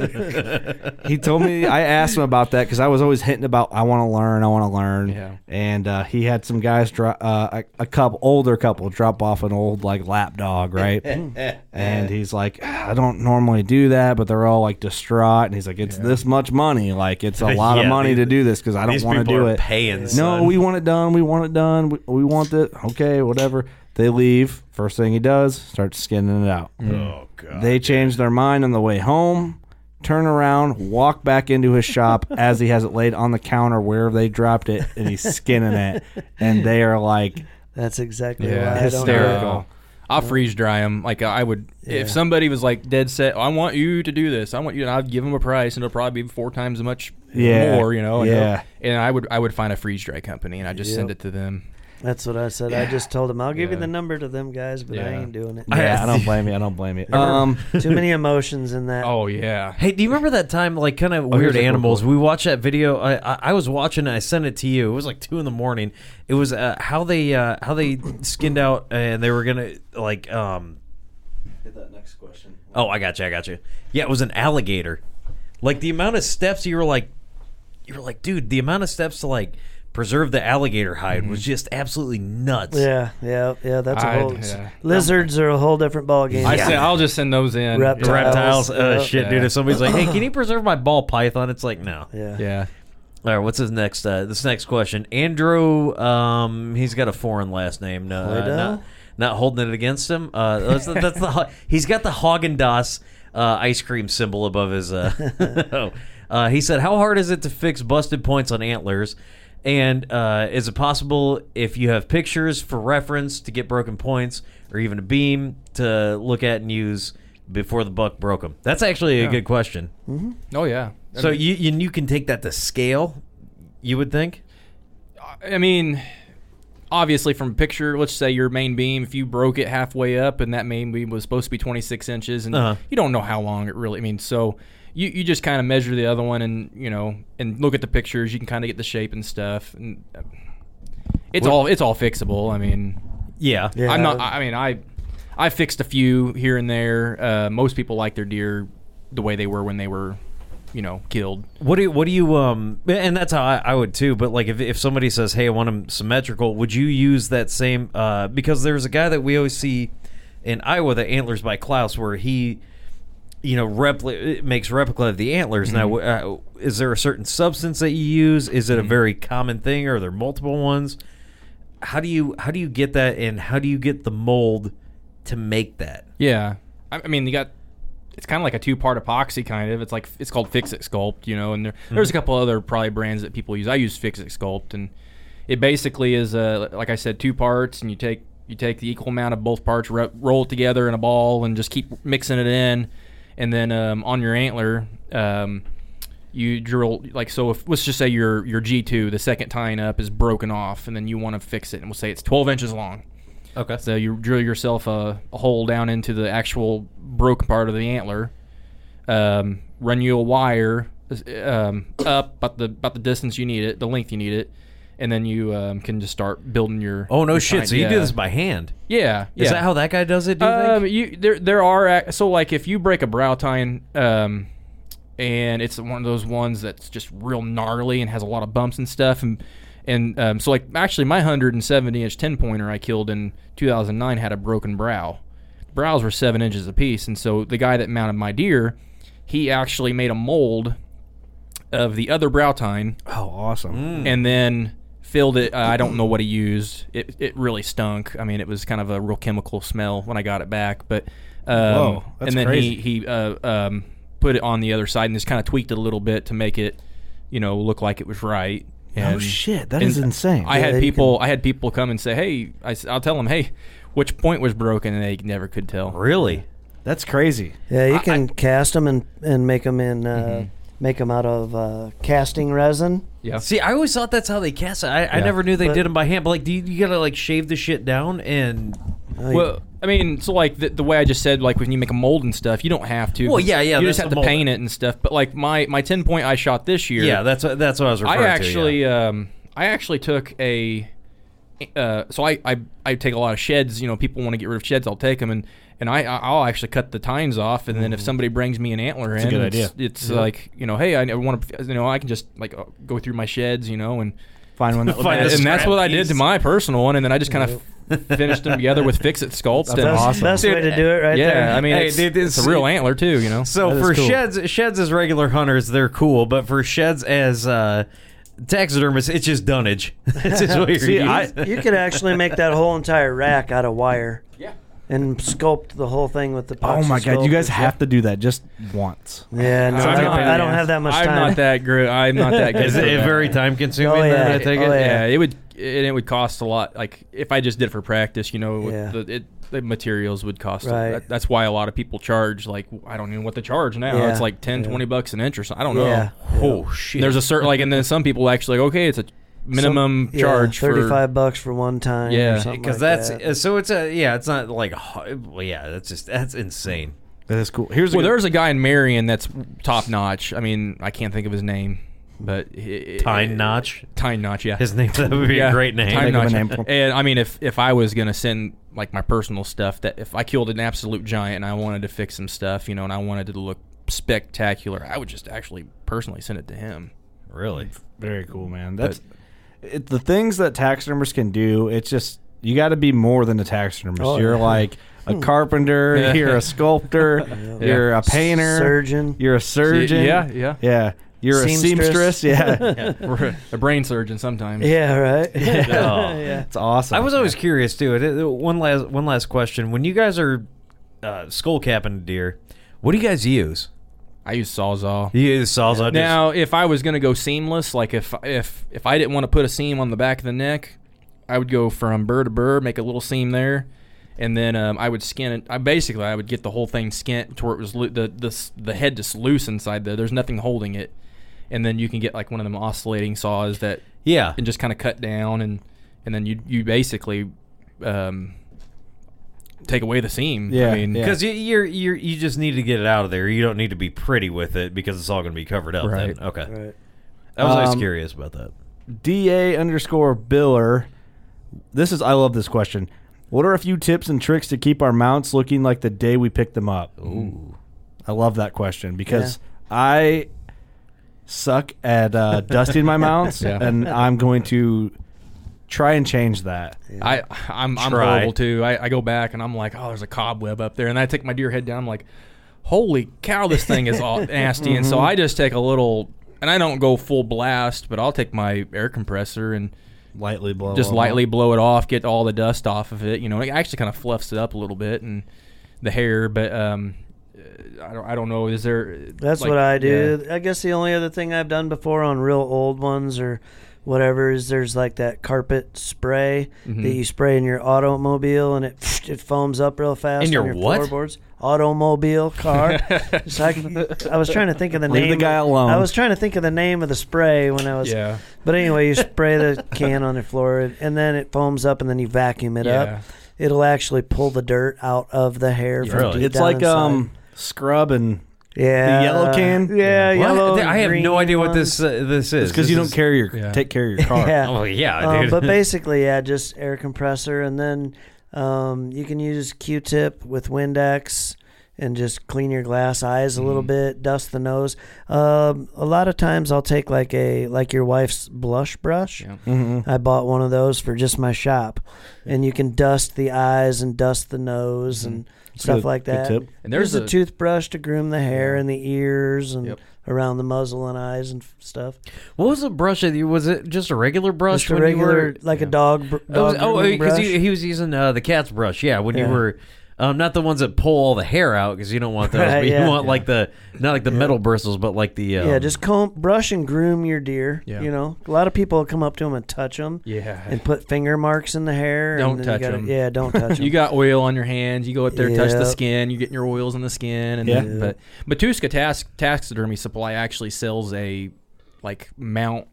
he told me I asked him about that because I was always hinting about I want to learn, I want to learn. Yeah. And uh, he had some guys drop uh, a, a couple older couple drop off an old like lap dog, right? and he's like, "Ah, I don't normally do that, but they're all like distraught, and he's like, it's this much money, like it's a lot of Yeah, money these- to do this because I don't these want to people do are it. paying, no, son. we want it done. We want it done. We, we want it. Okay, whatever. They leave. First thing he does, starts skinning it out. oh god. They changed their mind on the way home. turn around, walk back into his shop as he has it laid on the counter wherever they dropped it, and he's skinning it. And they are like, That's exactly Yeah, why I don't hysterical. know. I'll freeze dry them. Like I would, Yeah. if somebody was like dead set, I want you to do this. I want you, and I'd give them a price, and it'll probably be four times as much Yeah. more. You know, and Yeah. they'll- And I would, I would find a freeze dry company, and I just send Yep. it to them. That's what I said. I just told him I'll give you the number to them guys, but I Yeah. ain't doing it. yeah, I don't blame you. I don't blame you. Um, Um, too many emotions in that. Oh yeah. Hey, do you remember that time, like, kind of Oh, here's weird a cool animals? We watched that video. I, I, I was watching. it, I sent it to you. It was like two in the morning. It was uh, how they uh, how they skinned out, and they were gonna like. um Hit that next question. Oh, I got you. I got you. Yeah, it was an alligator. Like the amount of steps you were like, you were like, dude, the amount of steps to like preserve the alligator hide was Mm-hmm. just absolutely nuts. Yeah, yeah, yeah. That's a I'd- whole yeah. lizards are a whole different ballgame. I say I'll just send those in. Reptiles. Reptiles, uh, Yep. shit, dude. If somebody's like, "Hey, can you preserve my ball python?" It's like, no. Yeah. Yeah. All right, what's his next? Uh, this next question, Andrew. Um, he's got a foreign last name. No, uh, Hoida? not, not holding it against him. Uh, that's, the- that's the. ho- He's got the Haagen Dazs uh, ice cream symbol above his. Uh, uh, he said, "How hard is it to fix busted points on antlers?" And uh, is it possible if you have pictures for reference to get broken points or even a beam to look at and use before the buck broke them? That's actually a Yeah. good question. Oh yeah. I So mean- you, you you can take that to scale, you would think. I mean, obviously, from a picture, let's say your main beam, if you broke it halfway up and that main beam was supposed to be 26 inches, and Uh-huh. you don't know how long it really I mean, so you, you just kind of measure the other one and, you know, and look at the pictures. You can kind of get the shape and stuff. And uh, it's all it's all fixable. I mean, Yeah. Yeah. I'm not, I I mean, I I fixed a few here and there. Uh, most people like their deer the way they were when they were, you know, killed. What do you, what do you um and that's how I, I would too. But like if, if somebody says, "Hey, I want them symmetrical," would you use that same? Uh, because there's a guy that we always see in Iowa, the Antlers by Klaus, where he you know repli- makes replica of the antlers. Now, uh, is there a certain substance that you use? Is it a very common thing, or are there multiple ones? How do you how do you get that, and how do you get the mold to make that? Yeah, I, I mean, you got it's kind of like a two-part epoxy, kind of. It's like it's called Fix It Sculpt, you know. And there, there's a couple other probably brands that people use. I use Fix It Sculpt, and it basically is uh like I said, two parts, and you take you take the equal amount of both parts, ro- roll it together in a ball, and just keep mixing it in. And then um, on your antler, um, you drill like so. If let's just say your your G two, the second tying up is broken off, and then you want to fix it, and we'll say it's 12 inches long. Okay. So you drill yourself a, a hole down into the actual broken part of the antler. Um, run you a wire um, up about the about the distance you need it, the length you need it, and then you um, can just start building your. Oh no your shit! tine- So you yeah. do this by hand? Yeah. Is yeah. that how that guy does it? Do you think? Um, you there there are ac- so like if you break a brow tine, um, and it's one of those ones that's just real gnarly and has a lot of bumps and stuff, and and um, so like actually my 170 inch 10 pointer I killed in 2009 had a broken brow. Brows were seven inches apiece, and so the guy that mounted my deer, he actually made a mold of the other brow tine Oh, awesome. Hmm. and then filled it. Uh, I don't know what he used. It it really stunk. I mean, it was kind of a real chemical smell when I got it back. But um, Whoa, that's and then crazy. he he uh, um, put it on the other side and just kind of tweaked it a little bit to make it, you know, look like it was right. And oh shit, that and is insane. I Yeah, had you people. I had people come and say, "Hey," I, will tell them, "Hey, which point was broken?" And they never could tell. Really? That's crazy. Yeah, you can cast 'em cast them and and make them in uh, Mm-hmm. make them out of uh, casting resin. Yeah. See, I always thought that's how they cast it. I, I Yeah. never knew they But- did them by hand. But like, do you, you gotta like shave the shit down and? Oh, you- Well, I mean, so like the, the way I just said, like when you make a mold and stuff, you don't have to. Well, yeah, yeah, You just that's have the to mold. paint it and stuff. But like my my ten point I shot this year. Yeah, that's what that's what I was referring I to. actually, um, I actually took a. Uh, so I, I I take a lot of sheds. You know, people want to get rid of sheds. I'll take them, and and I I'll actually cut the tines off, and then Mm-hmm. if somebody brings me an antler in, good it's, idea. it's like you know, hey, I want to, you know, I can just like uh, go through my sheds, you know, and Find one that would Find and, a match. that's scrap what I did to piece. my personal one, and then I just kind of finished them together with fix it sculpt. and best, best way to do it, right yeah, there. I mean, Hey, it's, dude, it's this- a real antler too, you know. So That is for cool. sheds, sheds as regular hunters, they're cool. But for sheds as uh, taxidermists, it's just dunnage. That's just what you're See, using. I- you could actually make that whole entire rack out of wire. Yeah. and sculpt the whole thing with the. Oh my epoxy god, you guys sculpt. have to do that just once. Yeah, no, So I I'm don't, not- I don't have that much I'm time. not that good. I'm not that good. Is for it that. very time consuming? Oh, then, yeah. I take Oh, it. Yeah, it would. It, it would cost a lot. Like if I just did it for practice, you know, with Yeah. the, it, the materials would cost. a- Right. that- that's why a lot of people charge. Like I don't even know what they charge now. Yeah. It's like 10, Yeah. 20 bucks an inch or something. I don't Yeah. know. Oh shit! And There's a certain like, and then some people actually like, okay, it's a minimum Some- yeah, charge for. Thirty-five bucks for one time. Yeah. because because that's uh, so it's a yeah it's not like ho- well, yeah that's just that's insane That is cool. Here's Well, a good- there's a guy in Marion that's top notch. I mean, I can't think of his name, but he- Tyne Notch? Tyne Notch, yeah, his name that would be a great name Tyne Think of a Notch. name for him. And I mean, if if I was gonna send like my personal stuff, that if I killed an absolute giant and I wanted to fix some stuff, you know, and I wanted it to look spectacular, I would just actually personally send it to him. really Very cool, man. That's it, the things that taxidermists can do. It's just you got to be more than a taxidermist. Oh, you're yeah. like a carpenter. Yeah. You're a sculptor. You're a painter. Surgeon. You're a surgeon. Yeah, yeah. yeah. You're a Seamstress. seamstress. Yeah, a brain surgeon sometimes. Yeah, right. Oh. yeah. it's awesome. I was always curious too. It- it- One last one last question: When you guys are uh, skull capping a deer, what do you guys use? I use Sawzall. You use salsa Now, if I was gonna go seamless, like if if if I didn't want to put a seam on the back of the neck, I would go from burr to burr, make a little seam there, and then um, I would skin it. I basically I would get the whole thing skint to where it was loo- the the s- the head just loose inside there. There's nothing holding it, and then you can get like one of them oscillating saws that yeah, and just kind of cut down and and then you you basically um, take away the seam. Yeah, I mean, yeah. because you, you're you're you just need to get it out of there. You don't need to be pretty with it because it's all going to be covered up. then. Right. Okay. Right. I was always Um, curious about that. da underscore biller. This is I love this question. What are a few tips and tricks to keep our mounts looking like the day we picked them up? Ooh, I love that question because I suck at uh, dusting my mounts, Yeah. and I'm going to try and change that. I I'm, I'm Try. horrible too. I, I go back and I'm like, oh, there's a cobweb up there, and I take my deer head down. I'm like, holy cow, this thing is all nasty. And Mm-hmm. so I just take a little, and I don't go full blast, but I'll take my air compressor and Lightly blow, just Uh-huh. them lightly up. blow it off, get all the dust off of it. You know, it actually kind of fluffs it up a little bit and the hair, but um, uh, I don't I don't know. Is there? That's like- what I yeah. do. I guess the only other thing I've done before on real old ones or whatever is there's like that carpet spray that you spray in your automobile and it it foams up real fast. In your on what? Floorboards. Automobile car. so I, I was trying to think of the Leave the name. guy alone. I was trying to think of the name of the spray when I was. Yeah. But anyway, you spray the can on the floor and then it foams up and then you vacuum it Yeah. up. It'll actually pull the dirt out of the hair. From Really? deep It's down like inside. um scrub and Yeah. yellow can? Yeah, What? yellow. I have green no idea what ones. this uh, this it's is. because you This don't is- carry your Yeah. take care of your car. Yeah. Oh yeah, Um, dude. but basically, yeah, just air compressor, and then um, you can use Q-tip with Windex and just clean your glass eyes a Mm. little bit, dust the nose. Um, a lot of times, I'll take like a like your wife's blush brush. Yeah. Mm-hmm. I bought one of those for just my shop, and you can dust the eyes and dust the nose and stuff good- like good that. tip. Mm-hmm. And there's Use a, a- toothbrush to groom the hair and the ears and Yep. around the muzzle and eyes and f- stuff. what was the brush that you? Was it just a regular brush? Just a when you regular, were- like a dog. Br- Oh, dog was- oh, grooming because brush. he, he was using uh, the cat's brush. Yeah, when you Yeah. were. Um, not the ones that pull all the hair out because you don't want those. Right, but yeah. You want like the not like the metal bristles, but like the um, Yeah, just comb, brush, and groom your deer. Yeah. You know, a lot of people come up to them and touch them Yeah. and put finger marks in the hair. Don't and then touch you gotta- 'em. Yeah, don't touch them. You got oil on your hands. You go up there, touch the Yep. skin. You're getting your oils in the skin. And Yeah. then, but Matuska Tax, Taxidermy Supply actually sells a like mount.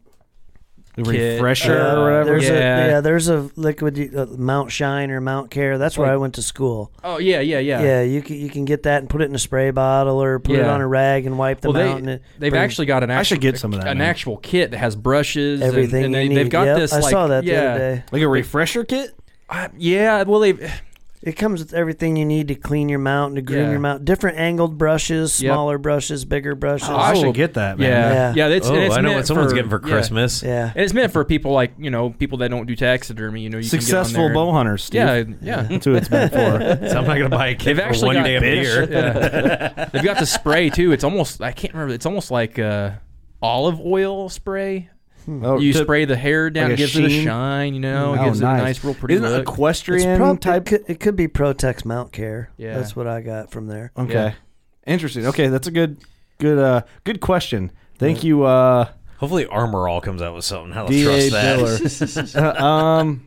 The Kit. refresher uh, Yeah, or Oh, whatever. There's Yeah. A, yeah, there's a liquid you- uh, Mount Shine or Mount Care. That's where I went to school. Oh yeah, yeah, yeah. Yeah, you can you can get that and put it in a spray bottle or put it Yeah. on a rag and wipe them Well, they out. And it they've brings actually got an. Actual, I should get some of that, An man. actual kit that has brushes. and- everything and, you they, need. They've got Yep, this. I like- saw that yeah, the other day. like a refresher kit. I- yeah. Well, they. It comes with everything you need to clean your mount and to groom Yeah. your mount. Different angled brushes, Yep. smaller brushes, bigger brushes. Oh, I should get that. Man. Yeah. Yeah. Yeah. It's, Oh, and it's I know meant what someone's getting for yeah. Christmas. yeah. And it's meant for people like you know people that don't do taxidermy. You know, you Successful can get bow on hunters. Steve. there and- Yeah. Yeah. That's who it's meant for. So I'm not gonna buy a kid They've for actually one got damn bitch. deer. Yeah. They've got the spray too. It's almost I can't remember. It's almost like uh, olive oil spray. Oh, you to- spray the hair down, like it gives it a sheen? shine, you know, it Oh, gives it a nice, real pretty Isn't look. it equestrian It's prob- type? It could, it could be Protex Mount Care. Yeah. That's what I got from there. Okay. Interesting. Okay, that's a good good uh good question. Thank you uh Hopefully, Armor All comes out with something. Hell, let's DA trust Diller. that. Uh, um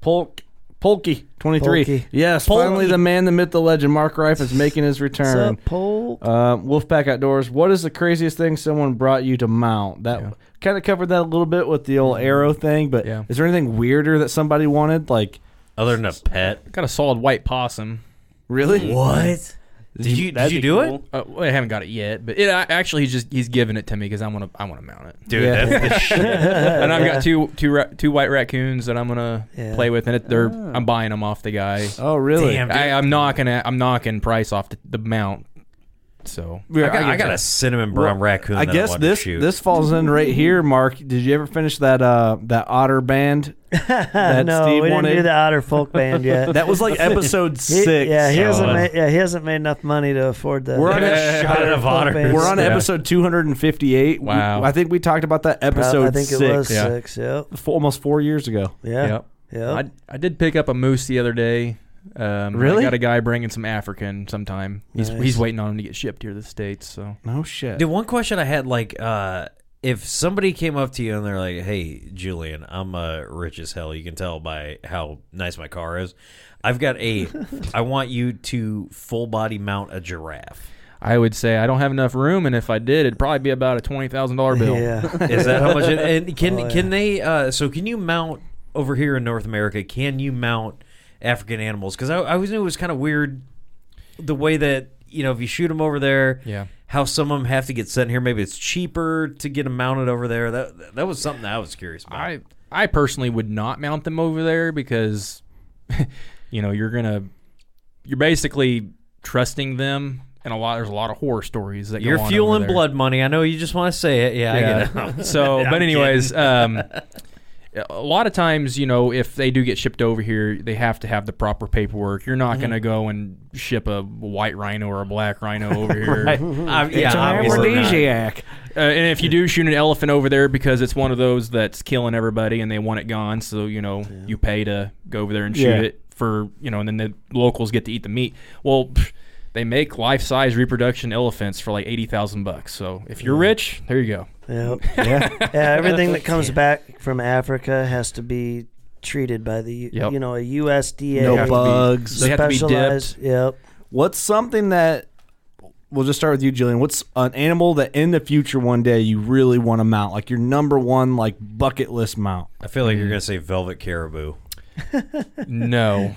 Polk Polky 23. Polky. Yes, Polky. finally the man, the myth, the legend Mark Reif is making his return. What's up, Polk? Uh, Wolfpack Outdoors, what is the craziest thing someone brought you to mount? That kind of covered that a little bit with the Mm-hmm. old arrow thing, but Yeah. is there anything weirder that somebody wanted like Other than a pet, Got a solid white possum. Really? What? Did you did you do it? Uh, well, I haven't got it yet, but it I, actually he's just he's giving it to me because I want to I want to mount it, Dude, Yeah. that's the shit. and I've got two two ra- two white raccoons that I'm gonna Yeah. Ah. play with, and it, they're I'm buying them off the guy. Oh, really? Damn, dude. I, I'm knocking at, I'm knocking price off the, the mount. So Yeah, I got, I I got get a it. cinnamon brown raccoon. I that guess wanted to this shoot. this falls in Mm-hmm. right here, Mark. Did you ever finish that uh that otter band? That no, Steve we didn't wanted? do the Otter Folk Band yet. That was like episode He- six. yeah, he Oh, hasn't. uh, Made, yeah, he hasn't made enough money to afford that. We're on, a- Folk Band. We're on episode 258. We- Wow. I think we talked about that episode I think it six. was Yeah. six, yep. F- almost four years ago. Yeah. Yep. Yeah. I, I did pick up a moose the other day. Um, Really? I got a guy bringing some African sometime. He's Nice. he's waiting on him to get shipped here to the states. So No shit. Dude, one question I had like, uh, if somebody came up to you and they're like, "Hey, Julian, I'm uh, rich as hell. You can tell by how nice my car is. I've got a. I want you to full body mount a giraffe. I would say I don't have enough room, and if I did, it'd probably be about a twenty thousand dollar bill. Yeah. Is that how much? It, and can Oh, yeah. can they? Uh, so can you mount over here in North America? Can you mount African animals? Because I, I always knew it was kind of weird the way that you know if you shoot them over there. Yeah. How some of them have to get sent here. Maybe it's cheaper to get them mounted over there. That that was something that I was curious about. I I personally would not mount them over there because you know you're gonna you're basically trusting them, and a lot there's a lot of horror stories that go You're on over fueling there. blood money. I know you just want to say it. Yeah, I get it. so, I'm but anyways, kidding. um, a lot of times, you know, if they do get shipped over here, they have to have the proper paperwork. You're not going Mm-hmm. to go and ship a white rhino or a black rhino over here. Right. Uh, It's yeah, an obviously not. aphrodisiac. Uh, and if you do shoot an elephant over there because it's one of those that's killing everybody and they want it gone, so you know you pay to go over there and shoot Yeah. it for you know, and then the locals get to eat the meat. Well. pff, they make life-size reproduction elephants for like eighty thousand bucks. So if you're rich, there you go. Yep. yeah. Everything that comes back from Africa has to be treated by the U- Yep. you know a USDA. No bugs. They have to be dipped. specialized- Yep. What's something that we'll just start with you, Jillian? What's an animal that in the future one day you really want to mount? Like your number one like bucket list mount. I feel like you're gonna say velvet caribou. No,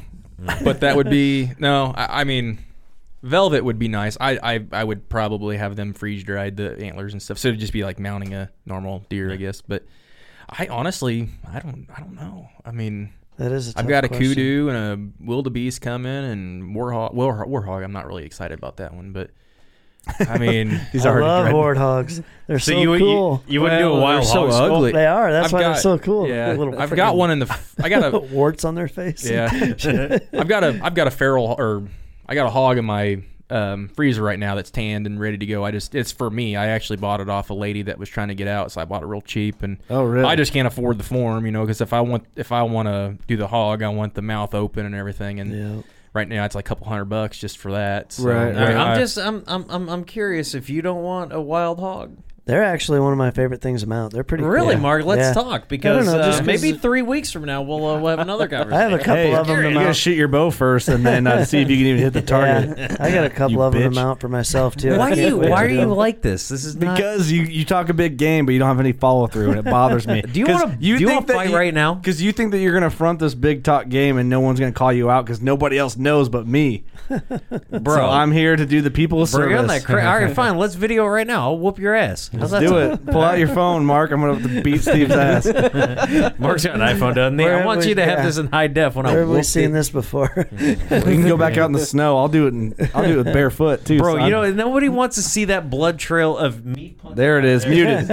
but that would be no. I, I mean, velvet would be nice. I, I I would probably have them freeze dried the antlers and stuff. So it'd just be like mounting a normal deer, I guess. But I honestly, I don't, I don't know. I mean, That is a I've tough got a question. kudu and a wildebeest coming and warhog. Well, warhog. I'm not really excited about that one, but I mean, He's I already love dreading- warthogs. They're so, So you would- you- cool. you wouldn't do a Well, wild they're so hog skull? ugly. they are. That's I've why got- they're so cool. Yeah, They're little I've got freaking one in the. f- I got a warts on their face. Yeah, I've got a I've got a feral or I got a hog in my um, freezer right now that's tanned and ready to go. I just it's for me. I actually bought it off a lady that was trying to get out, so I bought it real cheap. And Oh, really? I just can't afford the form, you know, because if I want if I want to do the hog, I want the mouth open and everything. And Yeah. right now it's like a couple hundred bucks just for that. So, Right, All right, I- I'm just I'm, I'm I'm I'm curious if you don't want a wild hog. They're actually one of my favorite things about. They're pretty Really, cool. Mark? Let's Yeah. talk I because don't know, just uh, 'cause- maybe three weeks from now we'll, uh, we'll have another conversation. I have a couple Hey, of them to you mount. gotta shoot your bow first and then uh, see if you can even hit the target. Yeah, I got a couple You of them bitch. to mount for myself too. I Why do can't you wait Why to are do you them. like this? This is not. Because you, you talk a big game, but you don't have any follow through, and it bothers me. Do you wanna- do you wanna fight right now? Because you think that you're going to front this big talk game, and no one's going to call you out because nobody else knows but me. Bro, I'm here to do the people a Bring service. on that cra- All right, fine. Let's video right now. I'll whoop your ass. How's that Do sound? it. Pull out your phone, Mark. I'm going to beat Steve's ass. Mark's got an iPhone, doesn't he? Where I have want we- you to have yeah. this in high def when I Where have we whoop seen it. this before? We can go back out in the snow. I'll do it. In, I'll do it with barefoot too. Bro, son. you know nobody wants to see that blood trail of me. There it is. Muted.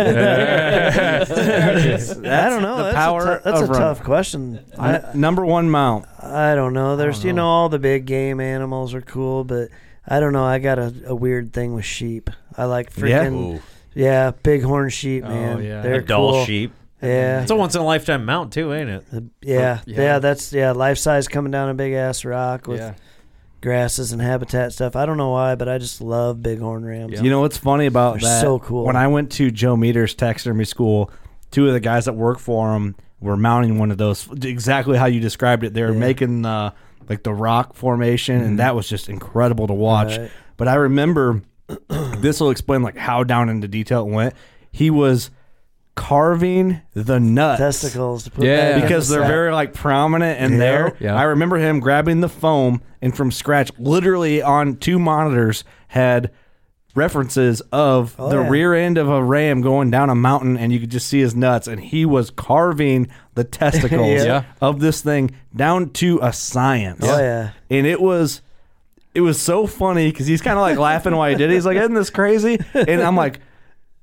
I don't know. The that's power a tou- that's of a run. tough question. I, I- number one mount. I don't know. There's you know all the big game animals are cool, but I don't know. I got a, a weird thing with sheep. I like Yeah? freaking Yeah, bighorn sheep, man. yeah. They're a doll cool. sheep. Yeah. it's a once in a lifetime mount too, ain't it? Yeah, yeah. yeah, that's yeah, life size coming down a big ass rock with Yeah. grasses and habitat stuff. I don't know why, but I just love bighorn rams. You know what's funny about They're that? so cool. When I went to Joe Meter's taxidermy school, two of the guys that work for him were mounting one of those exactly how you described it. They were making uh, like the rock formation, and that was just incredible to watch. Mm-hmm. Right. But I remember this will explain like how down into detail it went. He was carving the nuts Testicles to put Yeah. back in because the they're sack. very like prominent in Yeah. there. Yeah. I remember him grabbing the foam and from scratch, literally on two monitors, had references of Oh, the yeah. rear end of a ram going down a mountain, and you could just see his nuts, and he was carving the testicles Yeah. Yeah. of this thing down to a science. Oh, yeah. and it was. It was so funny because he's kind of like laughing while he did it. He's like, "Isn't this crazy?" And I'm like,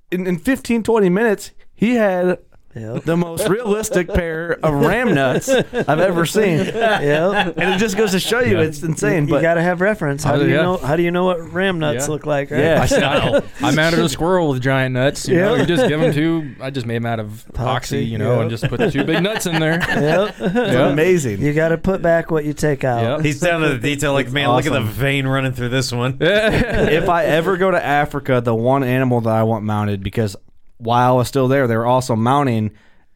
in, in 15, 20 minutes, he had the most realistic pair of ram nuts I've ever seen. Yep. And it just goes to show you it's insane. You, but gotta have reference. How Oh, do you yeah. know? How do you know what ram nuts Yeah. look like? Right? I said, I, don't- I mounted a squirrel with giant nuts. You know, Yeah. you just give them two. I just made them out of epoxy, you know, yeah. and just put the two big nuts in there. Yep. It's amazing. You got to put back what you take out. He's down to the detail. Like, man, look at the awesome. vein running through this one. if I ever go to Africa, the one animal that I want mounted because while I was still there, they were also mounting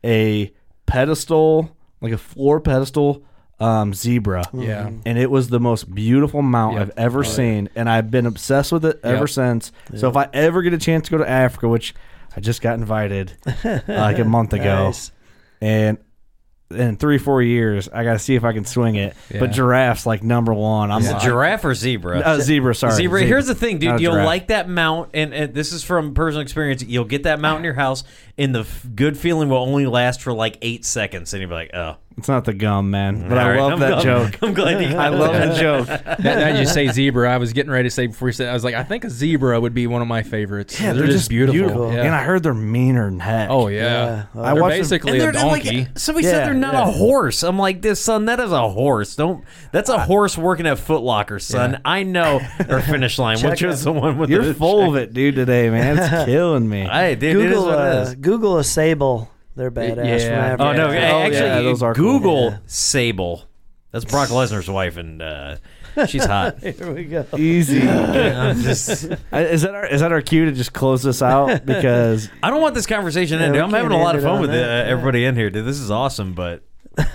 a pedestal, like a floor pedestal um, zebra. Yeah. And it was the most beautiful mount Yep. I've ever Oh, yeah. seen. And I've been obsessed with it ever Yep. since. So if I ever get a chance to go to Africa, which I just got invited uh, like a month ago. Nice. And in three, four years, I got to see if I can swing it. Yeah. But giraffes like number one. I'm Is it like- giraffe or zebra? Uh, zebra, sorry. Zebra. Here's the thing, Not dude. a You'll giraffe. like that mount, and, and this is from personal experience. You'll get that mount in your house, and the f- good feeling will only last for like eight seconds, and you'll be like, oh. It's not the gum, man. But All I right, love I'm that glad- joke. I'm glad you I love the joke. now, now you say zebra. I was getting ready to say before you said, I was like, I think a zebra would be one of my favorites. Yeah, they're, just, beautiful. Yeah. And I heard they're meaner than heck. oh yeah, Yeah. I they're watched- basically And a they're not like- donkey. somebody said Yeah, they're not a yeah. horse. I'm like, this son, that is a horse. Don't. That's a horse working at Foot Locker, son. I know. Or finish line, which Check was the one with You're the. full of it, dude, today, man. It's killing me. Hey, dude, it is Google what it uh, is. Google a sable. They're badass. yeah. Whenever- Oh no! Yeah. hey, Oh, actually, yeah, those are cool. Google Yeah. Sable. That's Brock Lesnar's wife, and uh, she's hot. Here we go. Easy. I'm just- Uh, is that our is that our cue to just close this out? Because I don't want this conversation to Yeah, end. we dude. I'm having a can't lot end of it fun on with uh, that, yeah. everybody in here, dude. This is awesome, but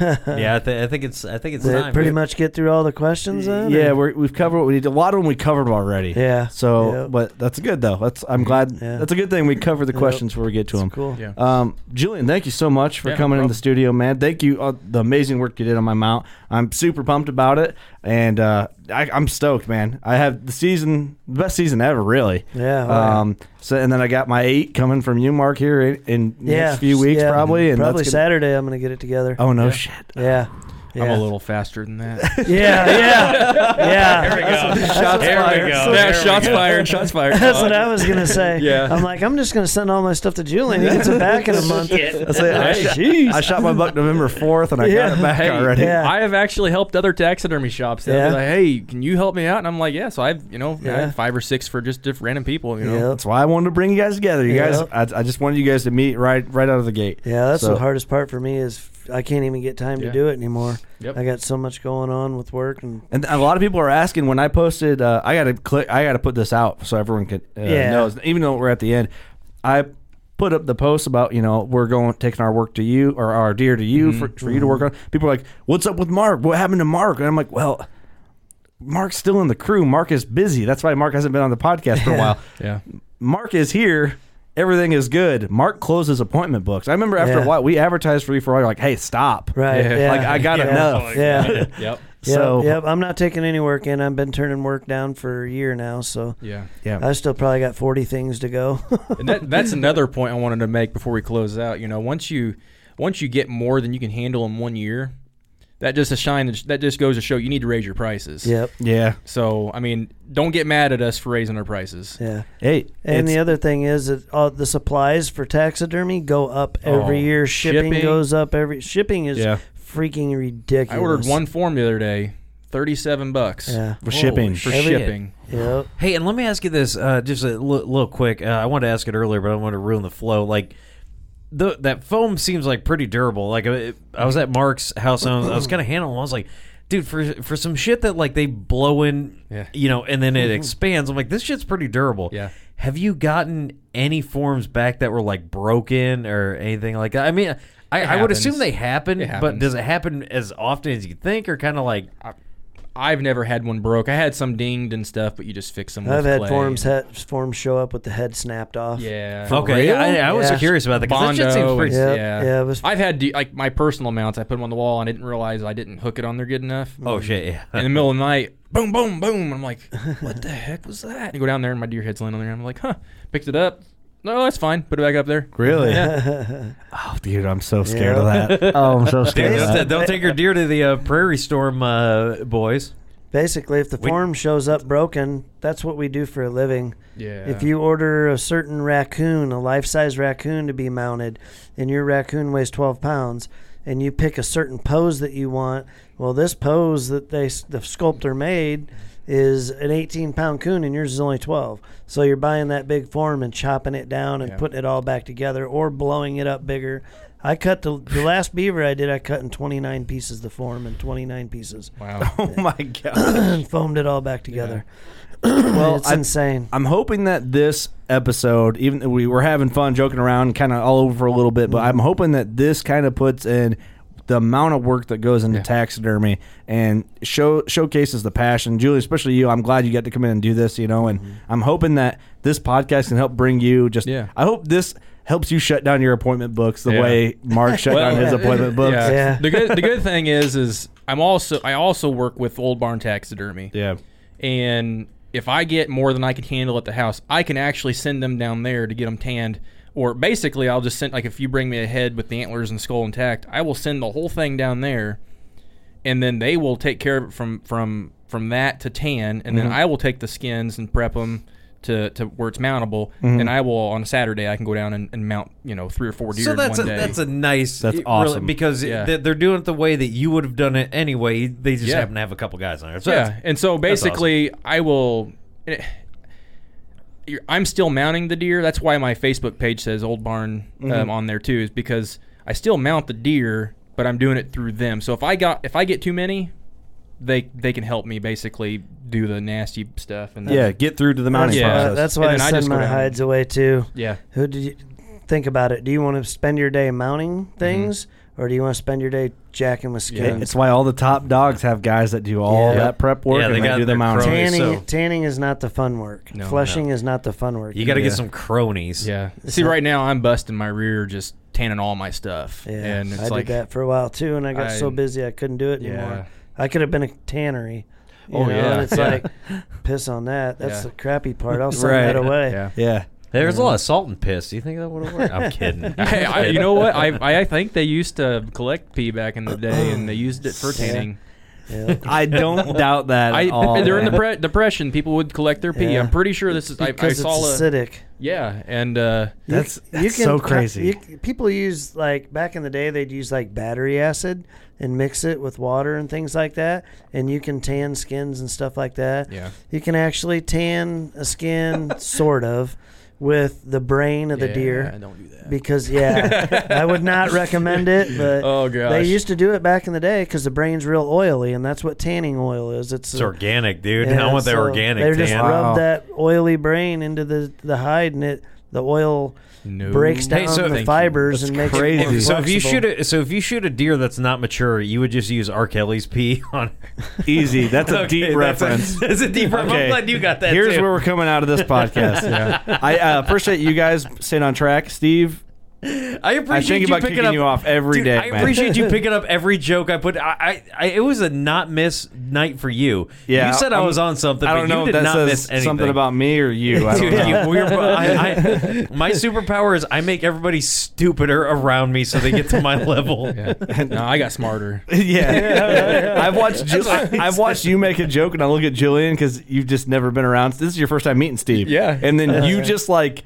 yeah, I, th- I think it's I think it's Did it time. pretty dude. much get through all the questions then? yeah, or- we're, we've covered what we need. to- A lot of them we covered already. Yeah. So, Yep. Mm-hmm. but that's good though. That's I'm glad. Yeah. That's a good thing we covered the questions before we get to them. cool. Yeah. Um, Julian, thank you so much for Yeah, no coming in the problem. studio, man. Thank you uh, the amazing work you did on my mount. I'm super pumped about it, and uh, I, I'm stoked, man. I have the season, the best season ever, really. Yeah, oh, yeah. Um. So, and then I got my eight coming from you, Mark, here in, in the Yeah, next few weeks, yeah, probably, and probably that's gonna- Saturday. I'm gonna get it together. Oh no, shit. Yeah. yeah. I'm a little faster than that. Yeah, yeah, yeah. Here we go. Shots Here fired. we go. yeah, There we shots go. fired. Shots fired. That's Uh, what I was gonna say. Yeah. I'm like, I'm just gonna send all my stuff to Julian. He gets it back in a month. I, say, I, shot, I shot my buck November fourth, and I Yeah. got it back Hey, already. Yeah. I have actually helped other taxidermy shops. They'll be Yeah. like, "Hey, can you help me out?" And I'm like, "Yeah." So I've, you know, I Yeah. have five or six for just diff- random people. You know, Yeah. That's why I wanted to bring you guys together. You Yeah. guys, I, I just wanted you guys to meet right right out of the gate. Yeah, that's So- the hardest part for me is I can't even get time Yeah. to do it anymore. Yep. I got so much going on with work and And a lot of people are asking when I posted. Uh, I got to click. I got to put this out so everyone could uh, Yeah. knows. Even though we're at the end, I put up the post about you know we're going taking our work to you or our deer to you for, Mm-hmm. for you to work on. People are like, "What's up with Mark? What happened to Mark?" And I'm like, "Well." Mark's still in the crew. Mark is busy. That's why Mark hasn't been on the podcast for a while. yeah. Mark is here. Everything is good. Mark closes appointment books. I remember after Yeah. a while we advertised for you for a while. You're like, "Hey, stop!" right. Yeah. Yeah. Like I got yeah. enough. Yeah. Yep. Yep, So- yep, I'm not taking any work in. I've been turning work down for a year now, so Yeah. Yeah. I still probably got 40 things to go. And that, that's another point I wanted to make before we close out. You know, once you once you get more than you can handle in one year, that just a shine. That just goes to show you need to raise your prices. yep. yeah. So I mean, don't get mad at us for raising our prices. Yeah. Hey, And it's- the other thing is that all the supplies for taxidermy go up every Oh, year. Shipping, shipping. goes up every. Shipping is Yeah. freaking ridiculous. I ordered one form the other day thirty-seven bucks. Yeah. Holy Oh, for Every- shipping. Yep. Hey, and let me ask you this, uh, just a li- little quick. Uh, I wanted to ask it earlier, but I want to ruin the flow. Like, the, that foam seems like pretty durable. Like, uh, it- I was at Mark's house and I was, I was kind of handling. it. I was like, dude, for for some shit that like they blow in, Yeah. you know, and then it Mhm. expands. I'm like, this shit's pretty durable. Yeah. Have you gotten any forms back that were like broken or anything like that? I mean, I, I It would happens. assume they happen, It but happens. does it happen as often as you think, or kind of like? I've never had one broke. I had some dinged and stuff, but you just fix them. I've with had clay. forms he- forms show up with the head snapped off. Yeah. Okay, yeah, I- I was curious about that, 'cause that shit seems Bondo pretty- and- Yep, Yeah. yeah, it was- I've had de- like my personal mounts. I put them on the wall and I didn't realize I didn't hook it on there good enough. Oh, Mm. shit, yeah. Mm-hmm. In the middle of the night, boom, boom, boom. I'm like, what the heck was that? You go down there and my deer head's laying on there. And I'm like, huh. Picked it up. No, that's fine. Put it back up there. Really? Yeah. Oh, dude, I'm so scared of that. Oh, I'm so scared. Dude, of just, uh, that. don't take your deer to the uh, Prairie Storm, uh, boys. Basically, if the form shows up broken, that's what we do for a living. Yeah. If you order a certain raccoon, a life size raccoon to be mounted, and your raccoon weighs 12 pounds, and you pick a certain pose that you want, well, this pose that they s- the sculptor made is an 18 pound coon, and yours is only 12. So you're buying that big form and chopping it down and Yeah. putting it all back together, or blowing it up bigger. I cut the, the last beaver I did. I cut in 29 pieces the form and 29 pieces. Wow. Oh my god. and foamed it all back together. Well, it's I- insane. I'm hoping that this episode, even though we were having fun joking around, kind of all over for a little bit, but I'm hoping that this kind of puts in the amount of work that goes into taxidermy and show showcases the passion. Julie, especially you, I'm glad you got to come in and do this, you know, and I'm hoping that this podcast can help bring you just Yeah. I hope this helps you shut down your appointment books the Yeah. way Mark shut Well, down his appointment books. Yeah. Yeah. The good the good thing is is I'm also I also work with old barn taxidermy. Yeah. And if I get more than I can handle at the house, I can actually send them down there to get them tanned. Or basically, I'll just send like if you bring me a head with the antlers and skull intact, I will send the whole thing down there, and then they will take care of it from from from that to tan, and Mm-hmm. Mhm. then I will take the skins and prep them. To, to where it's mountable, Mm-hmm. Mhm. and I will on a Saturday I can go down and, and mount you know three or four deer. So in that's a, one day. that's a nice. That's it really- awesome. because Yeah. they- they're doing it the way that you would have done it anyway. They just Yeah. happen to have a couple guys on there. So yeah, that's- and so that's awesome. basically, I will. eh, you're- I'm still mounting the deer. That's why my Facebook page says Old Barn Mhm. Mm-hmm. um, on there too, is because I still mount the deer, but I'm doing it through them. So if I got if I get too many, they they can help me basically do the nasty stuff and Yeah, get through to the mounting Yeah. process. that's why I And then I send just go my down. hides away too. Yeah. Who do you think about it? Do you want to spend your day mounting Mm-hmm. things, or do you want to spend your day jacking with Yeah, skins? It's why all the top dogs have guys that do all Yeah. that prep work Yeah, and they they, got do the their mounting. cronies. tanning, so- tanning is not the fun work. No, Flushing is not the fun work. you got to Yeah. get some cronies. yeah. See, right now I'm busting my rear just tanning all my stuff, Yeah, and it's I like did that for a while too, and I got so I- busy I couldn't do it Yeah. anymore. I could have been a tannery. You Oh, know? yeah, and it's yeah. like piss on that. That's the Yeah. crappy part. I'll send Right. that away. yeah. Yeah. There's a lot of salt and piss. Do you think that would have worked? I'm kidding. Mm-hmm. Hey, I, you know what? I, I I think they used to collect pee back in the day, and they used it for Yeah. tanning. Yeah. I don't doubt that. At I, all, during the man. pre- depression, people would collect their pee. Yeah. I'm pretty sure this is. I, I because saw it's a acidic. yeah, and uh, You- That's- that's so cut- crazy. you c- people use like back in the day, they'd use like battery acid and mix it with water and things like that, and you can tan skins and stuff like that. Yeah. you can actually tan a skin, sort of, with the brain of the yeah, deer. Don't do that. Because yeah, I would not recommend it. But Oh, gosh. they used to do it back in the day because the brain's real oily, and that's what tanning oil is. It's, it's a- organic, dude. yeah, I want that so organic. They tan. just Wow. rub that oily brain into the the hide, and it the oil No. breaks down Hey, so- Thank the you. fibers and makes it more crazy. so if you shoot flexible. a so if you shoot a deer that's not mature, you would just use R. Kelly's pee on. Easy. That's a deep Okay, that's a- reference. That's a deep reference. Okay. I'm glad you got that. Here's too. where we're coming out of this podcast. I uh, appreciate you guys staying on track. Steve, I appreciate think you about picking kicking up, you off every Dude, day, I man. appreciate you picking up every joke I put. I, I, I it was a not miss night for you. yeah, you said i I'm- was on something. I don't but know you if did that not says miss anything. something about me or you. I don't Dude, know. you- we're- I- I- my superpower is I make everybody stupider around me so they get to my level. no, I got smarter. yeah, I've watched Ju- I've watched you make a joke, and I look at Julian because you've just never been around. This is your first time meeting Steve. Yeah. and then you just like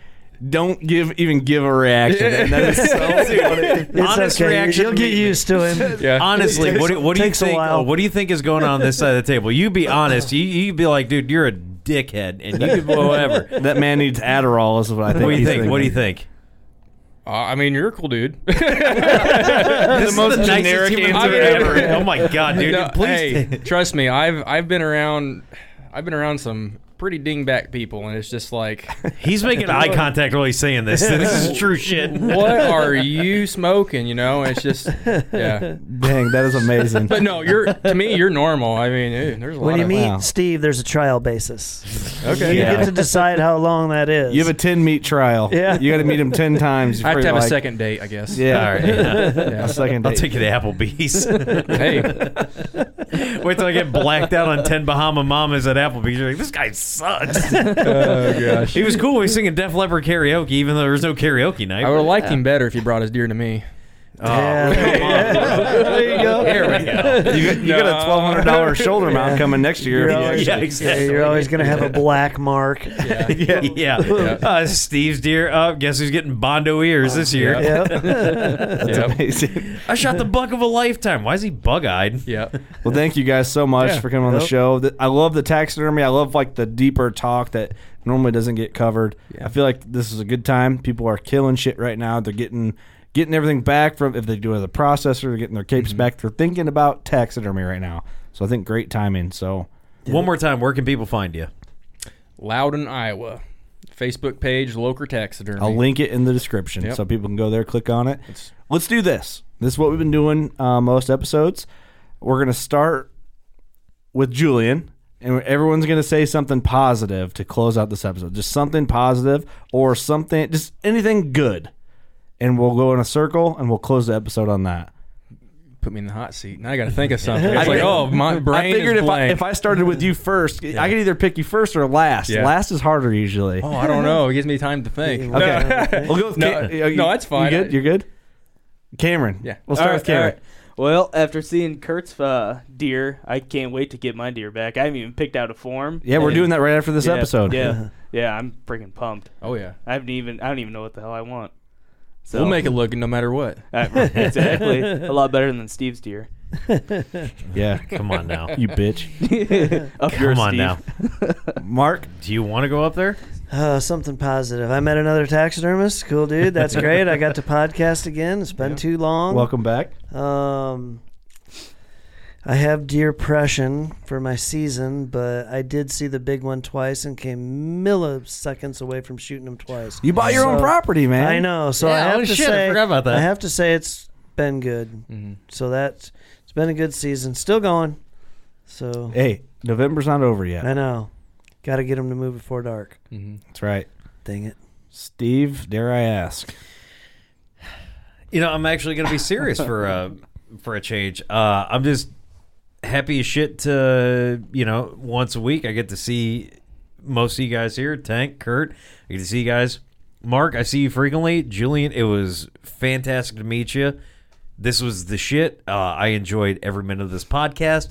don't give even give a reaction. And that is so funny. It's Honest okay. reaction. You'll get used to him. Honestly, what do, what do you think? oh, what do you think is going on this side of the table? You be honest. You you be like, dude, you're a dickhead, and you could whatever. That man needs Adderall. Is what I think. What do you he's think? What do you thinking. think? Uh, I mean, you're a cool dude. Uh, This the is most the nicest generic human answer I've ever- ever. Oh my God, dude, please- Hey, trust me. I've I've been around. I've been around some pretty dingback people, and it's just like He's making eye contact while he's saying this. This is true shit. What are you smoking? You know, it's just yeah. Dang, that is amazing. But no, you're to me, you're normal. I mean, dude, there's a lot When you of meet Steve, there's a trial basis. Okay. You Yeah. get to decide how long that is. You have a ten meet trial. Yeah. you got to meet him ten times. I have before to have you're a like- second date, I guess. Yeah, All right, yeah. A second date. I'll take you to Applebee's. hey, Wait till I get blacked out on 10 Bahama Mamas at Applebee's. You're like, this guy sucks. oh gosh, he was cool. when He was singing Def Leppard karaoke, even though there was no karaoke night. I would have liked him better if he brought his deer to me. Oh, come on, bro. there you go. There we go. You got, you got a twelve hundred dollar shoulder mount coming next year. You're always, Yeah, exactly. yeah, you're always gonna have a black mark. Yeah. Uh, Steve's deer up. Guess who's getting Bondo ears this year? That's Yep. amazing. I shot the buck of a lifetime. Why is he bug eyed? Yep. Well, thank you guys so much Yeah. for coming on the Yep. show. Th- I love the taxidermy. I love like the deeper talk that normally doesn't get covered. I feel like this is a good time. People are killing shit right now. They're getting getting everything back from if they do it as a processor, they're getting their capes back. They're thinking about taxidermy right now. So I think great timing. So One more time, where can people find you? Loudon, Iowa. Facebook page, Loker Taxidermy. I'll link it in the description Yep. so people can go there, click on it. Let's do this. This is what we've been doing uh, most episodes. We're going to start with Julian, and everyone's going to say something positive to close out this episode. Just something positive or something, just anything good. And we'll go in a circle and we'll close the episode on that. Put me in the hot seat. Now I got to think of something. It's like, oh, my I brain figured if, is I, blank. if I started with you first, I could either pick you first or last. Yeah. Last is harder usually. oh, I don't know. It gives me time to think. Okay. we'll go with No, Ca- are you- no, that's fine. You good? You're good? Cameron. Yeah. We'll start All with right, all Cameron. right. Well, after seeing Kurt's uh, deer, I can't wait to get my deer back. I haven't even picked out a form. Yeah, we're And- doing that right after this yeah, episode. Yeah, yeah, I'm freaking pumped. Oh, yeah. I haven't even. I don't even know what the hell I want. So We'll make it look no matter what. Uh, exactly a lot better than Steve's deer. Yeah. Come on now. you bitch. Up Come yours, on Steve. now. Mark. Do you want to go up there? Uh, something positive. I met another taxidermist. Cool dude. That's great. I got to podcast again. It's been too long. Welcome back. Um, I have deer pression for my season, but I did see the big one twice and came milliseconds away from shooting him twice. You bought your own So- property, man. I know. So I Yeah, have holy to shit, I say, forgot about that. I have to say it's been good. So that's it's been a good season. Still going. So Hey, November's not over yet. I know. Got to get him to move before dark. That's right. Dang it. Steve, dare I ask? You know, I'm actually going to be serious for uh, a for a change. Uh, I'm just happy as shit to you know once a week I get to see most of you guys here. Tank, Kurt, I get to see you guys. Mark, I see you frequently. Julian, it was fantastic to meet you. This was the shit. Uh, I enjoyed every minute of this podcast.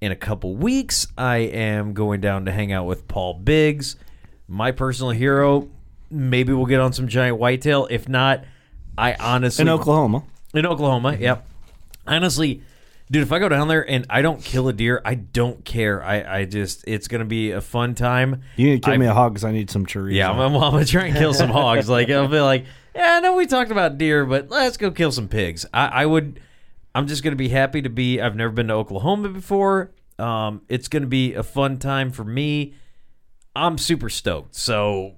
In a couple weeks, I am going down to hang out with Paul Biggs, my personal hero. Maybe we'll get on some giant whitetail. If not, I honestly In Oklahoma. in Oklahoma, yep. Honestly, dude, if I go down there and I don't kill a deer, I don't care. I, I just, it's going to be a fun time. You need to give I- me a hog because I need some chorizo. Yeah, I'm, I'm, I'm going to try and kill some hogs. Like, I'll be like, yeah, I know we talked about deer, but let's go kill some pigs. I, I would, I'm just going to be happy to be, I've never been to Oklahoma before. Um, it's going to be a fun time for me. I'm super stoked. So,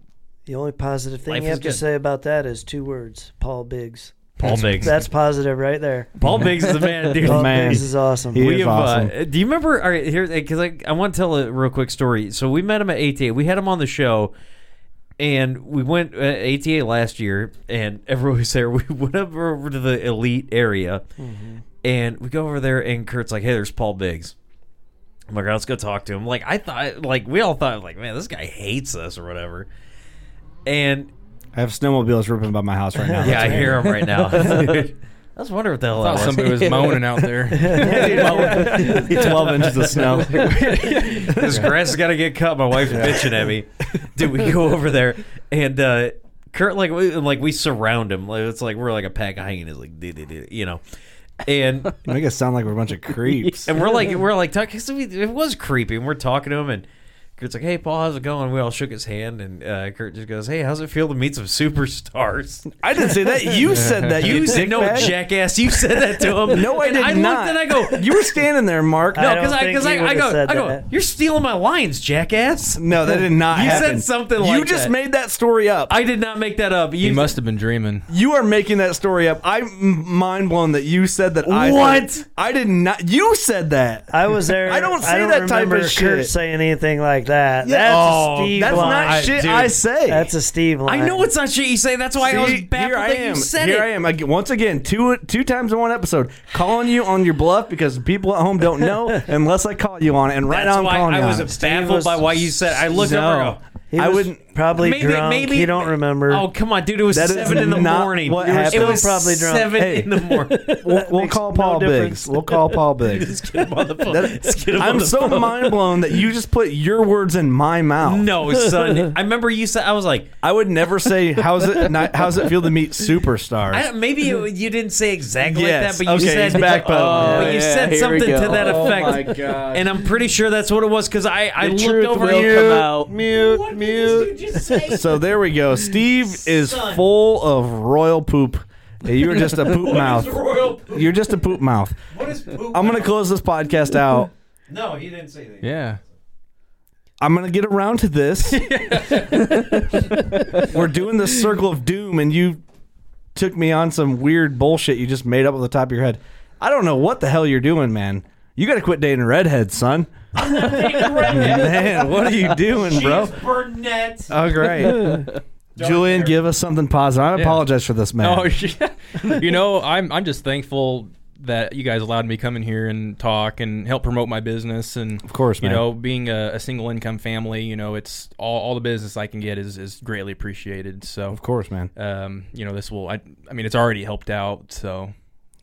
The only positive thing Life you is have to good. say about that is two words: Paul Biggs. Paul Biggs. That's positive right there. Paul Biggs is the man, dude. Paul man. Biggs is awesome. He we is have, awesome. uh, do you remember? All right, here because I, I want to tell a real quick story. So we met him at ATA. We had him on the show, and we went uh, ATA last year, and everyone was there. We went up over to the elite area, Mm-hmm. and we go over there, and Kurt's like, "Hey, there's Paul Biggs." I'm like, "All right, let's go talk to him. Like I thought, like we all thought, like man, this guy hates us or whatever. And I have snowmobiles ripping by my house right now. yeah, I hear him right now. Dude, I was wondering what the hell I that thought was. somebody was moaning out there. Twelve inches of snow. this grass has got to get cut. My wife's bitching at me. Dude, we go over there, and uh, Kurt, like we like we surround him. Like, it's like we're like a pack of hyenas, like did it, you know. And Make us sound like we're a bunch of creeps. and we're like we're like talking. So we, it was creepy, and we're talking to him, and Kurt's like, "Hey, Paul, how's it going?" We all shook his hand, and uh, Kurt just goes, "Hey, how's it feel to meet some superstars?" I didn't say that. You said that. You, You said no, dickbag. jackass. You said that to him. No, I And did I not. looked and I go, you were standing there, Mark. No, because I because I, I go I go. You're stealing my lines, jackass. No, that did not. You happen. said something like You just that. made that story up. I did not make that up. You He must have been dreaming. You are making that story up. I'm mind blown that you said that. I What? I did not. You said that. I was there. I don't say that type of remember Kurt shit. saying anything like that. Yeah. That's Oh, a Steve that's line. not shit I say. That's a Steve line. I know it's not shit you say. That's why I was See, baffled here I that am. you said here it. I am. Ag- Once again, two two times in one episode, calling you on your bluff because people at home don't know unless I call you on it. And right That's now I'm why calling I you was on it. baffled by why you said. I looked no, over. And He I was wouldn't. probably Maybe- drunk. maybe- he don't remember. go, oh come on, dude! It was That is seven in the not morning. what It was happened. still Probably drunk. Seven Hey. in the morning. We'll, we'll makes call no Paul difference. Biggs. We'll call Paul Biggs. Just get him on the phone. That- Just get him on I'm the so phone. mind blown that you just put your words in my mouth. No, son. I remember you said I was like. I would never say how's it not, how's it feel to meet superstars. I, maybe you, you didn't say exactly Yes. like that, but you Okay, said he's backpedaling. Oh, but you Yeah, said here we something go. to that Oh effect. my God. And I'm pretty sure that's what it was because I, I The looked truth over will and- come out. mute, What mute. did you just say? So there we go. Steve is Son. full of royal poop. You're just a poop mouth. Royal poop. You're just a poop mouth. What is poop? I'm gonna close this podcast out. No, he didn't say that. Yeah. I'm gonna get around to this. We're doing the circle of doom, and you took me on some weird bullshit you just made up on the top of your head. I don't know what the hell you're doing, man. You gotta quit dating redheads, son. man, what are you doing, bro? Burnett. Oh, great. Julian, hair. give us something positive. I Yeah. apologize for this, man. Oh, yeah. you know, I'm I'm just thankful that you guys allowed me to come in here and talk and help promote my business and of course, you man. know being a, a single income family you know it's all, all the business i can get is, is greatly appreciated so Of course, man. um you know this will i i mean it's already helped out so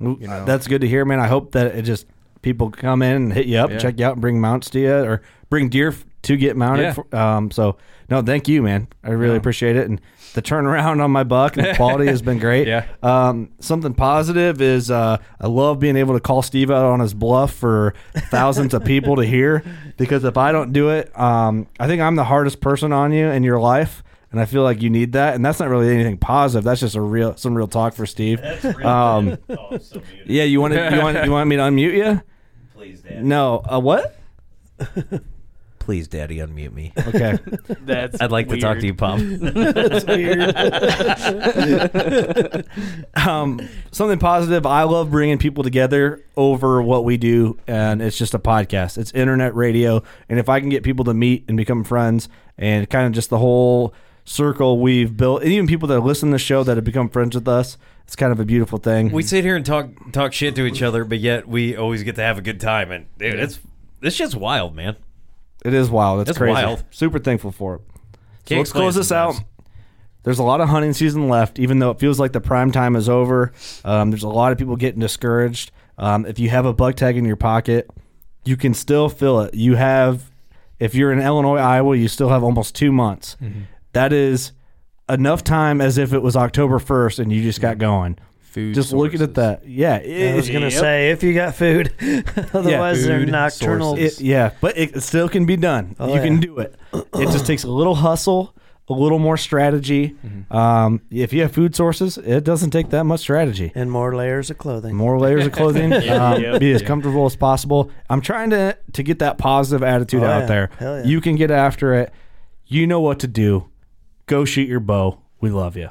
Oop, know. That's good to hear, man. I hope that it just people come in and hit you up, Yeah. check you out, and bring mounts to you, or bring deer f- to get mounted. Yeah. For, um, so no, thank you, man. I really appreciate it, and the turnaround on my buck and the quality has been great. Yeah. Um, something positive is uh, I love being able to call Steve out on his bluff for thousands of people to hear because if I don't do it, um, I think I'm the hardest person on you in your life. And I feel like you need that, and that's not really anything positive. That's just a real, some real talk for Steve. Um, yeah, you want to, you want you want me to unmute you? Please, Dad. No, uh, what? Please, Daddy, unmute me. Okay, That's I'd like to talk to you, weird. Pom. um, something positive. I love bringing people together over what we do, and it's just a podcast. It's internet radio, and if I can get people to meet and become friends, and kind of just the whole circle we've built, and even people that listen to the show that have become friends with us, it's kind of a beautiful thing. we sit here and talk talk shit to each other, but yet we always get to have a good time. And dude, it's this shit's wild, man. It is wild. It's That's crazy. wild. Super thankful for it. So Can't let's explain close it this out. sometimes. There's a lot of hunting season left, even though it feels like the prime time is over. Um, there's a lot of people getting discouraged. Um, if you have a buck tag in your pocket, you can still fill it. You have, if you're in Illinois, Iowa, you still have almost two months. That is enough time as if it was October 1st and you just got going. food Just looking at sources. that. Yeah. it- I was gonna Yep. say if you got food, otherwise they're Food nocturnal. sources. It, yeah, but it still can be done. Oh, you can yeah. do it. It just takes a little hustle, a little more strategy. Mm-hmm. Um, if you have food sources, it doesn't take that much strategy. and more layers of clothing. More layers of clothing. um, Yep. Be as comfortable as possible. I'm trying to to get that positive attitude Oh, out yeah. there. Hell yeah. You can get after it. You know what to do. Go shoot your bow. We love you.